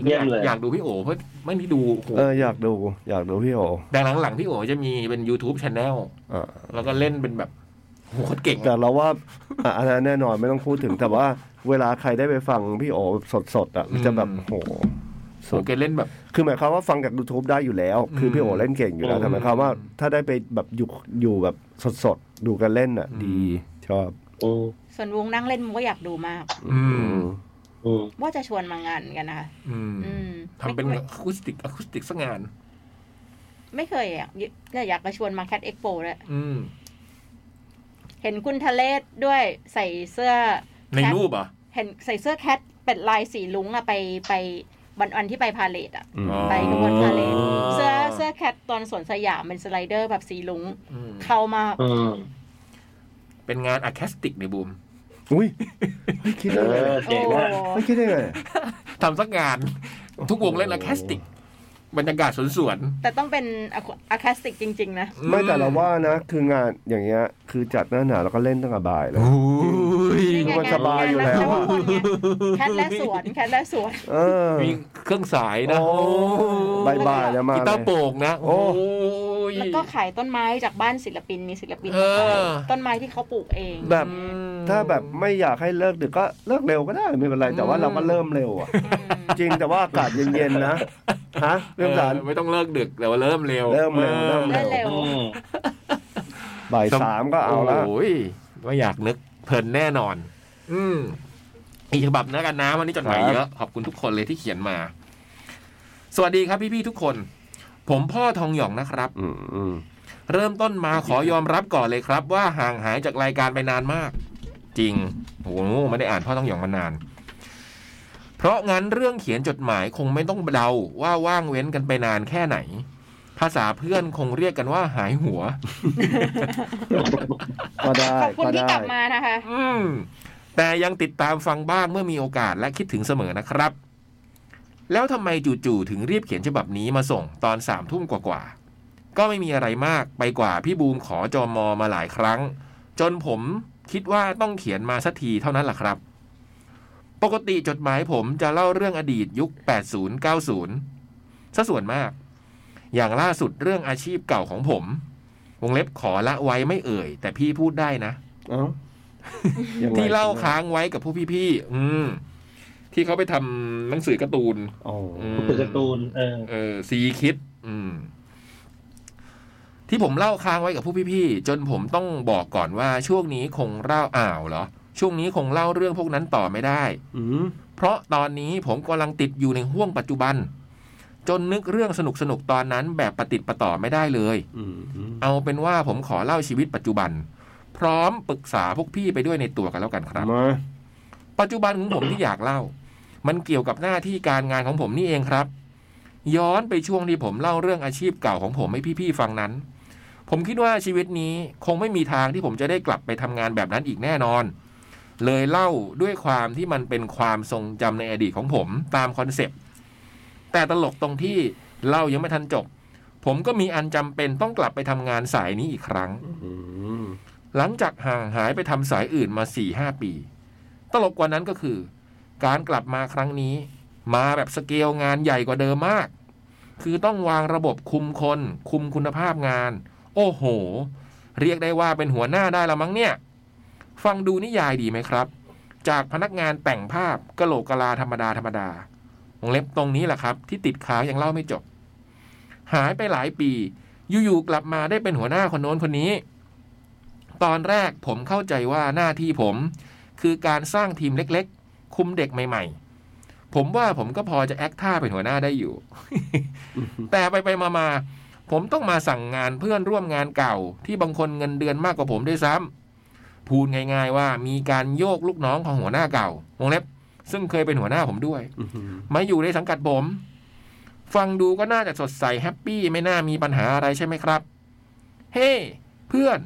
Speaker 4: เยี่ยมเลย
Speaker 1: อยากดูพี่โอ เพราะไม่ได้ดูโอ้โห
Speaker 2: เอออยากดู อยากดูพี่โอ
Speaker 1: แต่หลังๆพี่โอจะมีเป็น YouTube Channel
Speaker 2: อ่า
Speaker 1: แล้วก็เล่นเป็นแบบโหโคตรเก่ง
Speaker 2: แต่เราว่าอ่ะอันนั้นแน่นอนไม่ต้องพูดถึงแต่ว่า เวลาใครได้ไปฟังพี่โอสดๆอ่ะมันจะแบบโห
Speaker 1: โห
Speaker 2: สุด
Speaker 1: แกเล่นแบบ
Speaker 2: คือหมายความว่าฟังจาก YouTube ได้อยู่แล้ว
Speaker 1: อืม
Speaker 2: คือพี่โอเล่นเก่งอยู่แล้ว
Speaker 1: อืม
Speaker 2: แต่หมายความว่าถ้าได้ไปแบบอยู่อยู่แบบสดๆ ดูกันเล่นอ่ะ
Speaker 1: อืม
Speaker 2: ดีชอบ
Speaker 4: อืม
Speaker 3: ส่วนวงนั่งเล่นมันก็อยากดูมาก
Speaker 1: อืม
Speaker 4: อืม
Speaker 3: ว่าจะชวนมางานเหมือนกันนะคะ
Speaker 1: อืม
Speaker 3: อืม
Speaker 1: ทำเป็น
Speaker 3: ไม่
Speaker 1: อะคูสติกอะคูสติกสักงาน
Speaker 3: ไม่เคยอยากเนี่ยอยากจะชวนมาแคดเอ็กโปเลย
Speaker 1: อืม
Speaker 3: เห็นคุณทะเลศด้วยใส่เสื้อ
Speaker 1: ในรูปเหรอ่ะ
Speaker 3: เห็นใส่เสื้อแคทเป็นลายสีลุงอะไปไปวันวันที่ไปพาเลทอะ
Speaker 2: อืม
Speaker 3: ไปดูบนพาเลท เสื้อเสื้อแคทตอนสวนสยามเป็นสไลเดอร์แบบสีลุง เข้ามาก
Speaker 4: อืม
Speaker 1: เป็นงานอะแคสติกในบูม
Speaker 2: อุ้ยไม่คิด
Speaker 4: เอ
Speaker 2: ได้ไง
Speaker 4: อ
Speaker 3: โอ้
Speaker 4: เจ๋งอ่ะ
Speaker 2: ไม่คิดได้ไง
Speaker 1: ทำสักงาน ทุกวงเล่นอะแคสติก บรรยากาศสวนสวน
Speaker 3: แต่ต้องเป็นอะคาสติกจริง ๆ นะ
Speaker 1: ๆ
Speaker 2: ไม่แต่เราว่านะ คืองานอย่างเงี้ย คือจัดหน้าหนาวแล้วก็เล่นตั้งแต่บ่ายแล้ว
Speaker 1: โอ้ย
Speaker 3: นี่ไง
Speaker 2: มันสบายอยู่แล้ว
Speaker 3: งานนพลไงแคทและสวนแคทและสวน
Speaker 2: เออ
Speaker 1: มีเครื่องสายนะ
Speaker 2: โอ้
Speaker 3: บ๊
Speaker 2: บ่ายบ่ายแล้วมา
Speaker 1: กี
Speaker 2: เล
Speaker 1: ตาร์
Speaker 2: ย
Speaker 1: โป่งนะ
Speaker 2: โอ้
Speaker 1: โอ้ย
Speaker 3: แล้วก็ขายต้นไม้จากบ้านศิลปินมีศิลปิน
Speaker 1: เออ
Speaker 3: ต้นไม้ที่เขาปลูกเอง
Speaker 2: แบบ
Speaker 1: อืม
Speaker 2: ถ้าแบบไม่อยากให้เลิกดึกก็เลิกเร็วก็ได้ไม่เป็นไร แต่ว่าเราก็เริ่มเร็วอ่ะ
Speaker 3: อืม
Speaker 2: จริงแต่ว่าอากาศเย็นๆนะฮะเรื่องสาร
Speaker 1: เออไม่ต้องเลิกดึกแต่ว่าเริ่มเร็ว
Speaker 2: เริ่มเร็
Speaker 1: อ
Speaker 2: ว
Speaker 1: อ
Speaker 2: เริ่
Speaker 3: ได้
Speaker 2: ม
Speaker 3: เร็ว
Speaker 4: อืม
Speaker 2: บ่ายสามก็เอาละ
Speaker 1: โอ้ยไม่อยากนึกเพลินแน่นอน อืมอีกฉบับนะกันนะวันนี้จดหมาย
Speaker 2: ครับ
Speaker 1: เยอะ ขอบคุณทุกคนเลยที่เขียนมา สวัสดีครับพี่ๆทุกคน ผมพ่อทองหยองนะครับ
Speaker 2: อืมอืม
Speaker 1: เริ่มต้นมาขอยอมรับก่อนเลยครับ ว่าห่างหายจากรายการไปนานมาก จริงโอ้โหไม่ได้อ่านพ่อต้องหยองมานาน เพราะงั้นเรื่องเขียนจดหมายคงไม่ต้องเดาว่าว่างเว้นกันไปนานแค่ไหน ภาษาเพื่อนคงเรียกกันว่าหายหัว
Speaker 2: ก็ได้
Speaker 3: ขอบคุณ
Speaker 2: ก็
Speaker 3: ที่
Speaker 2: ได้
Speaker 3: กลับมานะคะ
Speaker 1: อืม แต่ยังติดตามฟังบ้างเมื่อมีโอกาสและคิดถึงเสมอนะครับ แล้วทำไมจู่ๆถึงรีบเขียนฉบับนี้มาส่งตอนสามทุ่มกว่าๆก็ไม่มีอะไรมากไปกว่าพี่บูมขอจอมอมาหลายครั้ง จนผมคิดว่าต้องเขียนมาสักทีเท่านั้นแหละครับ ปกติจดหมายผมจะเล่าเรื่องอดีตยุค 80-90ซะส่วนมาก อย่างล่าสุดเรื่องอาชีพเก่าของผม วงเล็บขอละไว้ไม่เอ่ย แต่พี่พูดได้นะ
Speaker 2: เอ้ายังไง
Speaker 1: ที่เล่าค้างไว้กับผู้พี่ๆอืม ที่เขาไปทำหนังสือการ์ตูน
Speaker 2: อ๋ออ
Speaker 1: ม
Speaker 4: ตัวการ์ตูน เออ
Speaker 1: เออซีคิด อืม ที่ผมเล่าค้างไว้กับผู้พี่ๆจนผมต้องบอกก่อนว่าช่วงนี้คงเล่าอ่าวเหรอ ช่วงนี้คงเล่าเรื่องพวกนั้นต่อไม่ได้
Speaker 2: อืม
Speaker 1: เพราะตอนนี้ผมกำลังติดอยู่ในห่วงปัจจุบัน จนนึกเรื่องสนุกๆตอนนั้นแบบประติดประต่อไม่ได้เลย
Speaker 2: อืมอืม
Speaker 1: เอาเป็นว่าผมขอเล่าชีวิตปัจจุบัน พร้อมปรึกษาพวกพี่ไปด้วยในตัวกันแล้วกันครับ
Speaker 2: มา
Speaker 1: ปัจจุบันของผมที่อยากเล่า มันเกี่ยวกับหน้าที่การงานของผมนี่เองครับ ย้อนไปช่วงที่ผมเล่าเรื่องอาชีพเก่าของผมให้พี่ๆฟังนั้น ผมคิดว่าชีวิตนี้คงไม่มีทางที่ผมจะได้กลับไปทำงานแบบนั้นอีกแน่นอน เลยเล่าด้วยความที่มันเป็นความทรงจำในอดีตของผมตามคอนเซปต์แต่ตลกตรงที่เล่ายังไม่ทันจบ ผมก็มีอันจำเป็นต้องกลับไปทำงานสายนี้อีกครั้ง
Speaker 2: อืม
Speaker 1: หลังจากห่างหายไปทำสายอื่นมา4ี่ห้าปี ตลกกว่านั้นก็คือ การกลับมาครั้งนี้ มาแบบสเกลงานใหญ่กว่าเดิมมาก คือต้องวางระบบคุมคน คุมคุณภาพงาน โอ้โห เรียกได้ว่าเป็นหัวหน้าได้ละมั้งเนี่ย ฟังดูนิยายดีไหมครับ จากพนักงานแต่งภาพกะโหลกกะลาธรรมดาธรรมดาวงเล็บตรงนี้แหละครับ ที่ติดค้างยังเล่าไม่จบ หายไปหลายปี อยู่ๆกลับมาได้เป็นหัวหน้าคนโน้นคนนี้ ตอนแรกผมเข้าใจว่าหน้าที่ผม คือการสร้างทีมเล็กๆ คุมเด็กใหม่ๆ ผมว่าผมก็พอจะแอคท่าเป็นหัวหน้าได้อยู่ แต่ไปไปมามาๆผมต้องมาสั่งงานเพื่อนร่วมงานเก่า ที่บางคนเงินเดือนมากกว่าผมด้วยซ้ำพูดง่ายๆว่ามีการโยกลูกน้องของหัวหน้าเก่าวงเล็บ ซึ่งเคยเป็นหัวหน้าผมด้วย
Speaker 2: อืม
Speaker 1: มาอยู่ในสังกัดผม ฟังดูก็น่าจะสดใสแฮปปี้ไม่น่ามีปัญหาอะไรใช่ไหมครับ เฮ้ เพื่อน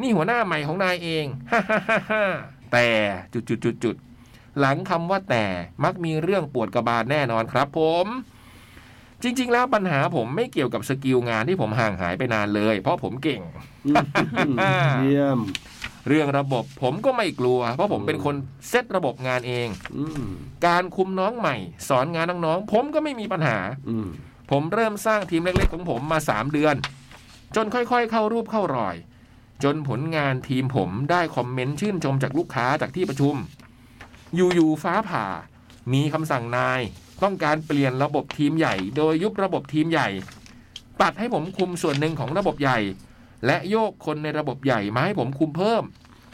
Speaker 1: นี่หัวหน้าใหม่ของนายเอง ฮ่าฮ่าฮ่าฮ่าแต่จุดจุดจุดจุดๆๆๆ หลังคำว่าแต่มักมีเรื่องปวดกระบาลแน่นอนครับผม จริง ๆ แล้วปัญหาผมไม่เกี่ยวกับสกิลงานที่ผมห่างหายไปนานเลย เพราะผมเก่ง
Speaker 2: เยี่ยม
Speaker 1: เรื่องระบบผมก็ไม่กลัว เพราะผมเป็นคนเซตระบบงานเอง
Speaker 2: อืม
Speaker 1: การคุมน้องใหม่ สอนงานน้องๆผมก็ไม่มีปัญหา
Speaker 2: อืม
Speaker 1: ผมเริ่มสร้างทีมเล็กๆของผมมา 3 เดือน จนค่อยๆ เข้ารูปเข้ารอย จนผลงานทีมผมได้คอมเมนต์ชื่นชมจากลูกค้าจากที่ประชุม อยู่ๆฟ้าผ่า มีคำสั่งนาย ต้องการเปลี่ยนระบบทีมใหญ่ โดยยุบระบบทีมใหญ่ ตัดให้ผมคุมส่วนหนึ่งของระบบใหญ่ และโยกคนในระบบใหญ่มาให้ผมคุมเพิ่ม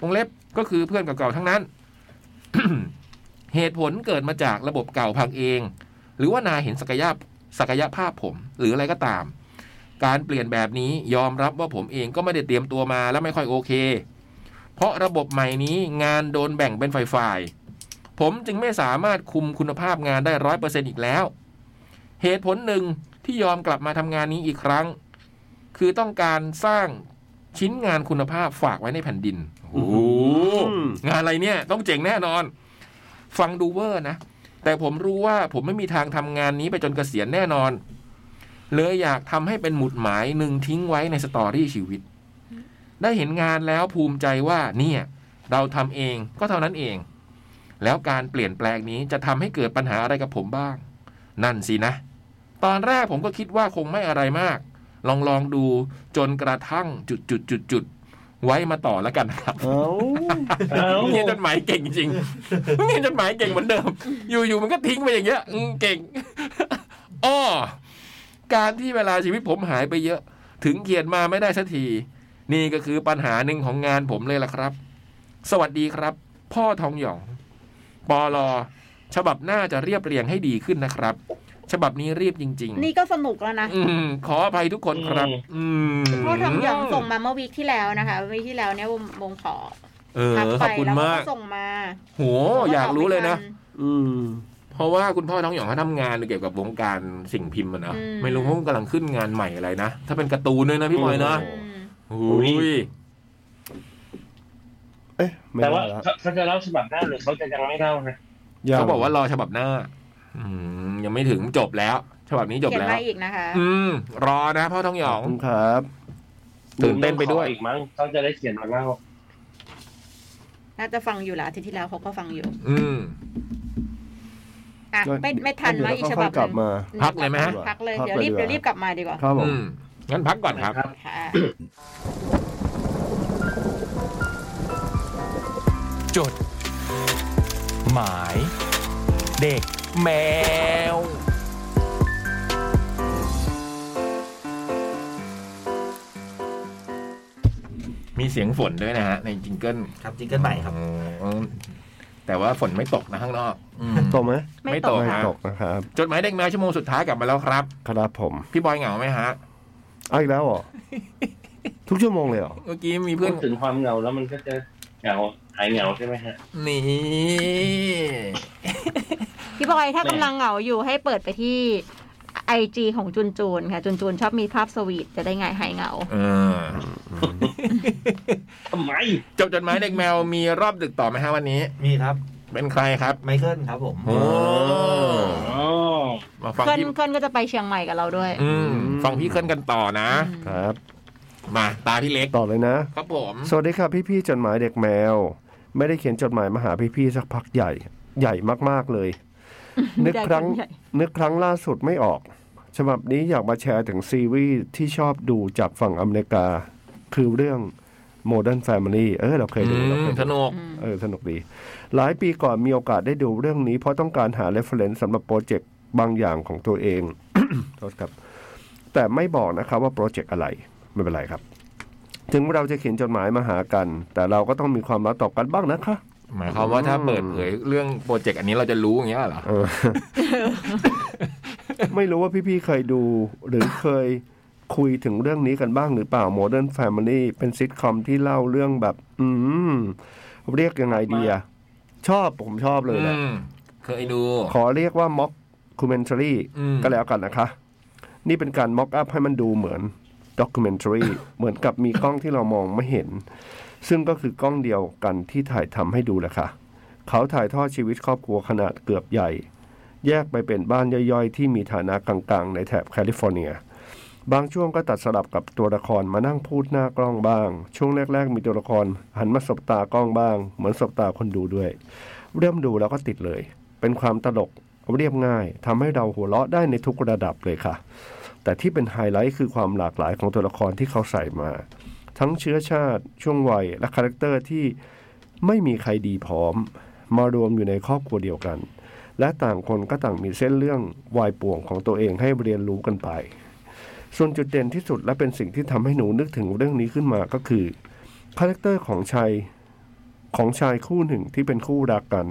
Speaker 1: วงเล็บก็คือเพื่อนเก่าๆทั้งนั้น เหตุผลเกิดมาจากระบบเก่าพังเอง หรือว่านายเห็นศักยภาพ ศักยภาพผมหรืออะไรก็ตาม การเปลี่ยนแบบนี้ยอมรับว่าผมเองก็ไม่ได้เตรียมตัวมาและไม่ค่อยโอเค เพราะระบบใหม่นี้งานโดนแบ่งเป็นฝ่ายๆผมจึงไม่สามารถคุมคุณภาพงานได้ร้อยเปอร์เซ็นอีกแล้ว เหตุผลหนึ่งที่ยอมกลับมาทำงานนี้อีกครั้ง คือต้องการสร้างชิ้นงานคุณภาพฝากไว้ในแผ่นดินโอ้โหงานอะไรเนี่ยต้องเจ๋งแน่นอน ฟังดูเวอร์นะ แต่ผมรู้ว่าผมไม่มีทางทำงานนี้ไปจนเกษียณแน่นอน เลยอยากทำให้เป็นหมุดหมายหนึ่งทิ้งไว้ในสตอรี่ชีวิต ได้เห็นงานแล้วภูมิใจว่าเนี่ย เราทำเองก็เท่านั้นเอง แล้วการเปลี่ยนแปลงนี้จะทำให้เกิดปัญหาอะไรกับผมบ้าง นั่นสินะ ตอนแรกผมก็คิดว่าคงไม่อะไรมาก ลองลองดูจนกระทั่งจุดจุดจุดจุดไว้มาต่อแล้วกันนะครับ
Speaker 2: เอา
Speaker 4: เอ้า
Speaker 1: เขียนจดหมายเก่งจริงเขียนจดหมายเก่งเหมือนเดิม อยู่ๆมันก็ทิ้งไปอย่างเงี้ยอืมเก่ง อ้อ การที่เวลาชีวิตผมหายไปเยอะ ถึงเขียนมาไม่ได้สักที นี่ก็คือปัญหาหนึ่งของงานผมเลยล่ะครับ สวัสดีครับ พ่อทองหยอง ปอลอฉบับหน้าจะเรียบเรียงให้ดีขึ้นนะครับ ฉบับนี้รีบจริง
Speaker 3: นี่ก็สนุกแล้วนะ
Speaker 1: ๆ อืมขออภัยทุกคนครับ อืม
Speaker 3: พ่อทองหยองส่งมาเมื่อวีคที่แล้วนะคะวีคที่แล้วเนี่ยวงวงขอ
Speaker 1: เออ
Speaker 3: ทัก
Speaker 1: ข
Speaker 3: ไป
Speaker 1: อบคุณ
Speaker 3: แล้ว
Speaker 1: มาก
Speaker 3: ส่งมา
Speaker 1: โห อยากรู้เลยนะ
Speaker 2: อืม
Speaker 1: เพราะว่าคุณพ่อท้องหยองเขาทำงานเกี่ยวกับวงการสิ่งพิมพ์อะนะไม่รู้เขากำลังขึ้นงานใหม่อะไรนะ ถ้าเป็นการ์ตูนด้วยนะพี่บอยนะ
Speaker 3: อืม
Speaker 1: อุ้ย
Speaker 2: เอ๊ะไม่
Speaker 4: แต่
Speaker 2: ได้
Speaker 4: ว่า
Speaker 2: ละ
Speaker 4: เขาเขาจะเล่าฉบับหน้าหรือเขาจะยังไม่เล่านะ
Speaker 2: ยัง
Speaker 1: เขาบอกว่ารอฉบับหน้า อืมยังไม่ถึงจบแล้ว ฉบับนี้จบ
Speaker 3: เขียน
Speaker 1: แล้ว
Speaker 3: มาอีกนะคะ
Speaker 1: อืม รอนะพ่อท้องหย
Speaker 2: ข
Speaker 1: อ
Speaker 2: อบ
Speaker 1: ง
Speaker 2: คุณครับ
Speaker 1: ตื่นเต้นไปด้วย
Speaker 4: ขออีกมั้งเขาจะได้เขียนมาเล่า
Speaker 3: น่าจะฟังอยู่ละอาทิตย์ที่แล้วเขาก็ฟังอยู่
Speaker 1: อืม
Speaker 3: อ่ะไม่ไม่ทันไหม
Speaker 2: เดี๋ยว
Speaker 3: อีกฉบับ
Speaker 2: ค่ยกลับ
Speaker 3: หน
Speaker 1: พักเล
Speaker 2: มา
Speaker 3: ึ่ง
Speaker 1: ยไหมฮะ
Speaker 3: พักเลย
Speaker 2: พัก
Speaker 3: เดี๋ยว
Speaker 2: เลย
Speaker 3: รีบ
Speaker 2: ดีกว่า
Speaker 3: เดี๋ยวรีบกลับมาดีกว่า
Speaker 2: ครับผ
Speaker 1: อื
Speaker 2: ม
Speaker 1: มงั้นพักก่อนครับ
Speaker 3: ค่ะ
Speaker 6: จด หมายเด็กแมว
Speaker 1: มีเสียงฝนด้วยนะฮะ ในจิงเกิล
Speaker 5: ครับจิงเกิลใหม่ครับ
Speaker 1: อืมแต่ว่าฝนไม่ตกนะข้างนอกอืม
Speaker 2: ตกไหม
Speaker 3: ไม่
Speaker 1: ไม่
Speaker 3: ต
Speaker 1: ต
Speaker 3: ก
Speaker 1: ก
Speaker 2: ไม่
Speaker 1: ฮะ
Speaker 2: ตกนะครับ
Speaker 1: จดหมายเด็กแมวชั่วโมงสุดท้ายกลับมาแล้วครับ
Speaker 2: ครับผม
Speaker 1: พี่บอยเหงาไหมฮะ
Speaker 2: เอาอีกแล้วเหรอทุกชั่วโมงเลยเหรอ
Speaker 1: เมื่อกี้มี
Speaker 4: พู
Speaker 1: เพื่อน
Speaker 4: ดถึงความเหงาแล้วมันก็จะเหงาหายเหงาใช่ไหมฮะ
Speaker 1: นี่
Speaker 3: พี่บอยถ้ากำลังเหงาอยู่ให้เปิดไปที่ไอจีของจุนจูนค่ะ จุนจูนชอบมีภาพสวีทจะได้ไงหายเหงา
Speaker 1: เออ
Speaker 4: ทำไม
Speaker 1: จบจดหมายเด็กแมวมีรอบดึกต่อไหมฮะวันนี้
Speaker 5: มีครับ
Speaker 1: เป็นใครครับ
Speaker 5: ไมเคิลครับผม
Speaker 1: โอ้
Speaker 4: อ๋อ
Speaker 1: มาฟัง
Speaker 3: เพื่อน
Speaker 1: ที่
Speaker 3: เพื่อนก็จะไปเชียงใหม่กับเราด้วย
Speaker 1: อืม ฟังพี่เคลื่อนกันต่อนะ
Speaker 2: ครับ
Speaker 1: มาตาพี่เล็ก
Speaker 2: ต่อเลยนะ
Speaker 1: ครับผม
Speaker 2: สวัสดีค่ะพี่ๆจดหมายเด็กแมว ไม่ได้เขียนจดหมายมาหาพี่ๆสักพักใหญ่ ใหญ่มากๆเลย นึกครั้ง
Speaker 3: ใหญ่
Speaker 2: นึกครั้งล่าสุดไม่ออก ฉบับนี้อยากมาแชร์ถึงซีรีส์ที่ชอบดูจากฝั่งอเมริกา คือเรื่อง Modern Family เออ เราเคยดูเราเคย
Speaker 1: ส
Speaker 2: ดู
Speaker 1: นุก
Speaker 2: เออสนุกดี หลายปีก่อนมีโอกาสได้ดูเรื่องนี้ เพราะต้องการหา reference สำหรับโปรเจกต์บางอย่างของตัวเอง โทษครับ แต่ไม่บอกนะครับว่าโปรเจกต์อะไร ไม่เป็นไรครับ ถึงเราจะเขียนจดหมายมาหากัน แต่เราก็ต้องมีความรับต่อกันบ้างนะคะ
Speaker 1: หมายความว่าถ้าเปิดเผยเรื่องโปรเจกต์อันนี้เราจะรู้อย่างเงี้ยเหรอ
Speaker 2: เออ ไม่รู้ว่าพี่ๆเคยดู หรือเคยคุยถึงเรื่องนี้กันบ้างหรือเปล่า Modern Family เป็นซิทคอมที่เล่าเรื่องแบบ อืมเรียกยังไงดีอะชอบผมชอบเลยแหละ
Speaker 1: อืมเคยดู
Speaker 2: ขอเรียกว่าม็อกคูเมน a r รี
Speaker 1: อืม
Speaker 2: ก็แล้วกันนะคะ นี่เป็นการม็อกอัพให้มันดูเหมือนด็อกิเมน a r รี เหมือนกับมีกล้องที่เรามองไม่เห็น ซึ่งก็คือกล้องเดียวกันที่ถ่ายทำให้ดูแหละค่ะ เขาถ่ายทอดชีวิตครอบครัวขนาดเกือบใหญ่ แยกไปเป็นบ้านย่อยๆ ที่มีฐานะกลางๆ ในแถบแคลิฟอร์เนีย บางช่วงก็ตัดสลับกับตัวละครมานั่งพูดหน้ากล้องบ้าง ช่วงแรก ๆ มีตัวละครหันมาสบตากล้องบ้าง เหมือนสบตาคนดูด้วย เริ่มดูแล้วก็ติดเลย เป็นความตลกเรียบง่ายทำให้เราหัวเราะได้ในทุกระดับเลยค่ะ แต่ที่เป็นไฮไลท์คือความหลากหลายของตัวละครที่เขาใส่มา ทั้งเชื้อชาติ ช่วงวัย และคาแรคเตอร์ที่ไม่มีใครดีพร้อม มารวมอยู่ในครอบครัวเดียวกัน และต่างคนก็ต่างมีเส้นเรื่องวัยป่วงของตัวเองให้เรียนรู้กันไป ส่วนจุดเด่นที่สุดและเป็นสิ่งที่ทำให้หนูนึกถึงเรื่องนี้ขึ้นมาก็คือคาแรคเตอร์ของชายของชายคู่หนึ่งที่เป็นคู่รักกัน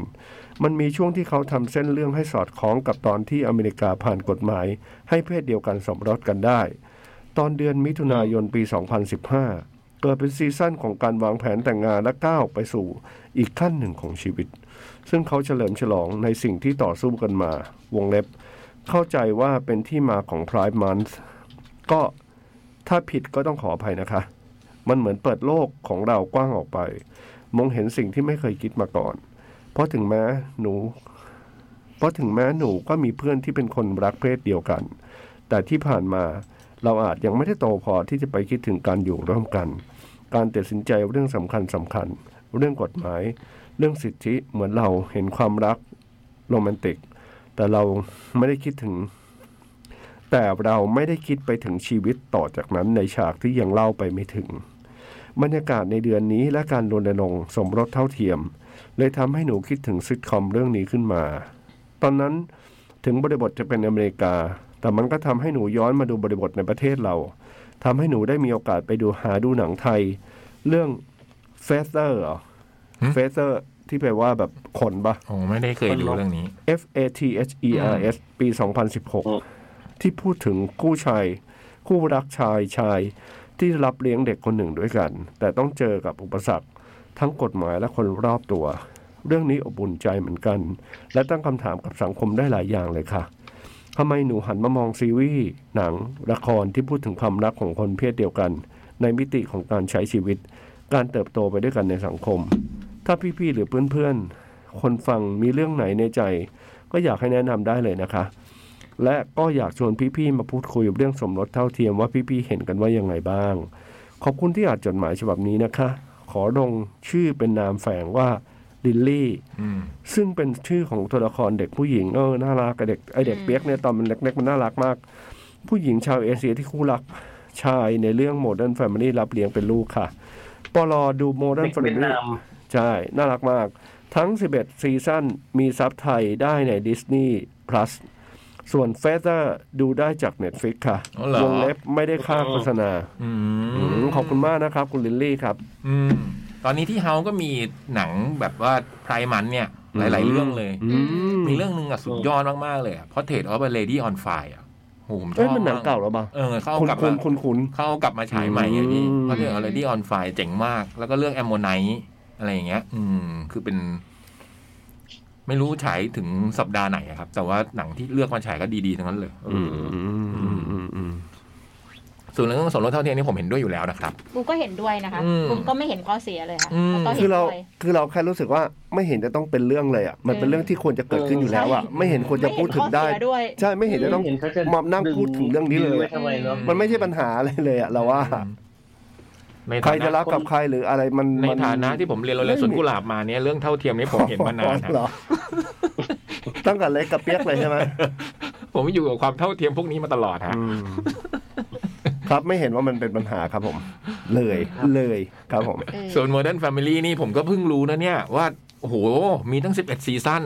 Speaker 2: มันมีช่วงที่เขาทำเส้นเรื่องให้สอดคล้องกับตอนที่อเมริกาผ่านกฎหมาย ให้เพศเดียวกันสมรสกันได้ ตอนเดือนมิถุนายนปี 2015 เกิดเป็นซีซั่นของการวางแผนแต่งงานและก้าวไปสู่อีกขั้นหนึ่งของชีวิต ซึ่งเขาเฉลิมฉลองในสิ่งที่ต่อสู้กันมา วงเล็บ เข้าใจว่าเป็นที่มาของ Pride Month ก็ถ้าผิดก็ต้องขออภัยนะคะ มันเหมือนเปิดโลกของเรากว้างออกไป มองเห็นสิ่งที่ไม่เคยคิดมาก่อน เพราะถึงแม้หนู เพราะถึงแม้หนูก็มีเพื่อนที่เป็นคนรักเพศเดียวกัน แต่ที่ผ่านมาเราอาจยังไม่ได้โตพอที่จะไปคิดถึงการอยู่ร่วมกัน การตัดสินใจเรื่องสำคัญสำคัญ เรื่องกฎหมาย เรื่องสิทธิเหมือนเราเห็นความรักโรแมนติก แต่เราไม่ได้คิดถึง แต่เราไม่ได้คิดไปถึงชีวิตต่อจากนั้นในฉากที่ยังเล่าไปไม่ถึง บรรยากาศในเดือนนี้และการรณรงค์สมรสเท่าเทียม เลยทำให้หนูคิดถึงซิทคอมเรื่องนี้ขึ้นมา ตอนนั้นถึงบริบทจะเป็นอเมริกา แต่มันก็ทำให้หนูย้อนมาดูบริบทในประเทศเราทำให้หนูได้มีโอกาสไปดูหาดูหนังไทย เรื่องเฟสเตอร์
Speaker 1: หึ
Speaker 2: เฟสเตอร์ที่แปลว่าแบบขนปะ
Speaker 1: โอ้ไม่ได้เคยดูเรื่องนี้
Speaker 2: F A T H E R S ปี
Speaker 4: ม
Speaker 2: 2016 ที่พูดถึงคู่ชายคู่รักชายชายที่รับเลี้ยงเด็กคนหนึ่งด้วยกัน แต่ต้องเจอกับอุปสรรค ทั้งกฎหมายและคนรอบตัว เรื่องนี้อบอุ่นใจเหมือนกัน และตั้งคำถามกับสังคมได้หลายอย่างเลยค่ะทำไมหนูหันมามองซีรีส์หนัง ละครที่พูดถึงความรักของคนเพศเดียวกัน ในมิติของการใช้ชีวิต การเติบโตไปด้วยกันในสังคม ถ้าพี่ๆหรือเพื่อนๆ คนฟังมีเรื่องไหนในใจ ก็อยากให้แนะนำได้เลยนะคะ และก็อยากชวนพี่ๆมาพูดคุยเรื่องสมรสเท่าเทียมว่าพี่ๆเห็นกันว่ายังไงบ้าง ขอบคุณที่อ่านจดหมายฉบับนี้นะคะ ขอลงชื่อเป็นนามแฝงว่าลิลลี่
Speaker 1: อืม
Speaker 2: ซึ่งเป็นชื่อของตัวละครเด็กผู้หญิงเออน่ารักกับเด็กไอเด็กเปียกเนี่ยตอนมันเล็กๆมันน่ารักมาก ผู้หญิงชาวเอเชียที่คู่รักชายในเรื่องโมเดิร์นแฟมิลี่รับเลี้ยงเป็นลูกค่ะปลอดูโมเดิร์
Speaker 4: เด็
Speaker 2: น
Speaker 4: ก
Speaker 2: แฟมิ
Speaker 4: เวียด
Speaker 2: ลี่
Speaker 4: นาม
Speaker 2: ใช่ น่ารักมาก ทั้ง 11 ซีซั่นมีซับไทยได้ใน Disney Plus ส่วน f e a t h e r ดูได้จาก Netflix ค่ะ
Speaker 1: อ๋อเหรอ
Speaker 2: วงเล็บไม่ได้ค่าโฆษณา
Speaker 1: อื
Speaker 2: อื
Speaker 1: ม
Speaker 2: มขอบคุณมากนะครับ คุณลิลลี่ครับ
Speaker 1: อืมตอนนี้ที่เฮาก็มีหนังแบบว่าไพรมันเนี่ย หลาย ๆ เรื่องเลย
Speaker 2: อืม
Speaker 1: มีเรื่องหนึ่งอะสุดยอดมาก ๆ เลยเพราะเทดออฟเลดี้ออนไฟอะโหผมช
Speaker 2: เอ้
Speaker 1: อย บ
Speaker 2: มันหนังเก่าแล้วป่ะ
Speaker 1: เออ เข้า
Speaker 2: คุณ
Speaker 1: กลับ
Speaker 2: คุ
Speaker 1: มา
Speaker 2: ณคุณคุณ
Speaker 1: เข้ากลับมาฉายใหม่ไงพี่
Speaker 2: อืม
Speaker 1: เพราะเรื่อง already on fire เจ๋งมาก แล้วก็เรื่อง ammonite อะไรอย่างเงี้ย อืม คือเป็น ไม่รู้ฉายถึงสัปดาห์ไหนอะครับ แต่ว่าหนังที่เลือกมาฉายก็ดีๆทั้งนั้นเลยเออ
Speaker 2: อืมอืมอืมอืม
Speaker 1: ส่วนเรื่องสมรสเท่าเทียมนี่ผมเห็นด้วยอยู่แล้วนะครับ
Speaker 3: กูก็เห็นด้วยนะคะ
Speaker 1: อืม
Speaker 3: กูก็ไม่เห็นข้อเสียเลยค่ะ
Speaker 1: อืม
Speaker 3: แล้วก็เห็
Speaker 2: คื
Speaker 3: น
Speaker 2: อเรา
Speaker 3: ด้วย
Speaker 2: คือเราแค่รู้สึกว่าไม่เห็นจะต้องเป็นเรื่องเลยอ่ะมันเป็นเรื่องที่ควรจะเกิดขึ้นอยู่แล้วอ่ะ
Speaker 3: ใช่
Speaker 2: ไม่เห็นควรจะพูดถึงได้
Speaker 3: ม่เห็นข้อเสียด้วย
Speaker 2: ใช่ไม่เห็นจะต้อง
Speaker 4: ไเห็นเขาจะ
Speaker 2: มานั่งพูดถึงเรื่องนี้เลย
Speaker 4: ดึไว้ทำไมเนาะ
Speaker 2: มันไม่ใช่ปัญหาอะไรเลยอ่ะเราว่า
Speaker 1: ใน
Speaker 2: ใคร
Speaker 1: ฐานะ
Speaker 2: จะรักกับใครหรืออะไรมัน
Speaker 1: ใน
Speaker 2: มั
Speaker 1: ฐานะที่ผมเรียนโรงเรียนสวนกุหลาบมาเนี่ยเรื่องเท่าเทียมนี่ผมเห็นมานานนะ
Speaker 2: เหรอตั้งแต่เล็กกับเปียกเลยใช่ไหม
Speaker 1: ผมอยู่กับความเท่าเทียมพวกนี้มาตลอดฮะ
Speaker 2: อืมครับไม่เห็นว่ามันเป็นปัญหาครับผม เลยเลยครับผม
Speaker 3: เออ
Speaker 1: ส่วนโมเดิร์นแฟมิลี่นี่ผมก็เพิ่งรู้นะเนี่ยว่าโอ้โหมีตั้ง 11 ซีซั่น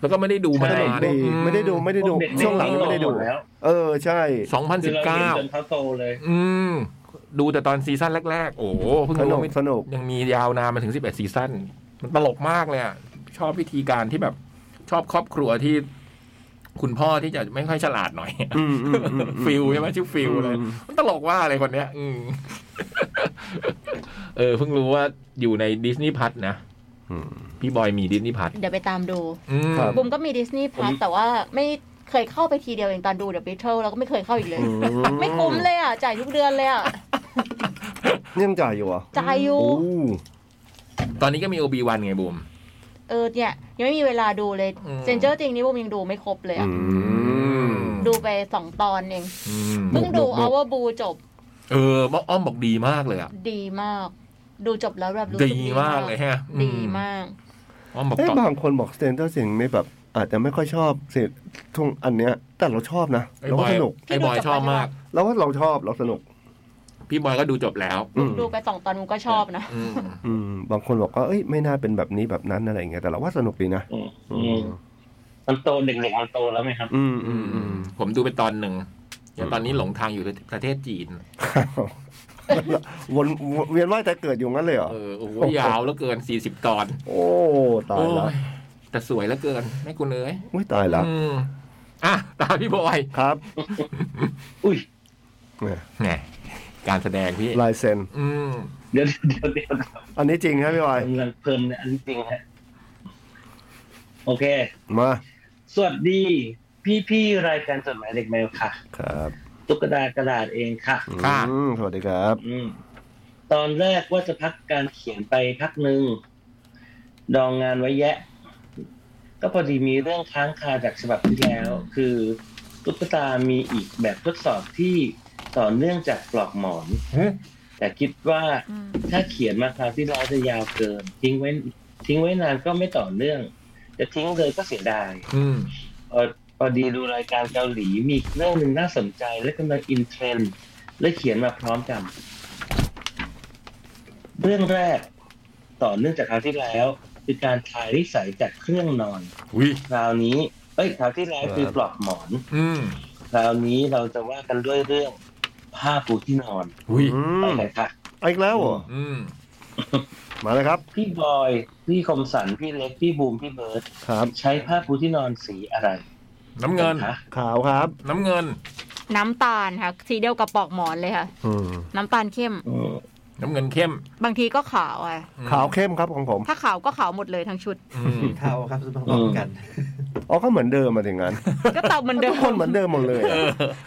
Speaker 1: แล้วก็ไม่ได้ดูมา
Speaker 4: ใช่
Speaker 1: นาน
Speaker 2: ดี
Speaker 1: อื
Speaker 2: ไม่ได้ดูไม่ได้ดู
Speaker 4: เด็กๆ
Speaker 2: ช่วงหลังไม่ได้ดู
Speaker 4: หมแล้ว
Speaker 2: เออใช่
Speaker 4: คือเราเห็นจน
Speaker 1: 2019
Speaker 4: เขาโตเลย
Speaker 1: อืม ดูแต่ตอนซีซั่นแรก ๆ โอ้โหเพิ่ง
Speaker 2: ส
Speaker 1: รู้
Speaker 2: นุก
Speaker 1: ว่าไม่
Speaker 2: สนุก
Speaker 1: ยังมียาวนานมาถึง 11 ซีซั่นมันตลกมากเลยอะชอบวิธีการที่แบบชอบครอบครัวที่ คุณพ่อที่จะไม่ค่อยฉลาดหน่อย
Speaker 2: อืมอืมอืมอืม
Speaker 1: ฟิลใช่ไหมชื่อฟิลเลย
Speaker 2: อืม
Speaker 1: มันตลกว่าอะไรคนเนี้ย อืม เออเพิ่งรู้ว่าอยู่ในดิสนีย์พัทนะ
Speaker 2: อืม
Speaker 1: พี่บอยมีดิสนีย์พัท
Speaker 3: เดี๋ยวไปตามดู
Speaker 1: อืม
Speaker 2: ครับ
Speaker 3: บุมก็มีดิสนีย์พาร์แต่ว่าไม่เคยเข้าไปทีเดียวเองตอนดูเดอะบิทเทิลแล้วก็ไม่เคยเข้าอีกเลย ไม่คุ้มเลยอ่ะ จ่ายทุกเดือนเลยอ่ะ
Speaker 2: ยังจ่ายอยู่เหรอ่ะ
Speaker 3: จ่ายอยู่
Speaker 2: โอ้
Speaker 1: ตอนนี้ก็มีโอบีวันไงบูม
Speaker 3: เออเนี่ย ยังไม่มีเวลาดูเลย
Speaker 1: อืม
Speaker 3: เซนเจอร์จริงนี่บุมยังดูไม่ครบเลย
Speaker 2: อื
Speaker 3: อ่ะ
Speaker 2: ม
Speaker 3: ดูไปสองตอนเอง
Speaker 1: อืม
Speaker 3: เพิ่งดู
Speaker 2: ดู
Speaker 3: อเวอร์บูจบ
Speaker 1: เออบอกอ้อมบอกดีมากเลยอะ
Speaker 3: ดีมาก ดูจบแล้วแบบรู้สึก
Speaker 1: ดีมากเลยฮะอื
Speaker 3: ดีมาก
Speaker 1: อ้อมบอก
Speaker 2: เอ้ย
Speaker 1: ต่อบ
Speaker 2: างคนบอกสเตนเตอร์สิงไม่แบบ อาจจะไม่ค่อยชอบเสร็จทุ่งอันเนี้ย แต่เราชอบนะ
Speaker 1: ไอ้
Speaker 2: เรา
Speaker 1: บ
Speaker 2: ก็
Speaker 1: อย
Speaker 2: สนุก
Speaker 1: ไอ้บอยชอบมาก
Speaker 2: เราว่าเราชอบเราสนุก
Speaker 1: พี่บอยก็ดูจบแล้ว
Speaker 2: อืม
Speaker 3: ดูไปสองตอนบุมก็ชอบนะ
Speaker 1: อืม
Speaker 2: อืมบางคนบอกว่าเอ้ยไม่น่าเป็นแบบนี้แบบนั้นอะไรอย่างเงี้ยแต่เราว่าสนุกดีนะ
Speaker 4: อืม
Speaker 2: อื
Speaker 4: อืม
Speaker 2: ม
Speaker 4: มันโตเด็กๆมันโตแล้วไหมครับ
Speaker 2: อืมอืมอืม
Speaker 1: ผมดูไปตอนหนึ่งแต่ตอนนี้หลงทางอยู่ประเทศจีน
Speaker 2: วนวนเวียนว่ายแต่เกิดอยู่งั้นเลยเหรอ
Speaker 1: เออโอ้โหยาวแล้วเกินสี่สิบตอน
Speaker 2: โอ้ตาย
Speaker 1: โอ้
Speaker 2: ละ
Speaker 1: ยแต่สวยแล้วเกินแม่คุณเอ้ย
Speaker 2: ไม่ตายละ
Speaker 1: อืมอ่ะตามพี่บอย
Speaker 2: ครับ
Speaker 4: อุ้ย
Speaker 2: เนี่ย
Speaker 1: แหมการแสดงพี่
Speaker 2: ลายเซ็น
Speaker 1: อืม
Speaker 4: เดี๋ยวเดี๋ยวเดี๋ยว
Speaker 2: อันนี้จริงครับพี่วาย
Speaker 4: กำลังเพลินเนี่ยอันนี้จริงฮะโอเค
Speaker 2: มา
Speaker 4: สวัสดีพี่ๆรายการจดหมายเด็กแมวค่ะ
Speaker 2: ครับ
Speaker 4: ตุ๊กตากระดาษเองค่ะ
Speaker 1: ค่ะ
Speaker 2: อืมสวัสดีครับ
Speaker 4: อืม ตอนแรกว่าจะพักการเขียนไปพักหนึ่ง ดองงานไว้แยะ ก็พอดีมีเรื่องค้างคาจากฉบับที่แล้ว คือตุ๊กตามีอีกแบบทดสอบที่ต่อเนื่องจากปลอกหมอน แต่คิดว่า
Speaker 3: อืม
Speaker 4: ถ้าเขียนมาคราวที่แล้วจะยาวเกิน ทิ้งไว้ ทิ้งไว้นานก็ไม่ต่อเนื่อง จะทิ้งเลยก็เสียดาย
Speaker 1: อืม
Speaker 4: เอ่อพอดีดูรายการเกาหลีมีเรื่องหนึ่งน่าสนใจและกำลังอินเทรนด์และเขียนมาพร้อมกัน เรื่องแรกต่อเนื่องจากคราวที่แล้ว คือการทายนิสัยจากเครื่องนอน
Speaker 1: วิ
Speaker 4: คราวนี้เอ้ยคราวที่แล้วคือปลอกหมอน
Speaker 1: อืม
Speaker 4: คราวนี้เราจะว่ากันด้วยเรื่องผ้าปูที่นอน
Speaker 1: วิ
Speaker 2: อื
Speaker 4: ไป
Speaker 2: ม
Speaker 4: เลยค่ะ
Speaker 2: เอาอีกแล้วเหรอ
Speaker 1: อืม
Speaker 2: มาเลยครับ
Speaker 4: พี่บอย พี่คมสัน พี่เล็ก พี่บูม พี่เบิร์ต
Speaker 2: ครับ
Speaker 4: ใช้ผ้าปูที่นอนสีอะไร
Speaker 1: น้ำเงิน
Speaker 4: คะ
Speaker 2: ขาวครับ
Speaker 1: น้ำเงิน
Speaker 3: น้ำตาลค่ะ สีเดียวกับปลอกหมอนเลยค่ะ
Speaker 2: อืม
Speaker 3: น้ำตาลเข้ม
Speaker 4: อืม
Speaker 1: น้ำเงินเข้ม
Speaker 3: บางทีก็ขาวอ่ะ
Speaker 1: อืม
Speaker 2: ขาวเข้มครับของผม
Speaker 3: ถ้าขาวก็ขาวหมดเลยทั้งชุด
Speaker 1: อืม
Speaker 5: เท่าครับประกอบกัน
Speaker 2: อ๋อก็เหมือนเดิมมาถึงงั้น
Speaker 3: ก็ตอบเหมือนเดิ
Speaker 2: ทุกค
Speaker 3: ม
Speaker 2: นเหมือนเดิมหมดเลยอะ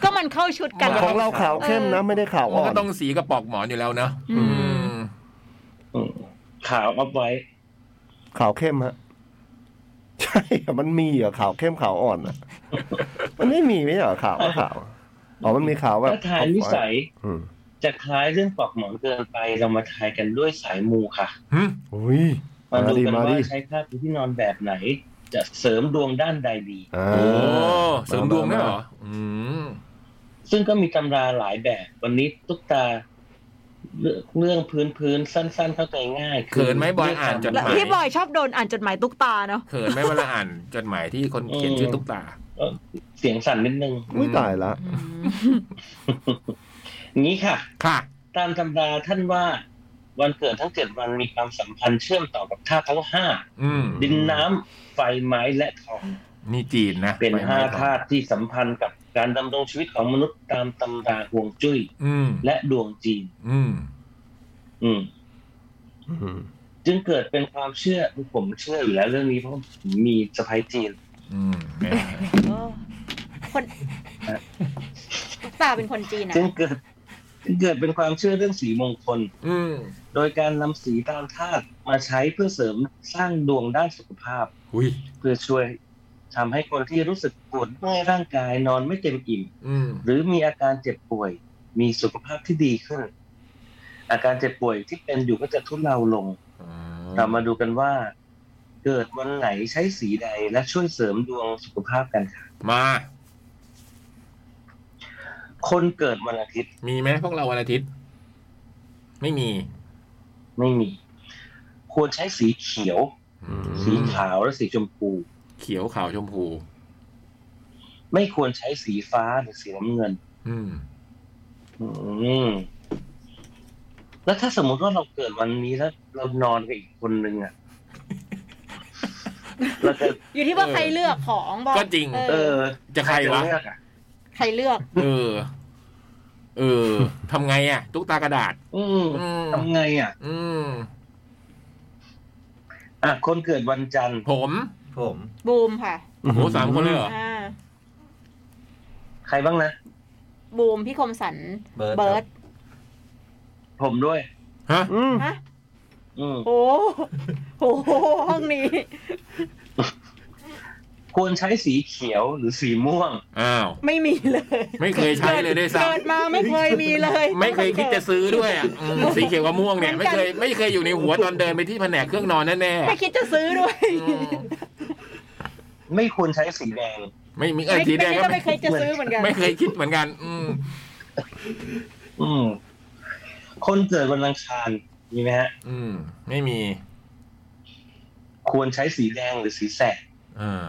Speaker 3: ก็มันเข้าชุดกันแล้ว
Speaker 2: ของเราขาวเข้มนะไม่ได้ขาว
Speaker 1: มัน
Speaker 2: อ่อ
Speaker 1: ก็
Speaker 2: น
Speaker 1: ต้องสีกระปอกหมอนอยู่แล้วเนอะ
Speaker 3: อืม
Speaker 1: อืม
Speaker 4: อืมขาวเอาไว้
Speaker 2: ขาวเข้มฮะ ใช่อะมันมีเหรอขาวเข้มขาวอ่อน อะมันไม่มีไม่ใช่เหรอขาวก็ขาวอ๋อมันมีขาวแบบ
Speaker 4: ถ้าทายนิสัย
Speaker 2: อืม
Speaker 4: จะคล้ายเรื่องปลอกหมอนเกินไปเรามาทายกันด้วยสายมูค่ะ
Speaker 1: หึ
Speaker 2: อุ้ย
Speaker 4: มา
Speaker 2: มา
Speaker 4: ดู
Speaker 2: ดิ
Speaker 4: กัน
Speaker 2: มา
Speaker 4: ว่า
Speaker 2: ดิ
Speaker 4: ใช้ผ้าปูที่นอนแบบไหน จะเสริมดวงด้านใดดี
Speaker 2: อ่า
Speaker 1: โอ้เสริมดวงได้เหรอ อืม
Speaker 4: ซึ่งก็มีตำราหลายแบบ วันนี้ตุ๊กตาเลือกเรื่องพื้นพื้นๆสั้น ๆ เข้าใจง่ายคื
Speaker 1: เขินไหมบอยอ่านจดห
Speaker 3: แล้ว
Speaker 1: มาย
Speaker 3: พี่บอยชอบโดนอ่านจดหมายตุ๊กตาเนาะ
Speaker 1: เขินไหมเวลาอ่านจดหมายที่คนเขียนชื่อตุ๊กตา
Speaker 4: เสียงสั่นนิดนึง
Speaker 2: อุ้ยตายละ
Speaker 4: งี้ค่ะ
Speaker 1: ค่ะ
Speaker 4: ตามตำราท่านว่า วันเกิดทั้งเจ็ดวันมีความสัมพันธ์เชื่อมต่อกับธาตุทั้งห้า
Speaker 1: อืม
Speaker 4: ดินน้ำไฟไม้และทอง
Speaker 1: นี่จีนนะ
Speaker 4: เป็นห้า
Speaker 1: ไไต่อ
Speaker 4: ธาตุที่สัมพันธ์กับการดำรงชีวิตของมนุษย์ตามตำราห่วงจุ้ย
Speaker 1: อืม
Speaker 4: และดวงจีน
Speaker 1: อืม
Speaker 4: อืม
Speaker 2: อืม
Speaker 4: จึงเกิดเป็นความเชื่อผมเชื่ออยู่แล้วเรื่องนี้เพราะผมมีสะพ้ายจีน
Speaker 1: อืมแหม
Speaker 3: เออคนตาเป็นคนจีนอะ
Speaker 4: จึงเกิด ที่เกิดเป็นความเชื่อเรื่องสีมงคล
Speaker 1: อืม
Speaker 4: โดยการนำสีตามธาตุมาใช้เพื่อเสริมสร้างดวงด้านสุขภาพ
Speaker 1: หุย
Speaker 4: เพื่อช่วยทำให้คนที่รู้สึกปวดเมื่อยร่างกายนอนไม่เต็มอิ่ม
Speaker 1: อืม
Speaker 4: หรือมีอาการเจ็บป่วย มีสุขภาพที่ดีขึ้น อาการเจ็บป่วยที่เป็นอยู่ก็จะทุเลาลง
Speaker 1: อ่
Speaker 4: เรามาดูกันว่า เกิดวันไหนใช้สีใดและช่วยเสริมดวงสุขภาพกันค่ะ
Speaker 1: มา
Speaker 4: คนเกิดวันอาทิตย์
Speaker 1: มีไหมพวกเราวันอาทิตย์ ไม่มี
Speaker 4: ไม่มี ควรใช้สีเขียว
Speaker 1: อืม
Speaker 4: สีขาวและสีชมพู
Speaker 1: เขียวขาวชมพู
Speaker 4: ไม่ควรใช้สีฟ้าหรือสีน้ำเงิน
Speaker 1: อืม
Speaker 4: อืมแล้วถ้าสมมติว่าเราเกิดวันนี้แล้ว เรานอนกับอีกคนนึง อ่ะ เราจะ
Speaker 3: อยู่ที่ว่า
Speaker 1: เออ
Speaker 3: ใครเลือกของบอก
Speaker 1: ก็จริง
Speaker 4: เอ
Speaker 3: เออ
Speaker 4: อ
Speaker 1: จะใครวะ
Speaker 4: เลือกอ
Speaker 3: ใครเลือก
Speaker 1: เออ เออทำไงอ่ะ ตุ๊กตากระดาษ
Speaker 4: อืม
Speaker 1: อืม
Speaker 4: ทำไงอ่ะ
Speaker 1: อืม
Speaker 4: อ่ะคนเกิดวันจันทร์
Speaker 1: ผม
Speaker 5: ผม
Speaker 3: บูมค่ะ
Speaker 1: โอ้โหสามคนเลยเหรอ
Speaker 3: อ่า
Speaker 4: ใครบ้างนะ
Speaker 3: บูมพี่คมสัน
Speaker 5: เบิร์ด
Speaker 3: เบิร์ต
Speaker 4: ผมด้วย
Speaker 1: ฮะ
Speaker 2: อืม
Speaker 3: ฮะ
Speaker 4: อืม
Speaker 3: โอ้โหห้องนี้
Speaker 4: ควรใช้สีเขียวหรือสีม่วง
Speaker 1: อ้าว
Speaker 3: ไม่มีเลย
Speaker 1: ไม่เคยใช้เลยด้วยซ้ำ
Speaker 3: เกิดมาไม่เคยมีเลย
Speaker 1: ไม่เคยคิดจะซื้อด้วยอ่ะอืมสีเขียวกับม่วงเนี่ยไม่เคยไม่เคยอยู่ในหัวตอนเดินไปที่แผนกเครื่องนอนแน่
Speaker 3: ไม่คิดจะซื้อด้วย
Speaker 1: ๆอืม
Speaker 4: ไม่ควรใช้สีแดง
Speaker 1: ไม่มีเออ
Speaker 3: ไม่
Speaker 1: สีแดง
Speaker 3: ไม่คิด
Speaker 1: ก็
Speaker 3: ก็
Speaker 1: ไม่
Speaker 3: ไม่เคยจะซื้อเหมือนกัน
Speaker 1: ไม่เคยคิดเหมือนกัน อืม
Speaker 4: อืม คนเกิดวันอังคารมีไหมฮะ
Speaker 1: อืมไม่มี
Speaker 4: ควรใช้สีแดงหรือสีแสด
Speaker 1: อ่า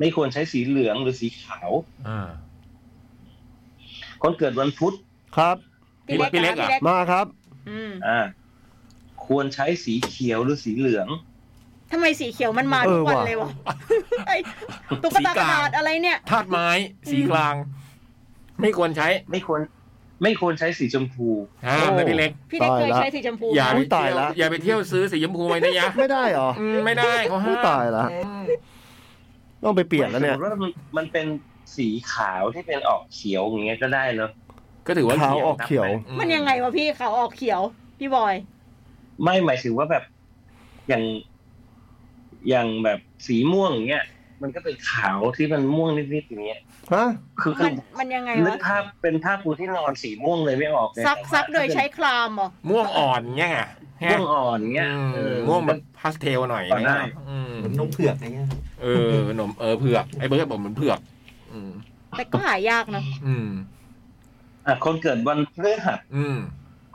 Speaker 4: ไม่ควรใช้สีเหลืองหรือสีขาว
Speaker 1: อ่า
Speaker 4: คนเกิดวันพุธ
Speaker 2: ครับ
Speaker 3: พี่เล็ก
Speaker 1: พี่เล็ก
Speaker 3: นะ
Speaker 1: อะ
Speaker 3: พี่เล็ก
Speaker 2: มาครับ
Speaker 3: อืม
Speaker 4: อ่า ควรใช้สีเขียวหรือสีเหลือง
Speaker 3: ทำไมสีเขียวมันมา
Speaker 2: เออ
Speaker 3: ทุกวัน
Speaker 2: ว่ะ
Speaker 3: เลยวะไอ้ตุ๊กตากระดาษอะไรเนี่ย
Speaker 1: ธาตุไม้สีกลาง ไม่ควรใช้
Speaker 4: ไม่ควร ไม่ควรใช้สีชมพู
Speaker 1: ห้ามนะพี่เล็ก
Speaker 3: พี่เล็กเค
Speaker 2: ตา
Speaker 3: ย
Speaker 2: ยละ
Speaker 3: ใช้สีชมพู
Speaker 1: อย่า
Speaker 3: ไห
Speaker 1: ไป
Speaker 3: ม
Speaker 1: เที่
Speaker 2: ตายว ละ
Speaker 1: อย่าไปเที่ยวซื้อสีชมพูไว้นะยะ
Speaker 2: ไม่ได้เหรอ
Speaker 1: อืมไม่ได้เขาห้า
Speaker 2: ผู้
Speaker 1: ม
Speaker 2: ตายละ
Speaker 1: อืม
Speaker 2: ต้องไปเปลี่ยนแล้วเนี่ย
Speaker 4: ไม่สมมติว่ามันมันเป็นสีขาวที่เป็นออกเขียวอย่างเงี้ยก็ได้เนอะ
Speaker 1: ก็ถือว่า
Speaker 2: ขาว
Speaker 1: เขียว
Speaker 2: ออกเขียว
Speaker 3: มันยังไงวะพี่ขาวออกเขียว พี่บอย
Speaker 4: ไม่หมายถึงว่าแบบอย่างอย่างแบบสีม่วงอย่างเงี้ยมันก็เป็นขาวที่มันม่วงนิดๆอย่างเงี้ย
Speaker 2: ฮะ
Speaker 4: คือ
Speaker 3: มันมันยังไง
Speaker 4: นึ
Speaker 3: วะ
Speaker 4: กภาพเป็นภาพปูที่นอนสีม่วงเลยไม่ออกเลย
Speaker 3: ซักซักโดยใช้คลามเหรอ
Speaker 1: ม่วงอ่อนเงี้ยไง
Speaker 4: ม่วงอ่อนเงี้ย
Speaker 1: อืม
Speaker 4: เออ
Speaker 1: ม่วงแบบพาสเทลหน่อย
Speaker 4: อ่อนได้
Speaker 1: นะอืม
Speaker 5: เหมือนนมเผือกอะไรเงี้ย
Speaker 1: เออหนมเออเผือกไอ้เบิร์ดบอกเหมือนเผือก อืม
Speaker 3: แต่ก็หายากนะ
Speaker 1: อืม
Speaker 4: อ่ะคนเกิดวันพฤหัส
Speaker 1: อืม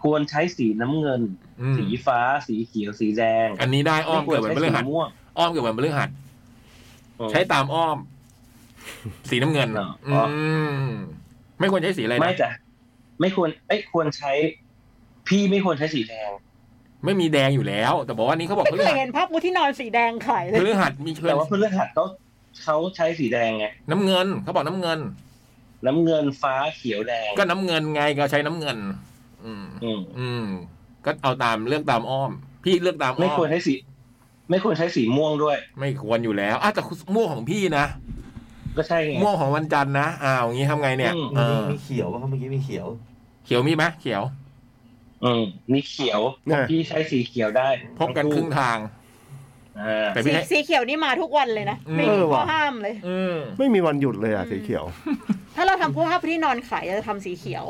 Speaker 4: ควรใช้สีน้ำเงิน
Speaker 1: อืม
Speaker 4: สีฟ้า สีเขียวสีแดง
Speaker 1: อันนี้ได้อ้อมเกิดวันพฤหัส
Speaker 4: ไควรใช้สีม่วง
Speaker 1: อ้อมเกิดวันพฤหัส
Speaker 4: เออ
Speaker 1: ใช้ตาม อ้อม สีน้ำเงิน
Speaker 4: อ๋ออ๋
Speaker 1: อื
Speaker 4: อ
Speaker 1: มไม่ควรใช้สีอะไรนะ
Speaker 4: ไม่จ้ะไม่ควรไอ้ยควรใช้ พี่ไม่ควรใช้สีแดง
Speaker 1: ไม่มีแดงอยู่แล้ว แต่บอกว่านี้เขาบอกพฤ
Speaker 3: ไม่เคย
Speaker 1: หัส
Speaker 3: เห็นภาพปูที่นอนสีแดงขายเล
Speaker 1: พ
Speaker 3: ย
Speaker 1: ฤหัสมีเชิญ
Speaker 4: แต่ว่าพฤหัสเขาเขาใช้สีแดงไง
Speaker 1: น้ำเงินเขาบอกน้ำเงิน
Speaker 4: น้ำเงินฟ้าเขียวแดง
Speaker 1: ก็น้ำเงินไงก็ใช้น้ำเงิน อืม
Speaker 4: อืม
Speaker 1: อืม ก็เอาตามเลือกตามอ้อม พี่เลือกตามอ้
Speaker 4: ไม่
Speaker 1: อม
Speaker 4: ควรใช้สี ไม่ควรใช้สีม่วงด้วย
Speaker 1: ไม่ควรอยู่แล้วอ่ะแต่ม่วงของพี่นะ
Speaker 4: ก็ใช่ไง
Speaker 1: ม่วงของวันจันทร์นะอ้าวอย่างงี้ทำไงเนี่ย
Speaker 4: อืม
Speaker 1: เออ
Speaker 5: มีมีเขียวว่าเขาเมื่อกี้มีเขียว
Speaker 1: เขียวมีไหมเขียว
Speaker 4: อืมนี่เขียว
Speaker 2: เนี่ย
Speaker 4: พี่ใช้สีเขียวได้
Speaker 1: พบกันครึ่งทาง
Speaker 4: อ่า
Speaker 1: แต่
Speaker 3: สี
Speaker 1: พี่ให้
Speaker 3: สีเขียวนี่มาทุกวันเลยนะ
Speaker 1: อืม
Speaker 3: ไม่มี
Speaker 2: เออ
Speaker 3: ข้อ
Speaker 2: ว่ะ
Speaker 3: ห้ามเลย
Speaker 1: อืม
Speaker 2: ไม่มีวันหยุดเลยอ่ะสีเขียว
Speaker 3: ถ้าเราทำภาพปูที่นอนขายเราจะทำสีเขียว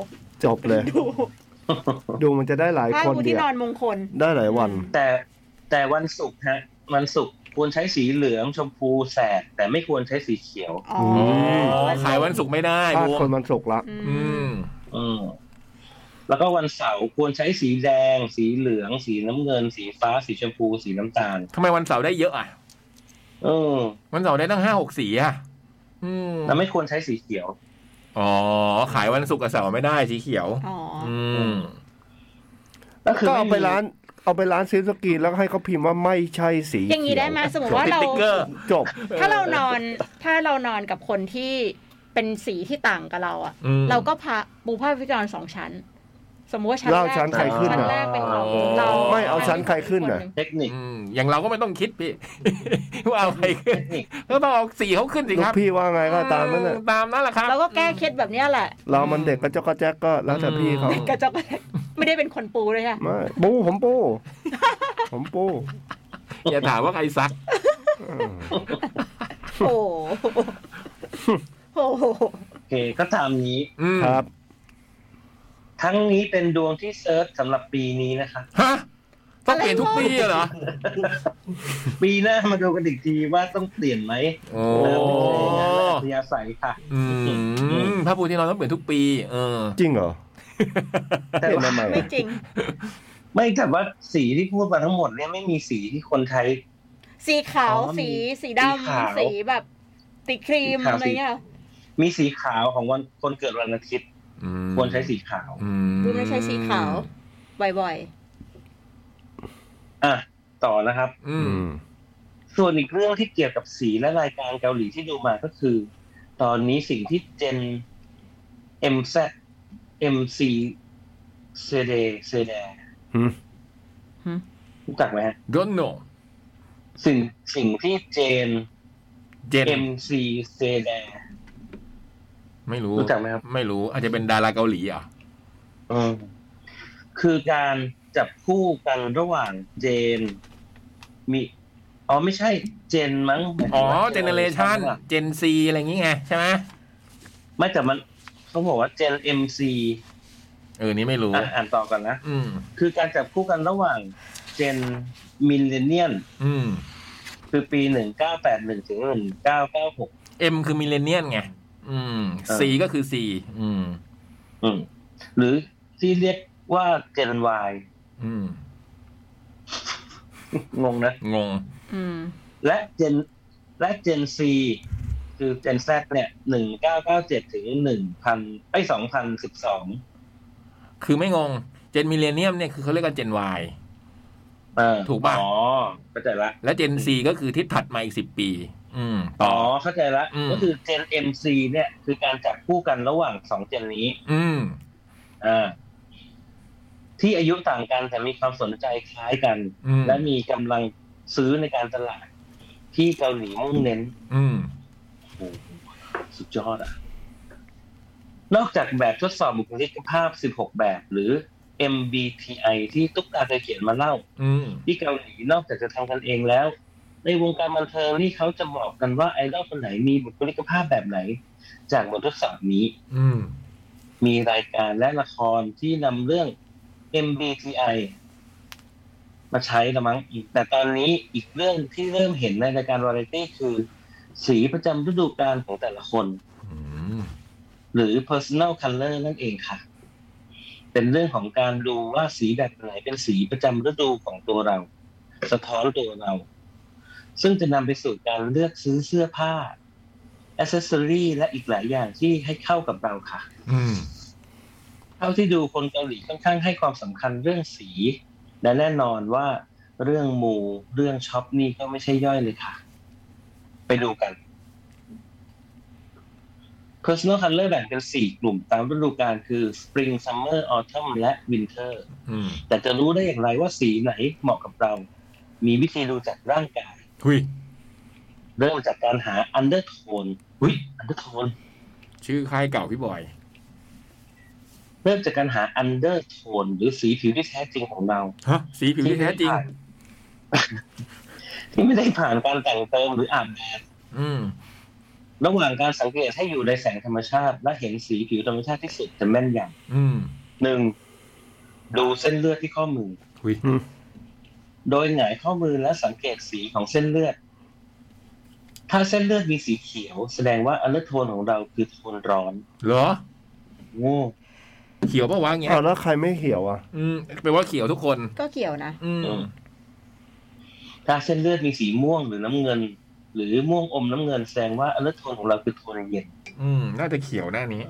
Speaker 2: จบเลย
Speaker 3: ดู
Speaker 2: ดูมันจะได้หลาย
Speaker 3: ภาพ
Speaker 2: คน
Speaker 3: ปู
Speaker 2: เดี
Speaker 3: ที่
Speaker 2: ยวน
Speaker 3: อนมงคล
Speaker 2: ได้หลายวัน
Speaker 4: แต่แต่วันศุกร์ฮะ วันศุกร์ควรใช้สีเหลืองชมพูแสด แต่ไม่ควรใช้สีเขียว
Speaker 3: อ๋อ
Speaker 2: อื ม
Speaker 1: อ๋อขายวันศุกร์ไม่ได้
Speaker 2: ถ้า
Speaker 1: บว
Speaker 2: คน
Speaker 1: ม
Speaker 2: มันสุกร์ละ
Speaker 3: อื
Speaker 1: อื
Speaker 3: ม
Speaker 1: ม
Speaker 4: อืมแล้วก็วันเสาร์ควรใช้สีแดง สีเหลือง สีน้ำเงิน สีฟ้า สีชมพู สีน้ำตาล
Speaker 1: ทำไมวันเสาร์ได้เยอะอ่ะ
Speaker 4: เออ
Speaker 1: วันเสาร์ได้ตั้งห้าหกสีอ่ะ อืม
Speaker 4: แล้วไม่ควรใช้สีเขียว
Speaker 1: อ๋อ ขายวันศุกร์กับเสาร์ไม่ได้สีเขียว
Speaker 3: อ๋ออ
Speaker 1: อืม
Speaker 4: แล้วคือ
Speaker 2: ก็เอา
Speaker 4: ม่มี
Speaker 2: ไปร้านเอาไปร้านซื้อสกรีนแล้วก็ให้เขาพิมพ์ว่าไม่ใช่สี
Speaker 3: อย่างนี้ได้ไหมสมมติว่า
Speaker 1: ติด
Speaker 3: เรา
Speaker 1: ติ๊กเกอร์
Speaker 2: จบ
Speaker 3: ถ้าเรานอนถ้าเรานอนกับคนที่เป็นสีที่ต่างกับเราอะ
Speaker 1: อืม
Speaker 3: เราก็พาปูผ้าพิจารณ์สองชั้น สมมติว่าชั้น
Speaker 2: เล่า
Speaker 3: แรก
Speaker 2: ชั้นใครขึ้น
Speaker 3: ชั้น
Speaker 2: น่ะ
Speaker 3: แรกเป็นของ
Speaker 1: อ๋อ
Speaker 3: เรา
Speaker 2: ไม่เอาชั้นใครขึ้นน่ะ
Speaker 4: เทคนิค
Speaker 1: อืมอย่างเราก็ไม่ต้องคิดพี่ ว่าเอาใครขึ้น
Speaker 4: เทคนิค
Speaker 1: ก็ต้องเอาสีเขาขึ้นสิ
Speaker 2: ลู
Speaker 1: ค
Speaker 2: ก
Speaker 1: รับ
Speaker 2: พี่ว่าไงก็ตามนั้นแหละ
Speaker 1: อืตามนั่นแหละครับ
Speaker 3: เราก็แก้เคล็ดแบบเนี้ยแหละ
Speaker 2: เรามันเด็กกระจอกกระแจกก็แล้วแต่พี่เขา
Speaker 1: อืม
Speaker 3: กระจอกกระแจกไม่ได้เป็นคนปูเลยค่ะ
Speaker 2: ไม่ปูผมปูผมปู
Speaker 1: อย่าถามว่าใครซัก
Speaker 2: อืม
Speaker 3: โอ้โหโอ้โห
Speaker 4: โอเคก็ตามนี้
Speaker 1: อืม
Speaker 2: ครับ
Speaker 4: ทั้งนี้เป็นดวงที่เซิร์ชสำหรับปีนี้นะคะ
Speaker 1: ฮะต้องเปลี่ยนทุกปีเหรอ
Speaker 4: ปีหน้ามาดูกันอีกทีว่าต้องเปลี่ยนไหม
Speaker 1: โอ้
Speaker 4: เริ่มจากงานและอัธยาศัยค่ะ
Speaker 1: อืมพระปูที่นอนต้องเปลี่ยนทุกปี เออ
Speaker 2: จริงเหรอ
Speaker 4: แต่
Speaker 2: เห็น
Speaker 4: ว่า
Speaker 2: ทำไม
Speaker 3: ไม่
Speaker 2: อะ
Speaker 3: จริง
Speaker 4: ไม่แต่ว่าสีที่พูดมาทั้งหมดเนี่ยไม่มีสีที่คนไทย
Speaker 3: สีขาว
Speaker 4: อ๋อมี
Speaker 3: สีสี
Speaker 4: สีขาว
Speaker 3: ดำสีแบบติดครีม
Speaker 4: สีขาว
Speaker 3: อะไรเงี้ย
Speaker 4: มีสีขาวของวันคนเกิดวันอาทิตย์
Speaker 1: อืม
Speaker 4: ควรใช้สีขาว
Speaker 1: อืม
Speaker 3: ดูไม่ใช่สีขาวบ่อย
Speaker 4: อ่ะ ต่อนะครับ
Speaker 1: อื
Speaker 2: อื
Speaker 1: ม
Speaker 2: ม
Speaker 4: ส่วนอีกเรื่องที่เกี่ยวกับสีและรายการเกาหลีที่ดูมาก็คือ ตอนนี้สิ่งที่เจน MZ MC CD CD
Speaker 2: อืม
Speaker 4: รู้จักไหมฮะ
Speaker 1: ดอนโน
Speaker 4: สิ่งสิ่งที่เจน
Speaker 1: เจน
Speaker 4: MC CD
Speaker 1: ไม่รู้
Speaker 4: รู้จักไหมครับ
Speaker 1: ไม่รู้ อาจจะเป็นดาราเกาหลีเหรอ่ะ
Speaker 4: อืมคือการจับคู่กันระหว่างเจน มี อ๋อไม่ใช่เจนมั้งหมายถึง
Speaker 1: อ๋อ
Speaker 4: ว่า
Speaker 1: เจเนเรชัน
Speaker 4: generation อะ
Speaker 1: เจนซีอะไรอย่างงี้ไงใช่ไหม
Speaker 4: ไม่แต่มันเขาบอกว่าเจน MC
Speaker 1: เออ นี่ไม่รู้
Speaker 4: อ่ะอ่านต่อกันนะ
Speaker 1: อืม
Speaker 4: คือการจับคู่กันระหว่างเจนมิลเลนเนียน
Speaker 1: อืม
Speaker 4: คือปี 1981 ถึง 1996
Speaker 1: เอ็มคือมิเลเนียนไง อืม
Speaker 4: เออ
Speaker 1: ซีก็คือซีอืม
Speaker 4: อืมหรือที่เรียกว่าเจน Y
Speaker 1: อืม
Speaker 4: งงนะ
Speaker 1: งง
Speaker 3: ๆ อืม
Speaker 4: และเจนและเจน C คือเจน Z เนี่ย 1997 ถึง 1,000ไอ้ย2012
Speaker 1: คือไม่งง เจนมิเลเนียมเนี่ยคือเขาเรียกกันเจนวาย
Speaker 4: เออ
Speaker 1: ถูกป่ะ
Speaker 4: อ๋อ เข้าใจละ
Speaker 1: และเจนซีก็คือที่ถัดมาอีกสิบปี อืม ต่
Speaker 4: อ๋
Speaker 1: อ
Speaker 4: อ เข้าใจละ
Speaker 1: อืม
Speaker 4: ก็คือเจน MC เนี่ย คือการจับคู่กันระหว่างสองเจนนี้
Speaker 1: อืม
Speaker 4: อ่า ที่อายุต่างกันแต่มีความสนใจคล้ายกัน
Speaker 1: อืม
Speaker 4: และมีกำลังซื้อในการตลาด ที่เกาหลีมุ่งเน้น
Speaker 1: อืม
Speaker 4: โอ้โหสุดยอดอ่ะ นอกจากแบบทดสอบบุคลิกภาพ 16 แบบ หรือ MBTI ที่ตุ๊กตาเคยเขียนมาเล่า
Speaker 1: อืม
Speaker 4: ที่เกาหลีนอกจากจะทำกันเองแล้ว ในวงการบันเทิงนี่เขาจะบอกกันว่าไอดอลคนไหนมีบุคลิกภาพแบบไหน จากบททดสอบนี้
Speaker 1: อืม
Speaker 4: มีรายการและละครที่นำเรื่อง MBTI มาใช้ละมั้งอีก แต่ตอนนี้อีกเรื่องที่เริ่มเห็นในรายการวาไรตี้คือ สีประจำฤดูกาลของแต่ละคน
Speaker 1: อืม
Speaker 4: หรือ personal color นั่นเองค่ะ เป็นเรื่องของการดูว่าสีแบบไหนเป็นสีประจำฤดูของตัวเรา สะท้อนตัวเรา ซึ่งจะนำไปสู่การเลือกซื้อเสื้อผ้า accessory และอีกหลายอย่างที่ให้เข้ากับเราค่ะ
Speaker 1: อืม
Speaker 4: เท่าที่ดูคนเกาหลีค่อนข้างให้ความสำคัญเรื่องสี และแน่นอนว่าเรื่องมูเรื่องช็อปนี่ก็ไม่ใช่ย่อยเลยค่ะ ไปดูกัน Personal Color แบ่งเป็น 4 กลุ่มตามฤดูกาลคือ Spring Summer Autumn และ Winter
Speaker 1: อืม
Speaker 4: แต่จะรู้ได้อย่างไรว่าสีไหนเหมาะกับเรา มีวิธีดูจากร่างกาย
Speaker 1: หุย
Speaker 4: เริ่มจากการหา Undertone อุ้ย Undertone
Speaker 1: ชื่อค่ายเก่าพี่บอย
Speaker 4: เริ่มจากการหา Undertone หรือสีผิวที่แท้จริงของเรา
Speaker 1: ฮะ สีผิวที่แท้จริง
Speaker 4: ที่ไม่ได้ผ่านการแต่งเติมหรืออาบแดด
Speaker 1: อืม
Speaker 4: ระหว่างการสังเกตให้อยู่ในแสงธรรมชาติ และเห็นสีผิวธรรมชาติที่สุดจะแม่นย
Speaker 1: อืม
Speaker 4: ำหนึ่งดูเส้นเลือดที่ข้อมือ
Speaker 1: หุย
Speaker 4: โดยหงายข้อมือและสังเกตสีของเส้นเลือด ถ้าเส้นเลือดมีสีเขียว แสดงว่าอัลเลอร์โทนของเราคือโทนร้อน
Speaker 1: เหรอ
Speaker 4: โง่
Speaker 1: เขียวปะวะเงี้ย
Speaker 2: อ้าวแล้วใครไม่เหี่ยวอ่ะ
Speaker 1: อืมแปลว่าเขียวทุกคน
Speaker 3: ก็เกี่ยวนะ
Speaker 1: อืม
Speaker 4: ถ้าเส้นเลือดมีสีม่วงหรือน้ำเงิน หรือม่วงอมน้ำเงินแสดงว่าอัลเลอร์โทนของเราคือโทนเย็น
Speaker 1: อืม น่าจะเขียวหน้านี้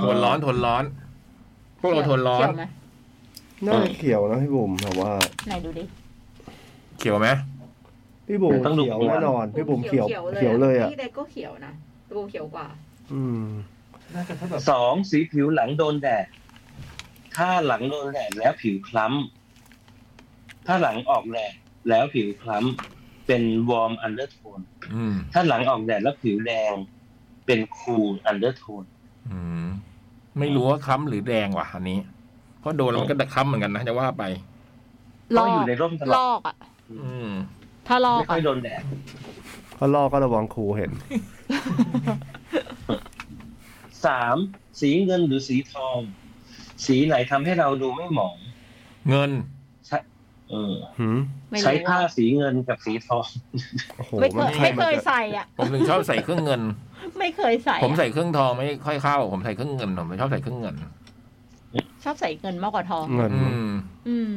Speaker 1: ทนร้อน ทนร้อน พวกเราทนร้อน
Speaker 3: เกี่ยวไหม
Speaker 2: น่าจะเขียวนะพี่บุ๋มแต่ว่า
Speaker 3: ไหนดูดิ
Speaker 1: เขียวไหม
Speaker 2: พี่บุ๋มเขียวแน่นอน พี่บุ๋มเขียวเขียวเลยอ่ะ
Speaker 3: พี่เด็กก็เขียวนะกูเขียวกว่า
Speaker 2: อืม
Speaker 5: น่าจะถ้าแบบ
Speaker 4: สองสีผิวหลังโดนแดด ถ้าหลังโดนแดดแล้วผิวคล้ำ ถ้าหลังออกแดดแล้วผิวคล้ำ เป็นวอร์มอันเดอร์โทน
Speaker 1: อืม
Speaker 4: ถ้าหลังออกแดดแล้วผิวแดง เป็นคูลอันเดอร์โทน
Speaker 1: อืมไม่รู้ว่าคล้ำหรือแดงว่ะอันนี้เพราะโดนแล้วมันก็คล้ำเหมือนกันนะจะว่าไป
Speaker 3: ล
Speaker 4: ต้อ
Speaker 3: อง
Speaker 4: อยู่
Speaker 3: ก
Speaker 4: ในร่มต
Speaker 3: ล
Speaker 4: ลอด
Speaker 3: อกอ่ะ
Speaker 1: อืม
Speaker 3: ถ้าลอก
Speaker 4: ไม่ค่
Speaker 3: อ่ะ
Speaker 4: อยโดนแดด
Speaker 2: ถ้าลอกก็ระวังครูเห็น
Speaker 4: สามสีเงินหรือสีทอง สีไหนทำให้เราดูไม่หมอง
Speaker 1: เงิน
Speaker 4: ใช้เออ
Speaker 2: หืม
Speaker 3: ไม่
Speaker 4: ใช้
Speaker 3: รู้
Speaker 4: ผ้า
Speaker 3: อะ
Speaker 4: สีเงินกับสีทอง
Speaker 2: โอ้โห
Speaker 3: ไม่เคย
Speaker 2: นใคร
Speaker 3: ไม่
Speaker 2: มั
Speaker 3: เคน ย
Speaker 2: จะ
Speaker 3: ใส่อ่ะ
Speaker 1: ผมถึงชอบใส่เครื่องเงิน
Speaker 3: ไม่เคยใส่อะ
Speaker 1: ผมใส่เครื่องทองไม่ค่อยเข้า ผมใส่เครื่องเงิน ผมชอบใส่เครื่องเงิน
Speaker 3: ชอบใส่เงินมากกว่าทอง
Speaker 2: เงิน
Speaker 1: อืม
Speaker 3: อืม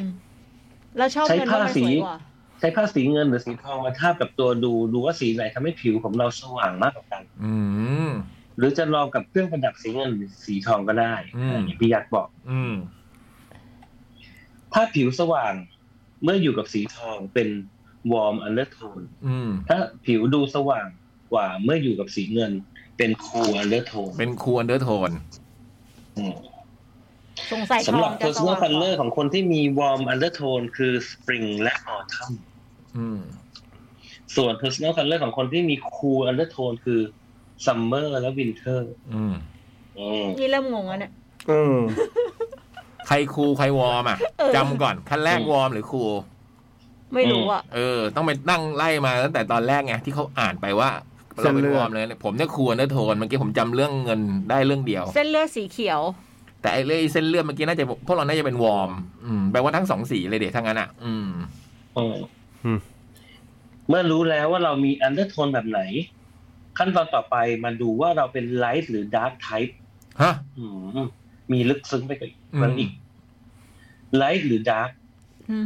Speaker 3: แล้วชอบ
Speaker 4: ใช้
Speaker 3: เงินว่ามัน
Speaker 4: ผ้าสี
Speaker 3: สวยกว่า
Speaker 4: ใช้ผ้าสีเงินหรือสีทองมาทาบกับตัวดูดูว่าสีไหนทำให้ผิวของเราสว่างมากกว่ากัน
Speaker 1: อืม
Speaker 4: หรือจะลองกับเครื่องประดับสีเงินหรือสีทองก็ได้
Speaker 1: อืม
Speaker 4: อย่างที่พี่ยักษ์บอก
Speaker 1: อืม
Speaker 4: ถ้าผิวสว่างเมื่ออยู่กับสีทองเป็นวอร์มอันเดอร์โทน
Speaker 1: อืม
Speaker 4: ถ้าผิวดูสว่างกว่าเมื่ออยู่กับสีเงิน เป็นคูลอันเดอร์โทน
Speaker 1: เป็นครูอันเดอร์โทน
Speaker 4: อืม
Speaker 3: สงสัยท
Speaker 4: สำห
Speaker 3: อ
Speaker 4: รับ
Speaker 3: งจะส
Speaker 4: personal
Speaker 3: ว่างก
Speaker 4: color
Speaker 3: ว่า
Speaker 4: ของคนที่มี warm undertone คือ spring และ autumn
Speaker 1: อืม
Speaker 4: ส่วน personal color ของคนที่มี cool undertone คือ summer และ winter
Speaker 1: อืม
Speaker 4: อืม
Speaker 3: นี่เริ่มงงแล้วเนี่ย
Speaker 2: เออ
Speaker 1: ใครครูใครวอร์มอ่ะ
Speaker 3: เออ
Speaker 1: จำก่อนขั้นแรกวอร์มหรือครู
Speaker 3: ไม่รู้อ่ะ
Speaker 1: เออ ต้องไปนั่งไล่มาตั้งแต่ตอนแรกไงที่เขาอ่านไปว่าเราเป็นวอร์มเลยผมเนี่ยครูอันเดอร์โทนเมื่อกี้ผมจำเรื่องเงินได้เรื่องเดียว
Speaker 3: เส้นเลือดสีเขียว
Speaker 1: แต่ไอ้เรื่องเส้นเลือดเมื่อกี้น่าจะพวกเราน่าจะเป็นวอร์มอืมแปลว่าทั้งสองสีเลยเดี๋ยวทั้างนั้นอ่ะ อืม
Speaker 4: อืมเมื่อรู้แล้วว่าเรามี undertone แบบไหน ขั้นตอนต่อไปมาดูว่าเราเป็น light หรือ dark type
Speaker 1: ฮะ
Speaker 4: อืมมีลึกซึ้งไปกว่าอีก
Speaker 1: อืม
Speaker 4: มันอีก light หรือ dark
Speaker 3: อืม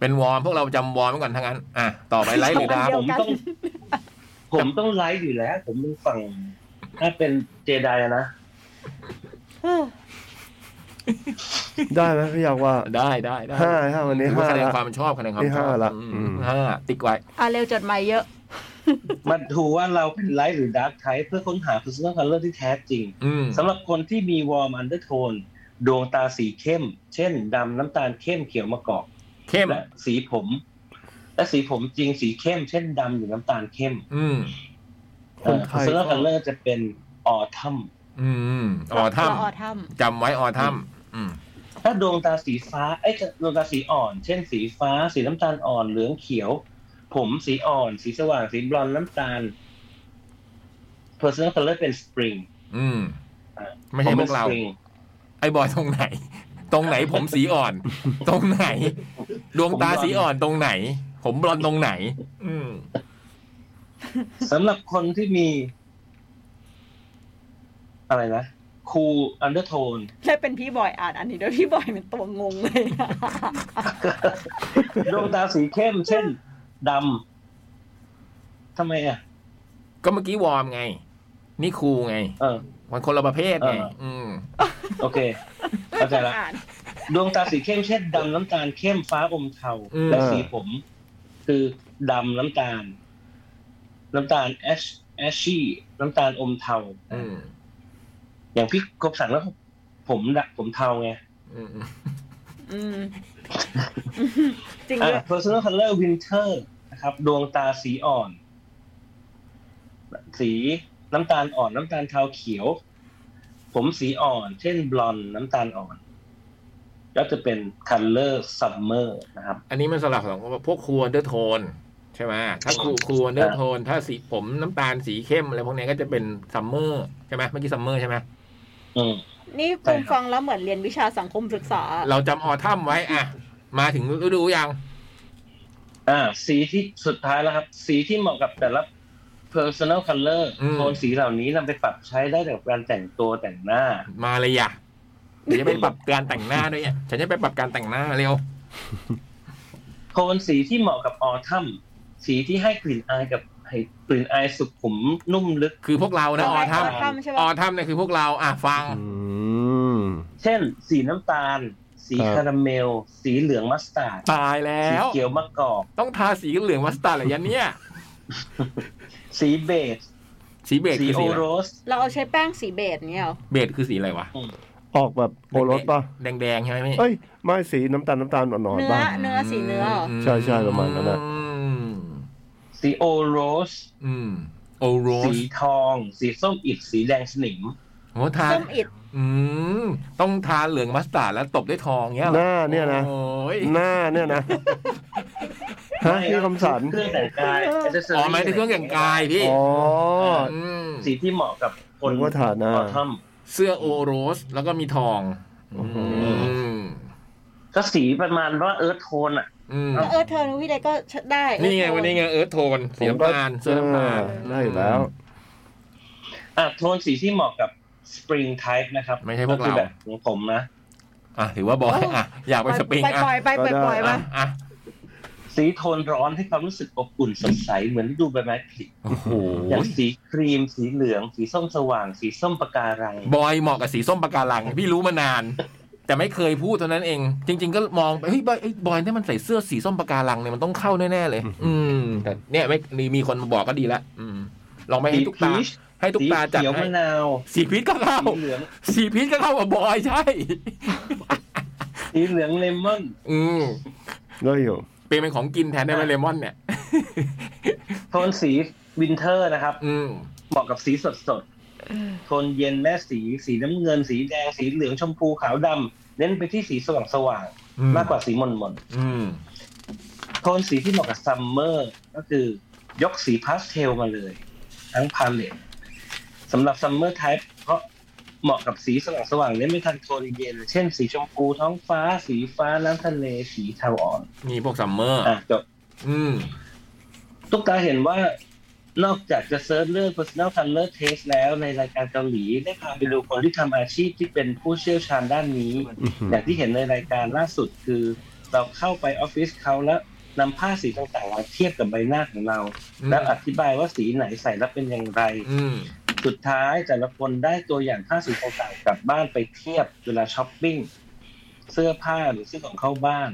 Speaker 1: เป็นวอร์มพวกเราจำวอร์มไว้ก่อนทั้างนั้น อ่ะต่อไปไลท์หรือดาร์ก
Speaker 3: เดี
Speaker 4: ผ
Speaker 3: ยว
Speaker 4: ม
Speaker 3: กัน
Speaker 4: ต้อง ผมต้องไลท์อยู่แล้ว ผมเป็นฝั่ง ถ้าเป็นเจไดอะนะ
Speaker 3: เออ
Speaker 2: ได้ไหมพี่อยากว่า
Speaker 1: ได้ได้ได้
Speaker 2: ห้าห้าวันนี้
Speaker 1: ถือว่า
Speaker 2: ห้า
Speaker 1: คะแนน
Speaker 2: ละ
Speaker 1: ความชอบคะแนนความ
Speaker 2: นี่
Speaker 1: ชอ
Speaker 2: ห้า
Speaker 1: บ
Speaker 2: ละ
Speaker 1: อืม
Speaker 2: อืม
Speaker 1: ห้าติ๊กไว้
Speaker 3: อ่ะเร็วจดหมายเยอะ
Speaker 4: มาดูว่าเราเป็นไลท์หรือดาร์กไทป์เพื่อค้นหา personal color ที่แท้จริง
Speaker 1: อืม
Speaker 4: สำหรับคนที่มี warm undertone ดวงตาสีเข้ม เช่นดำน้ำตาลเข้มเขียวมะกอก
Speaker 1: เข้ม
Speaker 4: และสีผม และสีผมจริงสีเข้ม เช่นดำหรือน้ำตาลเข้ม
Speaker 1: อืม
Speaker 2: ค
Speaker 4: เอ่
Speaker 2: น
Speaker 4: อ
Speaker 2: ไทย
Speaker 4: personal
Speaker 2: ก็
Speaker 4: color จะเป็น autumn
Speaker 1: อืมออทัม
Speaker 3: ละออทัม
Speaker 1: จำไว้ออทัมอืม
Speaker 4: ถ้าดวงตาสีฟ้าไอ้ยดวงตาสีอ่อน เช่น สีฟ้า สีน้ำตาลอ่อนเหลืองเขียว ผมสีอ่อน สีสว่างสีบลอนด์น้ำตาล personal color เป็น spring
Speaker 1: อืมไม่ใช่พวกเรา
Speaker 4: ผมป็น spring
Speaker 1: ไอ้บอยตรงไหน ตรงไหนผมสีอ่อน ตรงไหน ดวงตาสีอ่อนตรงไหน ผมบลอนด์ตรงไหน อืม
Speaker 4: สำหรับคนที่มี อะไรนะคูอันเดอร์โทน
Speaker 3: แล้วเป็นพี่บอยอ่านอันนี้ด้วยพี่บอยเป็นตัวงง เลยอะ
Speaker 4: ดวงตาสีเข้ม เช่นดำทำไมอ่ะ
Speaker 1: ก็เมื่อกี้วอร์มไง นี่ครูไง
Speaker 4: เออ
Speaker 1: มันคนละประเภทไง
Speaker 4: เออ
Speaker 1: อืม
Speaker 4: โอเคเข้าใจละ
Speaker 3: อ่าน
Speaker 4: ดวงตาสีเข้ม เช่นดำน้ำตาลเข้มฟ้าอมเทา
Speaker 1: อืม
Speaker 4: และสีผม คือดำน้ำตาล น้ำตาลแอชแอชชี่น้ำตาลอมเทา
Speaker 1: อืม
Speaker 4: อย่างพี่กบสั่งแล้ว ผมดะผมเทาไง
Speaker 1: อืมอืม
Speaker 3: อืมจริงด้
Speaker 4: อ่ะ
Speaker 3: วย
Speaker 4: personal color winter นะครับ ดวงตาสีอ่อน สีน้ำตาลอ่อนน้ำตาลเทาเขียว ผมสีอ่อน เช่นบลอนด์น้ำตาลอ่อน ก็จะเป็น color summer นะครับ
Speaker 1: อันนี้มันสลับของพวกครูอันเดอร์โทนใช่ไหมถ้าครูครูอันเดอร์โทนถ้าสีผมน้ำตาลสีเข้มอะไรพวกเนี้ยก็จะเป็นซัมเมอร์ใช่ไหมเมื่อกี้ซัมเมอร์ใช่ไหม
Speaker 4: อืม
Speaker 3: นี่
Speaker 4: ใช่ครั
Speaker 3: คุ
Speaker 4: บ
Speaker 3: ณฟังแล้วเหมือนเรียนวิชาสังคมศึกษา
Speaker 1: เราจำออทัมไว้อ่ะ มาถึงฤดูยัง
Speaker 4: อ่า สีที่สุดท้ายแล้วครับ สีที่เหมาะกับแต่ละ personal color
Speaker 1: อืม
Speaker 4: โทนสีเหล่านี้นำไปปรับใช้ได้กับการแต่งตัวแต่งหน้า
Speaker 1: มาเลยอ่ะเดี๋ยวจะไปปรับการแต่งหน้าด้วยอ่ะฉันจะไปปรับการแต่งหน้าเร็ว
Speaker 4: โทนสีที่เหมาะกับออทัมสีที่ให้กลิ่นอายกับให้กลิ่นอายสุขุมนุ่มลึก
Speaker 1: คือพวกเรานะอ
Speaker 3: ใช่
Speaker 1: อทัม
Speaker 3: ออทัมใช่ปะ
Speaker 1: ออทัมเนี่ยคือพวกเราอ่ะฟัง
Speaker 2: อืม
Speaker 4: เช่น สีน้ำตาล สี
Speaker 2: ครับ
Speaker 4: คาราเมล สีเหลืองมัสตาร์ด
Speaker 1: ตายแล้
Speaker 4: สี
Speaker 1: ว
Speaker 4: เขียวมะกอก
Speaker 1: ต้องทาสีเหลืองมัสตาร์ดเหรอยันเนี่ย
Speaker 4: สีเบจ
Speaker 1: สีเบจ
Speaker 4: สี
Speaker 1: คือสีอะไร
Speaker 4: โอโรส
Speaker 3: เราเอาใช้แป้งสีเบจเนี่ยเหรอ
Speaker 1: เบจคือสีอะไรวะ
Speaker 2: ออกแบบโอรสป่ะ
Speaker 1: แดงๆใช่ไหมพี่
Speaker 2: เอ้ย ไม่สีน้ำตาลน้ำตาลหนอน
Speaker 3: เนื้
Speaker 2: ๆ
Speaker 3: อ
Speaker 2: บ้าง
Speaker 3: เนื้อสีเนื้อเหรอ
Speaker 1: ม
Speaker 2: ใช่ใช่ประมาณนั้นอะ
Speaker 1: อืม
Speaker 4: สีโอโรส
Speaker 1: อืมโอโรส
Speaker 4: สีทอง สีส้มอิฐสีแดงสนิม
Speaker 1: โหทาน
Speaker 3: ส้มอิด
Speaker 1: อืมต้องทานเหลืองมัสตาร์ดแล้วตบด้วยทองเงี้ย
Speaker 2: ห
Speaker 1: รอ
Speaker 2: น้าเนี่ยนะ
Speaker 1: โอ้ย
Speaker 2: หน้าเนี่ยนะฮะ
Speaker 4: ไม่
Speaker 2: พี่
Speaker 4: รับ
Speaker 2: คำสัน
Speaker 4: เครื่องแต่งกาย accessory
Speaker 1: อ๋อหมายถึงเครื่องแต่งกายพี่
Speaker 2: อ๋อ
Speaker 1: ม
Speaker 4: สีที่เหมาะกับคน
Speaker 2: นึกว่าฐานะ
Speaker 4: ออทัม
Speaker 1: เสื้อโอโรสแล้วก็มีทอง
Speaker 2: โอ้โห
Speaker 1: อืม
Speaker 4: ก็สีประมาณว่าเอิร์ธโทนอ่ะ
Speaker 1: อืม
Speaker 3: เออเธอนุ้ยเด็กก็ได้
Speaker 1: นี่ไงวันนี้ไงเอิร์ธโทนสีน้ำตาลเสื้อน้ำตาล
Speaker 2: เออได้อยู่แล้ว
Speaker 4: อ่ะโทนสีที่เหมาะกับสปริงไทป์นะครับ
Speaker 1: ไม่ใช่พวกเรา
Speaker 4: คือแบบของผมนะ
Speaker 1: อ่ะถือว่าบอยอ่ะอยาก
Speaker 3: ป
Speaker 1: ไปสปริง
Speaker 3: ไป
Speaker 1: อ่ะ
Speaker 3: ปล่อยไปปล่อยปล่อย
Speaker 2: ก็ได้
Speaker 3: มา
Speaker 1: อ่ะอ่ะ
Speaker 4: สีโทนร้อนให้ความรู้สึกอบอุ่นสดใสเหมือนฤดูใบไม้ผลิ
Speaker 1: โอ้โห
Speaker 4: อย่างสีครีม สีเหลือง สีส้มสว่าง สีส้มปะการัง
Speaker 1: บอยเหมาะกับสีส้มปะการัง พี่รู้มานาน แต่ไม่เคยพูดเท่านั้นเอง จริง ๆ ก็มองไปเฮ้ยบอยเอ้ยบอยเนี่ยมันใส่เสื้อสีส้มปะการังเนี่ยมันต้องเข้าแน่ๆเลย อืมแต่เนี่ยไม่มีมีคนมาบอกก็ดีละอืมลองไปให้
Speaker 4: สี
Speaker 1: ทุก
Speaker 4: พี
Speaker 1: ตา
Speaker 4: ช
Speaker 1: ให้ทุก
Speaker 4: สี
Speaker 1: ตาจัด
Speaker 4: เขียว
Speaker 1: ให้
Speaker 4: มะนาว
Speaker 1: สีพีชก็เข้า
Speaker 4: สีเหลือง
Speaker 1: สีพีชก็เข้ากับบอยใช่
Speaker 4: สีเหลืองเลมอน
Speaker 1: อืม
Speaker 2: ได้อยู่
Speaker 1: เปลี่ยนเป็นของกินแทนได้ไหมเลมอนเนี่ย
Speaker 4: โทนสีวินเทอร์นะครับ
Speaker 1: อืม
Speaker 4: เหมาะกับสีสดสดๆโทนเย็นแม่สี สีน้ำเงิน สีแดง สีเหลืองชมพูขาวดำเน้นไปที่สีสว่างสว่าง
Speaker 1: อื
Speaker 4: ๆมากกว่าสีหม่นหม่น
Speaker 1: อืม
Speaker 4: ๆโทนสีที่เหมาะกับซัมเมอร์ก็คือยกสีพาสเทลมาเลย ทั้งพาเลตสำหรับซัมเมอร์ไทป์เพราะเหมาะกับสีสว่างสว่างๆเน้นไปทางโทนเย็น เช่นสีชมพูท้องฟ้า สีฟ้าน้ำทะเลสีเทาอ่อน
Speaker 1: นี่พวกซัมเมอร์
Speaker 4: อ่ะจบ
Speaker 1: อืม
Speaker 4: ตุ๊กตาเห็นว่านอกจากจะเซิร์ชเรื่อง personal color taste แล้วในรายการเกาหลีได้พาไปดูคนที่ทำอาชีพที่เป็นผู้เชี่ยวชาญด้านนี้
Speaker 2: อื้อหือ
Speaker 4: อย่างที่เห็นในรายการล่าสุดคือ เราเข้าไปออฟฟิศเขาแล้วนำผ้าสีต่างๆมาเทียบกับใบหน้าของเรา
Speaker 1: อืม
Speaker 4: แล้วอธิบายว่าสีไหนใส่แล้วเป็นอย่างไร
Speaker 1: อืม
Speaker 4: สุดท้ายแต่ละคนได้ตัวอย่างผ้าสีต่างๆกลับบ้านไปเทียบเวลาช้อปปิ้งเสื้อผ้าหรือซื้อของเข้าบ้าน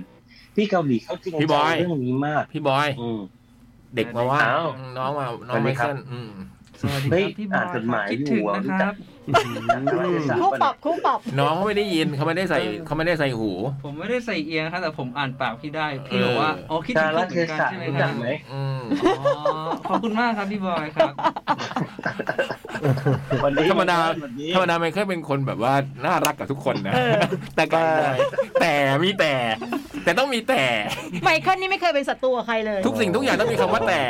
Speaker 4: ที่เกาหลีเขาจริง
Speaker 1: พี่บ
Speaker 4: จั
Speaker 1: อง ย
Speaker 4: เรื่องนี้มาก
Speaker 1: พี่บอย
Speaker 4: อืม
Speaker 1: เด็กมาว่า
Speaker 4: อ้าว
Speaker 1: น้องมาน้อ
Speaker 4: ส
Speaker 1: งไม
Speaker 4: วัสดีครับ
Speaker 1: เคิลอืม
Speaker 6: สวัสดี
Speaker 4: เฮ้ย
Speaker 6: ครับพี่บอ
Speaker 4: อ่าย นจดหมาย
Speaker 6: คิด
Speaker 4: อยู่
Speaker 6: ถึง
Speaker 4: อ่ะ
Speaker 6: นะ
Speaker 4: รู้
Speaker 6: ค
Speaker 4: จั
Speaker 6: รั
Speaker 4: ก
Speaker 6: บ
Speaker 3: คู่ปรับคู่ปรับ
Speaker 1: น้องเขาไม่ได้ยินเขาไม่ได้ใส่เขาไม่ได้ใส่หู
Speaker 6: ผมไม่ได้ใส่เอียงครับแต่ผมอ่านปากพี่ได้ พี่บอกว่า
Speaker 1: เอออ๋
Speaker 6: อ๋อคิดถึงเขาเหมือนกันใช่ไหม
Speaker 4: รู้
Speaker 6: ค
Speaker 4: จั
Speaker 6: รั
Speaker 4: ก
Speaker 6: บ
Speaker 4: ไหม
Speaker 1: อืม
Speaker 6: อ๋อขอบคุณมากครับพี่บอยครับ
Speaker 4: วันนี้
Speaker 1: ธรรมดา
Speaker 4: วันนี้
Speaker 1: ธรรมดาไมเคิลเป็นคนแบบว่าน่ารักกับทุกคนนะ
Speaker 3: เออ
Speaker 1: แต่ก็แต่มีแต่ แต่ต้องมีแต่
Speaker 3: ไมเคิลนี่ไม่เคยเป็นศัตรูกับใครเลย
Speaker 1: ทุกสิ่งทุกอย่างต้องมีคำว่าแต่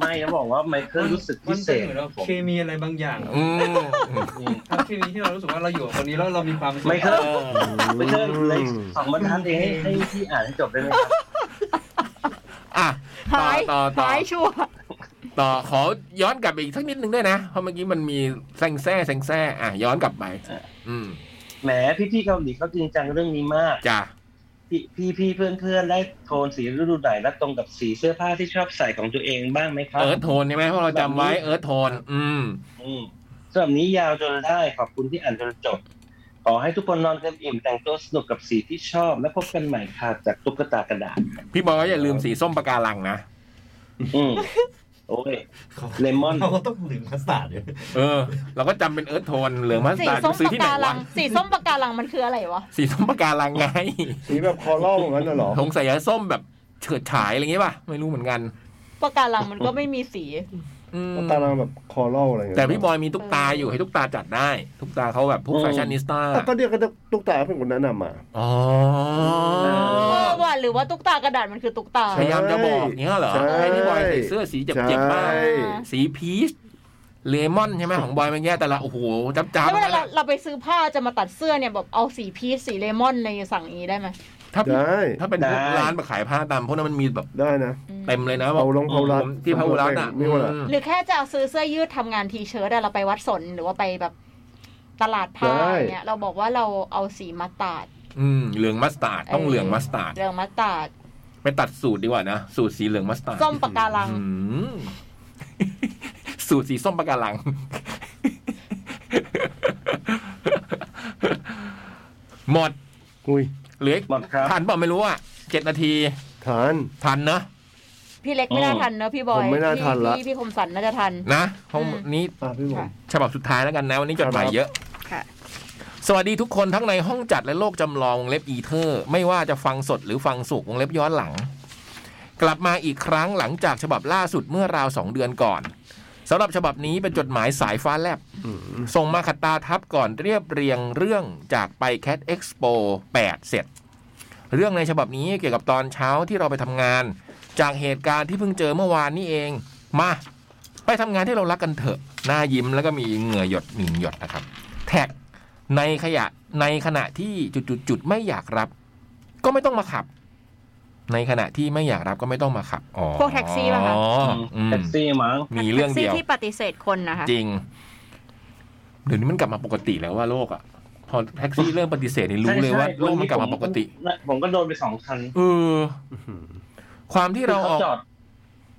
Speaker 4: ไม่จะบอกว่าไมเคิลรู้สึกพิเศษ
Speaker 6: มันป็นหมือนว่าเคมีอะไรบางอย่าง
Speaker 1: อืม
Speaker 6: ครับเคมีที่เรารู้สึกว่าเราอยู่กับคนนี้แล้วเรามีความสุข
Speaker 4: ไมเคิลไมเคิลเลย
Speaker 2: อืม
Speaker 4: สองบรรทัดเองให้ให้พี่อ่านให้จบได้ไหมครับ
Speaker 1: อ่ะ ต่อ
Speaker 3: หาย
Speaker 1: ต่อต่อ
Speaker 3: หายชัวร์
Speaker 1: ต่อขอย้อนกลับไปอีกสักนิดนึงด้วยนะ เพราะเมื่อกี้มันมีแซงแซ่แซงแซ่อ่ะย้อนกลับไป อืม
Speaker 4: แหมพี่ๆเกาหลีเขาจริงจังเรื่องนี้มาก
Speaker 1: จ้ะ
Speaker 4: พี่พี่พี่เพื่อนเพื่อนๆได้โทนสีฤดูไหนและตรงกับสีเสื้อผ้าที่ชอบใส่ของตัวเองบ้างไหมครับ
Speaker 1: เอิร์ธโทนใช่ไหมเพราะเราจำไว้เอิร์ธโทน อืม
Speaker 4: อืมสำหรับนี้ยาวจนได้ขอบคุณที่อ่านจนจบ ขอให้ทุกคนนอนเต็มอิ่มแต่งตัวสนุกกับสีที่ชอบ และพบกันใหม่ค่ะจากตุ๊กตากระดาษ
Speaker 1: พี่บอยก็อย่าลืมสีส้มปะการังนะ
Speaker 4: อืมโอ้ย เลมอน
Speaker 5: เราก็ต้องลืมคัสตาร์ดด้วย
Speaker 1: เออ เราก็จำเป็นเอิร์ธโทนเหลืองมัส
Speaker 3: สี
Speaker 1: ตาร์ด
Speaker 3: ส้ม
Speaker 1: ซื้อ
Speaker 3: ปะ
Speaker 1: ที่ไหน
Speaker 3: การั
Speaker 1: วะ
Speaker 3: งสีส้มปะการังมันคืออะไรวะ
Speaker 1: สีส้มปะการังไง
Speaker 2: สีแบบคอเล่าอย่างนั้นน่ะเหรอ
Speaker 1: สงสัยส้มแบบเฉิดฉายอะไรเงี้ยป่ะ ไม่รู้เหมือนกัน
Speaker 3: ปะการังมันก็ไม่มีสี
Speaker 1: อืม
Speaker 2: ตารางแบบคอเล่าอะไรอย่างเงี้ย
Speaker 1: แต่พี่บอยมีตุ๊กตาอยู่ให้ตุ๊กตาจัดได้ตุ๊กตาเขาแบบพวก
Speaker 4: อืม
Speaker 1: แฟชั่นนิสต้า
Speaker 2: แต่ก็เรียกกันตุ๊กตาเป็นคนแนะนำมา
Speaker 1: อ๋อ
Speaker 3: เออว่ะหรือว่าตุ๊กตากระดาษมันคือตุ๊กตา
Speaker 1: พยายามจะบอกเงี้ยเหรอ
Speaker 2: ใช่
Speaker 1: ให้พี่บอยใส่เสื้อสีเจ็บๆบ้าง
Speaker 2: ใช่
Speaker 1: สีพีชเลมอนใช่ไหมของบอยเมื่อกี้แต่ละโอ้โหจับจ้า
Speaker 3: แล้วเวลาเราเราไปซื้อผ้าจะมาตัดเสื้อเนี่ยแบบเอาสีพีชสีเลมอนอะไรสั่งอย่างนี้ได้ไหม
Speaker 1: ถ้า
Speaker 2: ได้
Speaker 1: ถ้าเป็นพวกร้านมาขายผ้าตามพวกนั้นมันมีแบบ
Speaker 2: ได้นะ
Speaker 3: อืม
Speaker 1: เต็มเลยนะ
Speaker 2: เผาลงเผารัด
Speaker 1: ที่เผารัดอ่ะ
Speaker 2: ไม่ว่าล่ะ
Speaker 1: อืม
Speaker 3: หรือแค่จะเอาซื้อเสื้อยืดทำงานทีเชิ้ตอะเราไปวัดสนหรือว่าไปแบบตลาดผ้า
Speaker 2: ได้
Speaker 3: อย่างเงี้ยเราบอกว่าเราเอาสีมาตัด
Speaker 1: อืมเหลืองมัสตาร์ดต้อง
Speaker 3: เออ
Speaker 1: เหลืองมัสตาร์ด
Speaker 3: เรื่องมาตั ด
Speaker 1: ไปตัดสูตรดีกว่านะ สูตรสีเหลืองมัสตาร์ด
Speaker 3: ส้มปะการัง
Speaker 1: อืม สูตรสีส้มปะ การัง หมด
Speaker 2: อุ้ย
Speaker 1: เหลืออีก
Speaker 4: หมดครับ
Speaker 1: ทันเปล่าไม่รู้อ่ะเจ็ดนาที
Speaker 2: ทาน
Speaker 1: ทันเนอะ
Speaker 3: พี่เล็กไม่น่าทันเนอะพี่บอย
Speaker 2: ผมไม่น่าทันละ
Speaker 3: พี่พี่คมสันน่าจะทัน
Speaker 1: นะห้อง
Speaker 3: อืม
Speaker 1: นี้
Speaker 2: อ่ะพี่บอย
Speaker 1: ฉบับสุดท้ายแล้วกันนะ วันนี้จดหมายเยอะ
Speaker 3: ค่ะ
Speaker 1: สวัสดีทุกคนทั้งในห้องจัดและโลกจำลองวงเล็บอีเทอร์ ไม่ว่าจะฟังสดหรือฟังสุกวงเล็บย้อนหลัง กลับมาอีกครั้งหลังจากฉบับล่าสุดเมื่อราวสองเดือนก่อนสำหรับฉบับนี้เป็นจดหมายสายฟ้าแลบ ส่งมาขัดตาทับก่อนเรียบเรียงเรื่องจากไปแคดเอ็กซ์โป8เสร็จ เรื่องในฉบับนี้เกี่ยวกับตอนเช้าที่เราไปทำงาน จากเหตุการณ์ที่เพิ่งเจอเมื่อวานนี้เอง มา ไปทำงานที่เรารักกันเถอะ หน้ายิ้มแล้วก็มีเหงื่อหยดหนึ่งหยดนะครับ แท็กในขยะในขณะที่จุดๆๆไม่อยากรับ ก็ไม่ต้องมาขับ ในขณะที่ไม่อยากรับก็ไม่ต้องมาขับอ๋อ
Speaker 3: พวกแท็กซี่ป่ะคะ
Speaker 1: อืม
Speaker 4: แท็กซี่มั้ง
Speaker 1: มีเรื่องเดียว
Speaker 3: แท็กซี่ที่ปฏิเสธคนนะคะ
Speaker 1: จริง เดี๋ยวนี้มันกลับมาปกติแล้วว่าโลกอ่ะ พอแท็กซี่เริ่มปฏิเสธนี่รู้เลยว่า
Speaker 4: ใช่ใช่
Speaker 1: โลกมันกลับมาปกติ
Speaker 4: ผมผมก็โดนไปสองคัน
Speaker 1: เออ ความที่เราออก
Speaker 4: จอด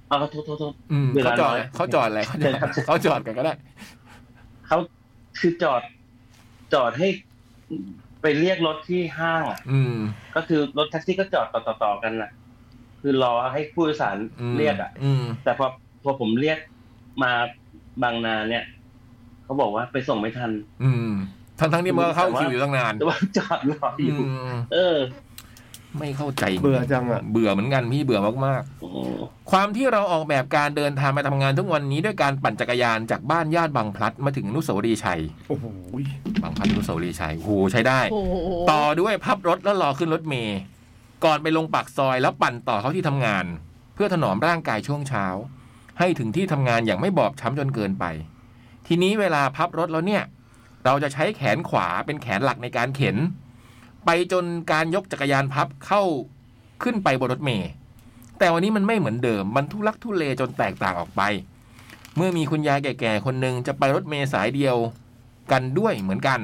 Speaker 4: เอาโทษโทษโทษ
Speaker 1: อืม
Speaker 4: เว
Speaker 1: เขา
Speaker 4: ลา
Speaker 1: จอด
Speaker 4: น้อย
Speaker 1: เขาจอดอะไรเขาจอด
Speaker 4: ใช่ครับ
Speaker 1: เขาจอดกันก็ได้
Speaker 4: เขาคือจอด จอดให้ไปเรียกรถที่ห้างอะ
Speaker 1: อืม
Speaker 4: ก็คือรถแท็กซี่ก็จอดต่อๆๆกันนะคือรอให้ผู้โดยสาร
Speaker 1: อืม
Speaker 4: เรียกอ่ะ
Speaker 1: อืม
Speaker 4: แต่พอพอผมเรียกมาบางนาเนี่ย เขาบอกว่าไปส่งไม่ทัน
Speaker 1: อืม ทั้งทั้งๆที่มันก็เข้า
Speaker 4: แต่ว่า
Speaker 1: คิวอยู่ตั้งนาน
Speaker 4: แต่ว่าจอดรออ
Speaker 1: อื
Speaker 4: ยู่
Speaker 1: ม
Speaker 4: เออ
Speaker 1: ไม่เข้าใจ
Speaker 2: เบื่อจังอะ
Speaker 1: เบื่อเหมือนกันพี่เบื่อมากๆ
Speaker 4: โอ้
Speaker 1: ความที่เราออกแบบการเดินทางไปทำงานทุกวันนี้ด้วยการปั่นจักรยานจากบ้านญาติบางพลัดมาถึงอนุสาวรีย์ชัย
Speaker 2: โอ้โหย
Speaker 1: บางพลัดอนุสาวรีย์ชัยโอ้โหใช้ได้
Speaker 3: โอ้โห
Speaker 1: ต่อด้วยพับรถแล้วรอขึ้นรถเมย์ก่อนไปลงปากซอยแล้วปั่นต่อเข้าที่ทำงาน เพื่อถนอมร่างกายช่วงเช้า ให้ถึงที่ทำงานอย่างไม่บอบช้ำจนเกินไป ทีนี้เวลาพับรถแล้วเนี่ย เราจะใช้แขนขวาเป็นแขนหลักในการเข็น ไปจนการยกจักรยานพับเข้าขึ้นไปบนรถเมย์แต่วันนี้มันไม่เหมือนเดิมมันทุลักทุเลจนแตกต่างออกไป เมื่อมีคุณยายแก่ๆคนหนึ่งจะไปรถเมย์สายเดียวกันด้วยเหมือนกัน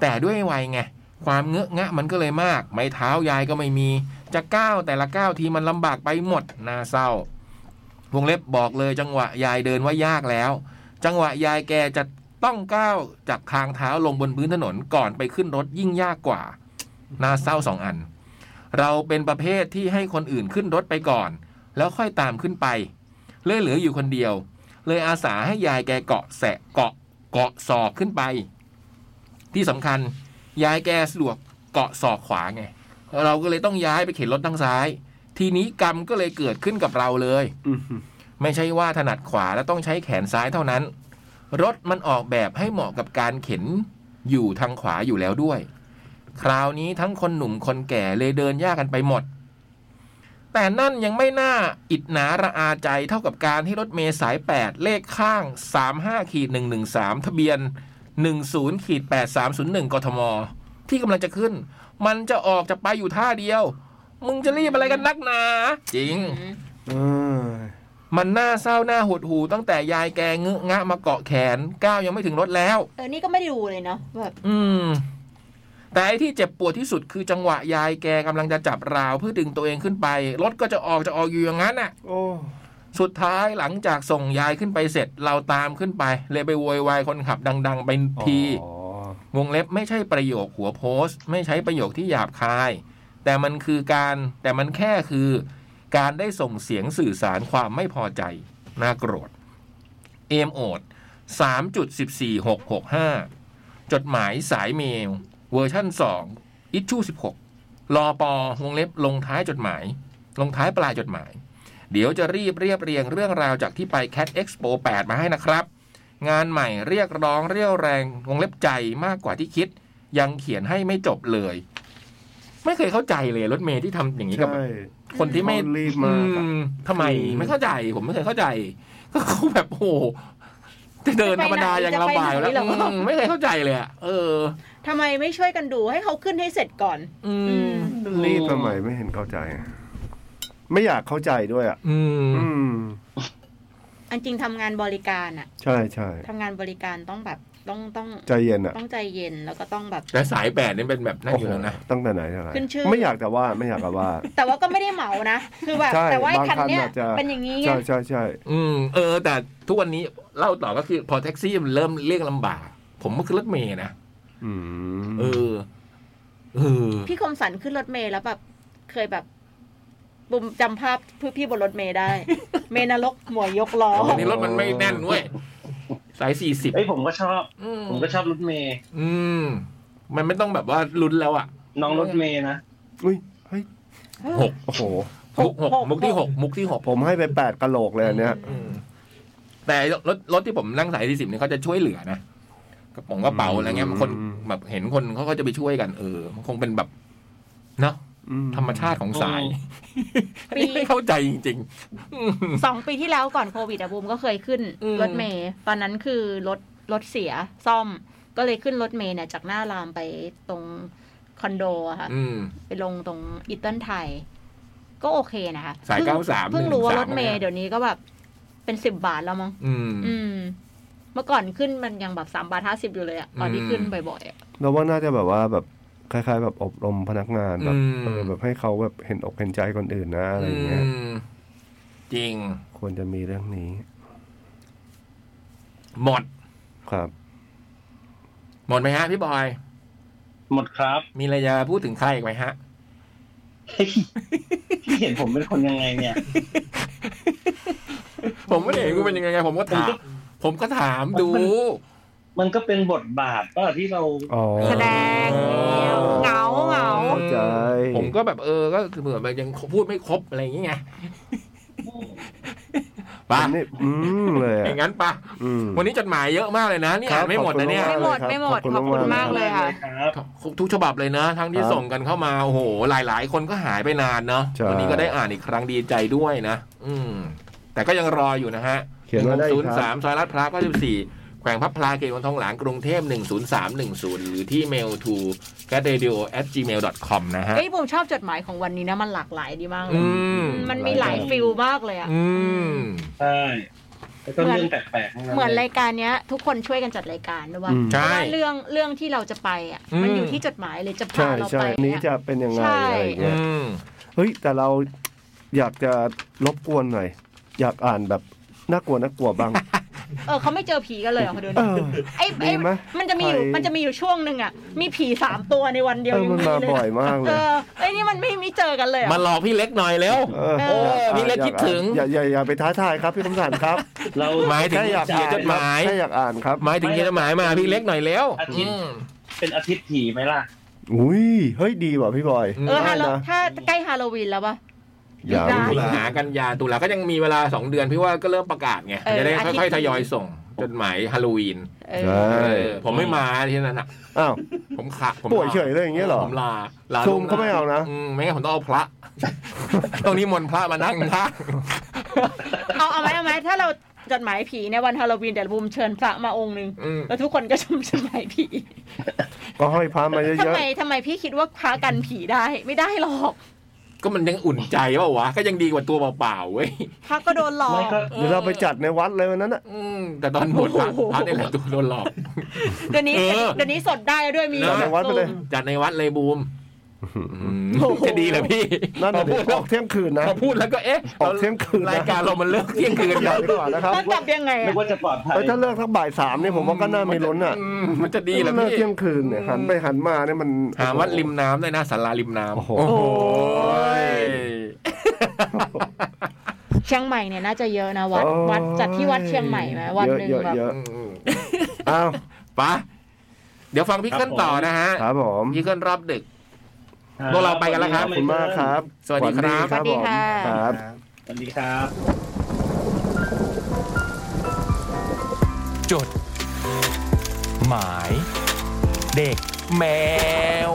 Speaker 1: แต่ด้วยวัยไง ความเงอะงะมันก็เลยมาก ไม้เท้ายายก็ไม่มี จะก้าวแต่ละก้าวทีมันลำบากไปหมดน่าเศร้าวงเล็บบอกเลยจังหวะยายเดินว่ายากแล้ว จังหวะยายแกจะต้องก้าวจากทางเท้าลงบนพื้นถนนก่อนไปขึ้นรถยิ่งยากกว่าน่าเศร้าสองอัน เราเป็นประเภทที่ให้คนอื่นขึ้นรถไปก่อน แล้วค่อยตามขึ้นไป เลยเหลืออยู่คนเดียว เลยอาสาให้ยายแกเกาะแสะเกาะเกาะศอกขึ้นไป ที่สำคัญ ย้ายแกสะดวกเกาะศอกขวาไง เราก็เลยต้องย้ายไปเข็นรถทางซ้าย ทีนี้กรรมก็เลยเกิดขึ้นกับเราเลย
Speaker 2: อื้อหือ
Speaker 1: ไม่ใช่ว่าถนัดขวาแล้วต้องใช้แขนซ้ายเท่านั้น รถมันออกแบบให้เหมาะกับการเข็นอยู่ทางขวาอยู่แล้วด้วย คราวนี้ทั้งคนหนุ่มคนแก่เลยเดินยากกันไปหมด แต่นั่นยังไม่น่าอิดหนาระอาใจเท่ากับการที่รถเมย์สาย 8 เลขข้าง 35ขีด113 ทะเบียน 10ขีด8301 กทม ที่กำลังจะขึ้น มันจะออกจะไปอยู่ท่าเดียว มึงจะรีบอะไรกันนักหนา จริง
Speaker 2: เออ
Speaker 1: มันน่าเศร้าหน้าหดหูตั้งแต่ยายแกงึงะมาเกาะแขนก้าวยังไม่ถึงรถแล้ว
Speaker 3: เออนี่ก็ไม่ได้ดูเลยเนาะแบบ
Speaker 1: อืม แต่ไอ้ที่เจ็บปวดที่สุดคือจังหวะยายแกกำลังจะจับราวเพื่อดึงตัวเองขึ้นไป รถก็จะออกจะออกอยู่อย่างนั้นน่ะ
Speaker 2: โอ้
Speaker 1: สุดท้ายหลังจากส่งยายขึ้นไปเสร็จเราตามขึ้นไปเลยไปโวยวายคนขับดัง ๆ ไปที
Speaker 2: อ๋อ
Speaker 1: วงเล็บไม่ใช่ประโยคหัวโพสต์ ไม่ใช้ประโยคที่หยาบคาย แต่มันคือการแต่มันแค่คือ การได้ส่งเสียงสื่อสารความไม่พอใจ น่าโกรธเอมโอด3.14665 จดหมายสายเมล เวอร์ชั่น 2 อิชชู16 รอปอวงเล็บลงท้ายจดหมาย ลงท้ายปลายจดหมาย เดี๋ยวจะรีบเรียบเรียงเรื่องราวจากที่ไป Cat Expo 8 มาให้นะครับ งานใหม่เรียกร้องเรียวแรงวงเล็บใจมากกว่าที่คิด ยังเขียนให้ไม่จบเลย ไม่เคยเข้าใจเลยรถเมย์ที่ทำอย่างนี้กับ
Speaker 2: ใช่
Speaker 1: คนที่ไม่
Speaker 2: เขารีบมากอะ
Speaker 1: อืมทำไม
Speaker 2: คือ
Speaker 1: ไม่เข้าใจ ผมไม่เคยเข้าใจ ก็เขาแบบโอ้โหจะเดินธรรมดายังลำบากอยู่แล้ว
Speaker 3: จะไปไหนเหรอ
Speaker 1: อืมไม่เคยเข้าใจเลยอะเออ
Speaker 3: ทำไมไม่ช่วยกันดูให้เขาขึ้นให้เสร็จก่อน
Speaker 1: อื
Speaker 3: อื
Speaker 1: ม
Speaker 3: ม
Speaker 2: รีบทำไมไม่เห็นเข้าใจ ไม่อยากเข้าใจด้วยอ่ะ
Speaker 1: อืม
Speaker 2: อืม
Speaker 3: อันจริงทำงานบริการอะ
Speaker 2: ใช่ใช่
Speaker 3: ทำงานบริการต้องแบบต้องต้อง
Speaker 2: ใจเย็นอ่ะ
Speaker 3: ต้องใจเย็นแล้วก็ต้องแบบ
Speaker 1: แต่สายแปดนี่เป็นแบบนั่นอยู่แล้วนะ
Speaker 2: โโหตั้งแต่ไหนแต่ไร
Speaker 3: ขึ้นชื่อ
Speaker 2: ไม่อยากแต่ว่าไม่อยากแต่ว่า
Speaker 3: แต่ว่าก็ไม่ได้เหมานะ คือแบบ
Speaker 2: ใช่
Speaker 3: แต่ว่าไอ้
Speaker 2: บาง
Speaker 3: คันเนี้ย
Speaker 2: คันอาจจะ
Speaker 3: เป็นอย่างนี้ไง
Speaker 2: ใช่ใช่ใช่
Speaker 1: อืม เออ แต่ทุกวันนี้เล่าต่อก็คือพอแท็กซี่มันเริ่มเรียกลำบาก ผมก็คือรถเมย์นะ
Speaker 2: อืม
Speaker 1: เออ เออ
Speaker 3: พี่คมสันขึ้นรถเมล์แล้วแบบเคยแบบบุมจำภาพพี่พี่บนรถเมล์ได้ เมนรกหมวยยกล้อ
Speaker 1: อันนี้รถมันไม่แน่นเว้ย สายสี่สิบ
Speaker 4: เอ้ยผมก็ชอบ ผมก็ชอบรถเมย์
Speaker 1: อืม มันไม่ต้องแบบว่าลุ้นแล้วอ่ะ
Speaker 4: น้องรถเมย์นะ
Speaker 2: อุ้ยเฮ้ย
Speaker 1: หก
Speaker 2: โอ้โห
Speaker 1: หกหกมุกที่หกมุกที่หก
Speaker 2: ผมให้ไปแปดกะโหลกเลยอันเนี่ย
Speaker 1: อืมแต่รถรถที่ผมนั่งสายที่สิบเนี่ยเขาจะช่วยเหลือนะกระป๋องกระเป๋าอะไรเงี้ย
Speaker 2: อืม
Speaker 1: คนแบบเห็นคนเขาก็จะไปช่วยกันเออมันคงเป็นแบบเนาะ
Speaker 2: อื
Speaker 1: ธรรมชาติของสาย
Speaker 4: อืม
Speaker 1: อันนี้ไม่เข้าใจจริง
Speaker 3: สองปีที่แล้วก่อนโควิดอะบูมก็เคยขึ้น
Speaker 1: อืม
Speaker 3: รถเมย์ตอนนั้นคือรถรถเสียซ่อมก็เลยขึ้นรถเมย์เนี่ยจากหน้ารามไปตรงคอนโดอะค่ะ
Speaker 1: ๆ อืม
Speaker 3: ไปลงตรงอิตเติ้ลไทย ก็โอเคนะคะ
Speaker 1: สาย
Speaker 3: พิ่ง
Speaker 1: เก้าสาม
Speaker 3: เพิ่งรู้ว่ารถเม
Speaker 1: หนึ่งสาม
Speaker 3: ย์เดี๋ยวนี้ก็แบบเป็นสิบบาทแล้วมั้ง
Speaker 1: อืม
Speaker 3: อืม เมื่อก่อนขึ้นมันยังแบบสามบาทห้าสิบอยู่เลยอะตอนที่ขึ้นบ่อยๆอะ
Speaker 2: เราว่าน่าจะแบบว่าแบบคล้าย ๆ แบบอบรมพนักงานแบบ
Speaker 1: อืม
Speaker 2: เออแบบให้เขาแบบเห็นอกเห็นใจคนอื่นนะอะไรอย่างเงี้ย
Speaker 1: มจริง
Speaker 2: ควรจะมีเรื่องนี้
Speaker 1: หมด
Speaker 2: ครับ
Speaker 1: หมดไหมฮะพี่บอย
Speaker 4: หมด ครับ
Speaker 1: มีอะไรจะพูดถึงใครอีกไหมฮะ
Speaker 4: เฮ้ยพี่เห็นผมเป็นคนยังไงเนี่ย
Speaker 1: ผมไม่ได้เห็นคุณเป็นยังไงไงผมก็ถาม ผมก็ถามดู
Speaker 4: มันก็เป็นบทบาทป่ะที่เรา
Speaker 2: อ๋อ
Speaker 3: แสดง
Speaker 1: อ๋อ
Speaker 3: เหงาเหงา
Speaker 2: เข้าใจ
Speaker 1: ผมก็แบบเออ ก็คือเหมือนแบบยังพูดไม่ครบอะไรอย่างเงี้ ย
Speaker 2: ผ
Speaker 1: ปะ
Speaker 2: มนี่อืมเลย
Speaker 1: อ
Speaker 2: อ่ะ
Speaker 1: ย่างนั้นปะ
Speaker 2: อืม
Speaker 1: วันนี้จดหมายเยอะมากเลยนะเนี่ย
Speaker 2: ครับ
Speaker 1: อ่านไม่หมดนะเนี่ย
Speaker 2: ข
Speaker 3: ไม่
Speaker 2: อบคุณ
Speaker 3: หมดไม่หมด
Speaker 2: ข
Speaker 3: ขอ
Speaker 2: อ
Speaker 3: บบ
Speaker 2: คุ
Speaker 3: คุณมาม
Speaker 2: ณาก ก
Speaker 3: เลยค่ะ
Speaker 4: ครับ
Speaker 1: ทุกฉบับเลยนะ ทั้งที่
Speaker 2: ครับ
Speaker 1: ส่งกันเข้ามาโอ้โห หลาย ๆ คนก็หายไปนานเนาะ
Speaker 2: ใช่
Speaker 1: วันี้ก็ได้อ่านอีกครั้งดีใจด้วยนะ อืม แต่ก็ยังรออยู่นะฮะ
Speaker 2: เขียนมาได้
Speaker 1: ศู
Speaker 2: อี
Speaker 1: นย์
Speaker 2: กครั
Speaker 1: สาม
Speaker 2: บ
Speaker 1: ซอยลาดพร้าวเก้าสิบสี่แขวงพับพลาเขตวันทองหลางกรุงเทพหนึ่งศูนย์สามหนึ่งศูนย์หรือที่ mail to g a d r a d i o at gmail com นะฮะ
Speaker 3: เอ้ยบูมชอบจดหมายของวันนี้นะมันหลากหลายดีมากเลย
Speaker 1: อืม
Speaker 3: มันมีหลายฟิลมากเลยอะ
Speaker 1: อืม
Speaker 4: ใช่แล้วก็เรื่องแปลกๆทั้งนั้น
Speaker 3: เหมือน
Speaker 4: ลย
Speaker 3: รายการเนี้ย ทุกคนช่วยกันจัดรายการด้วยว่า
Speaker 2: อืม
Speaker 1: ใช่
Speaker 3: ว่าเรื่องเรื่องที่เราจะไปอะ
Speaker 1: อืม
Speaker 3: มันอยู่ที่จดหมายเลยจะพา
Speaker 2: ใช่
Speaker 3: เรา
Speaker 2: ใช่
Speaker 3: ไป
Speaker 2: อันนี้
Speaker 3: เนี่ย
Speaker 2: จะเป็นยังไง
Speaker 3: ใช่
Speaker 2: อะไรอ
Speaker 1: อื
Speaker 2: ย่างเงี้ย
Speaker 1: ม
Speaker 2: เฮ้ยแต่เราอยากจะรบกวนหน่อย อยากอ่านแบบน่ากลัวน่ากลัวบ้าง
Speaker 3: เออเขาไม่เจอผีกันเลยเหรอเขาเดิน
Speaker 2: เออ
Speaker 3: ไอ้
Speaker 2: ดี
Speaker 3: ไอ้
Speaker 2: ไหม
Speaker 3: มันจะมีอยู่
Speaker 2: ใคร
Speaker 3: มันจะมีอยู่ช่วงหนึ่งอ่ะ มีผีสามตัวในวันเดียว
Speaker 2: เออมันมา
Speaker 3: เล
Speaker 2: บ่อยมากเล
Speaker 3: เอย อไอ้นี่มันไม่ไม่เจอกันเลยอะ
Speaker 1: มาหลอกพี่เล็กหน่อยแล้ว
Speaker 2: เออ
Speaker 1: โอ้พี่เล็ก
Speaker 2: อยา
Speaker 1: คิดถึง
Speaker 2: อย่าอย่าอย่าไปท้าทายครับพี่คมสันครับ
Speaker 4: เรา
Speaker 1: หมายถึง
Speaker 2: แค่อยาก
Speaker 1: เขียนจดหมาย
Speaker 2: แค่อยากอ่านครับ
Speaker 1: หมายถึงเขียนจดหมายมาพี่เล็กหน่อยแล้ว
Speaker 4: อาทิตย์
Speaker 1: อืม
Speaker 4: เป็นอาทิตย์ผีไหมล่ะ
Speaker 2: อุ้ยเฮ้ยดีว่ะพี่บอย
Speaker 1: ม
Speaker 3: เออ
Speaker 2: ได้
Speaker 3: ฮาโล
Speaker 2: นะ
Speaker 3: ถ้าใกล้ฮาโลวีนแล้วปะ
Speaker 2: อย่า
Speaker 3: ได้
Speaker 1: สิงหากันยาตุลาก็ยังมีเวลาสองเดือนพี่ว่าก็เริ่มประกาศไง
Speaker 3: เออ
Speaker 1: จะได้
Speaker 3: อาทิตย์
Speaker 1: ค่อยๆทยอยส่งจดหมายฮาโลวีน
Speaker 3: เออ
Speaker 2: ใช่
Speaker 1: เออผมไม่มาที่นั่นอ่ะ
Speaker 2: อ้าว
Speaker 1: ผมขาผมลา
Speaker 2: ป่วยเฉยเลยอย่างเงี้ยเหรอ
Speaker 1: ผมลาลา
Speaker 2: ซูมก็ไม่เอานะ
Speaker 1: มไม่งั้นผมต้องเอาพระ ต้องนิมนต์พระมานั่งข้าง
Speaker 3: เอาเอาไหมเอาไหมถ้าเราจดหมายผีในวันฮาโลวีนเดี๋ยวบูมเชิญพระมาองค์หนึ่ง
Speaker 1: อืม
Speaker 3: แล้วทุกคนก็ชมจดหมายผี
Speaker 2: ก็ห้อยพามา
Speaker 3: ทำ
Speaker 2: เยอะ
Speaker 3: ไมทำไมพี่คิดว่าพระกันผีได้ไม่ได้หรอก
Speaker 1: ก็มันยังอุ่นใจเปล่าวะก็ยังดีกว่าตัวเปล่าๆเว้ย
Speaker 3: พระก็โดนหลอ
Speaker 4: ไม่
Speaker 3: ก
Speaker 4: ก็
Speaker 2: ๆเดี๋ยวเราไปจัดในวัดเลยวันนั้นอ่ะ
Speaker 1: อืมแต่ตอนหมดพระพระนี่แหละตัวโดนหลอก
Speaker 3: เดี๋ยวนี้
Speaker 1: เออ
Speaker 3: เดี๋ยวนี้สดได้ด้วยมี
Speaker 1: เออ
Speaker 2: จัดในวัดไปเลย
Speaker 1: จัดในวัดเลยบูมจะดีเหรอพี่
Speaker 2: นั่น
Speaker 1: พอ
Speaker 2: น่ะดิ
Speaker 1: พูดแล้
Speaker 2: อ
Speaker 1: ว
Speaker 2: อกเที่ยงคืนนะ
Speaker 1: พอพูดแล้วก็เอ๊ะ
Speaker 2: ออกเที่ยงคืนนะ
Speaker 1: รายการเรามันเลิกเที่ยงคืน
Speaker 2: อย่าดีกว่านะครับ
Speaker 3: ต้องกลับยังไง
Speaker 4: นึก
Speaker 3: อะ
Speaker 4: ว่าจะปลอดภัย
Speaker 2: เอ้ยถ้าเลิกทักบ่ายสามเนี่ยผมว่าก็น่ามีลุ้นอ่ะ
Speaker 1: มมันจะดีเหรอ
Speaker 2: เลิ
Speaker 1: พี่
Speaker 2: กเที่ยงคืนเนี่ยหันไปหันมาเนี่ยมัน
Speaker 1: หาวัดริมน้ำได้นะสาราริมน้ำ
Speaker 2: โอ้โห
Speaker 1: ย
Speaker 3: เชียงใหม่เนี่ยน่าจะเยอะนะวัด
Speaker 2: โอ้ย
Speaker 3: วัดจัดที่วัดเชียงใหม่ไหมวันหนึ่ง
Speaker 2: เยอะ
Speaker 3: แบบ
Speaker 2: เยอะ
Speaker 1: อืม
Speaker 2: อ้าว
Speaker 1: ไปะเดี๋ยวฟังพี่เกิ้ลต่อนะฮะ
Speaker 2: ครับผม
Speaker 1: พี่เกิ้ลรอบดึก พวกเราไปกันแล้วครับ
Speaker 2: ขอบคุณมากครับ
Speaker 1: สวัสดีครับ
Speaker 2: หวังผม
Speaker 3: สวัสดี
Speaker 2: ค
Speaker 3: ค่ะ
Speaker 2: รับ
Speaker 4: สวัสดีครับ
Speaker 7: จด หมาย เด็ก แมว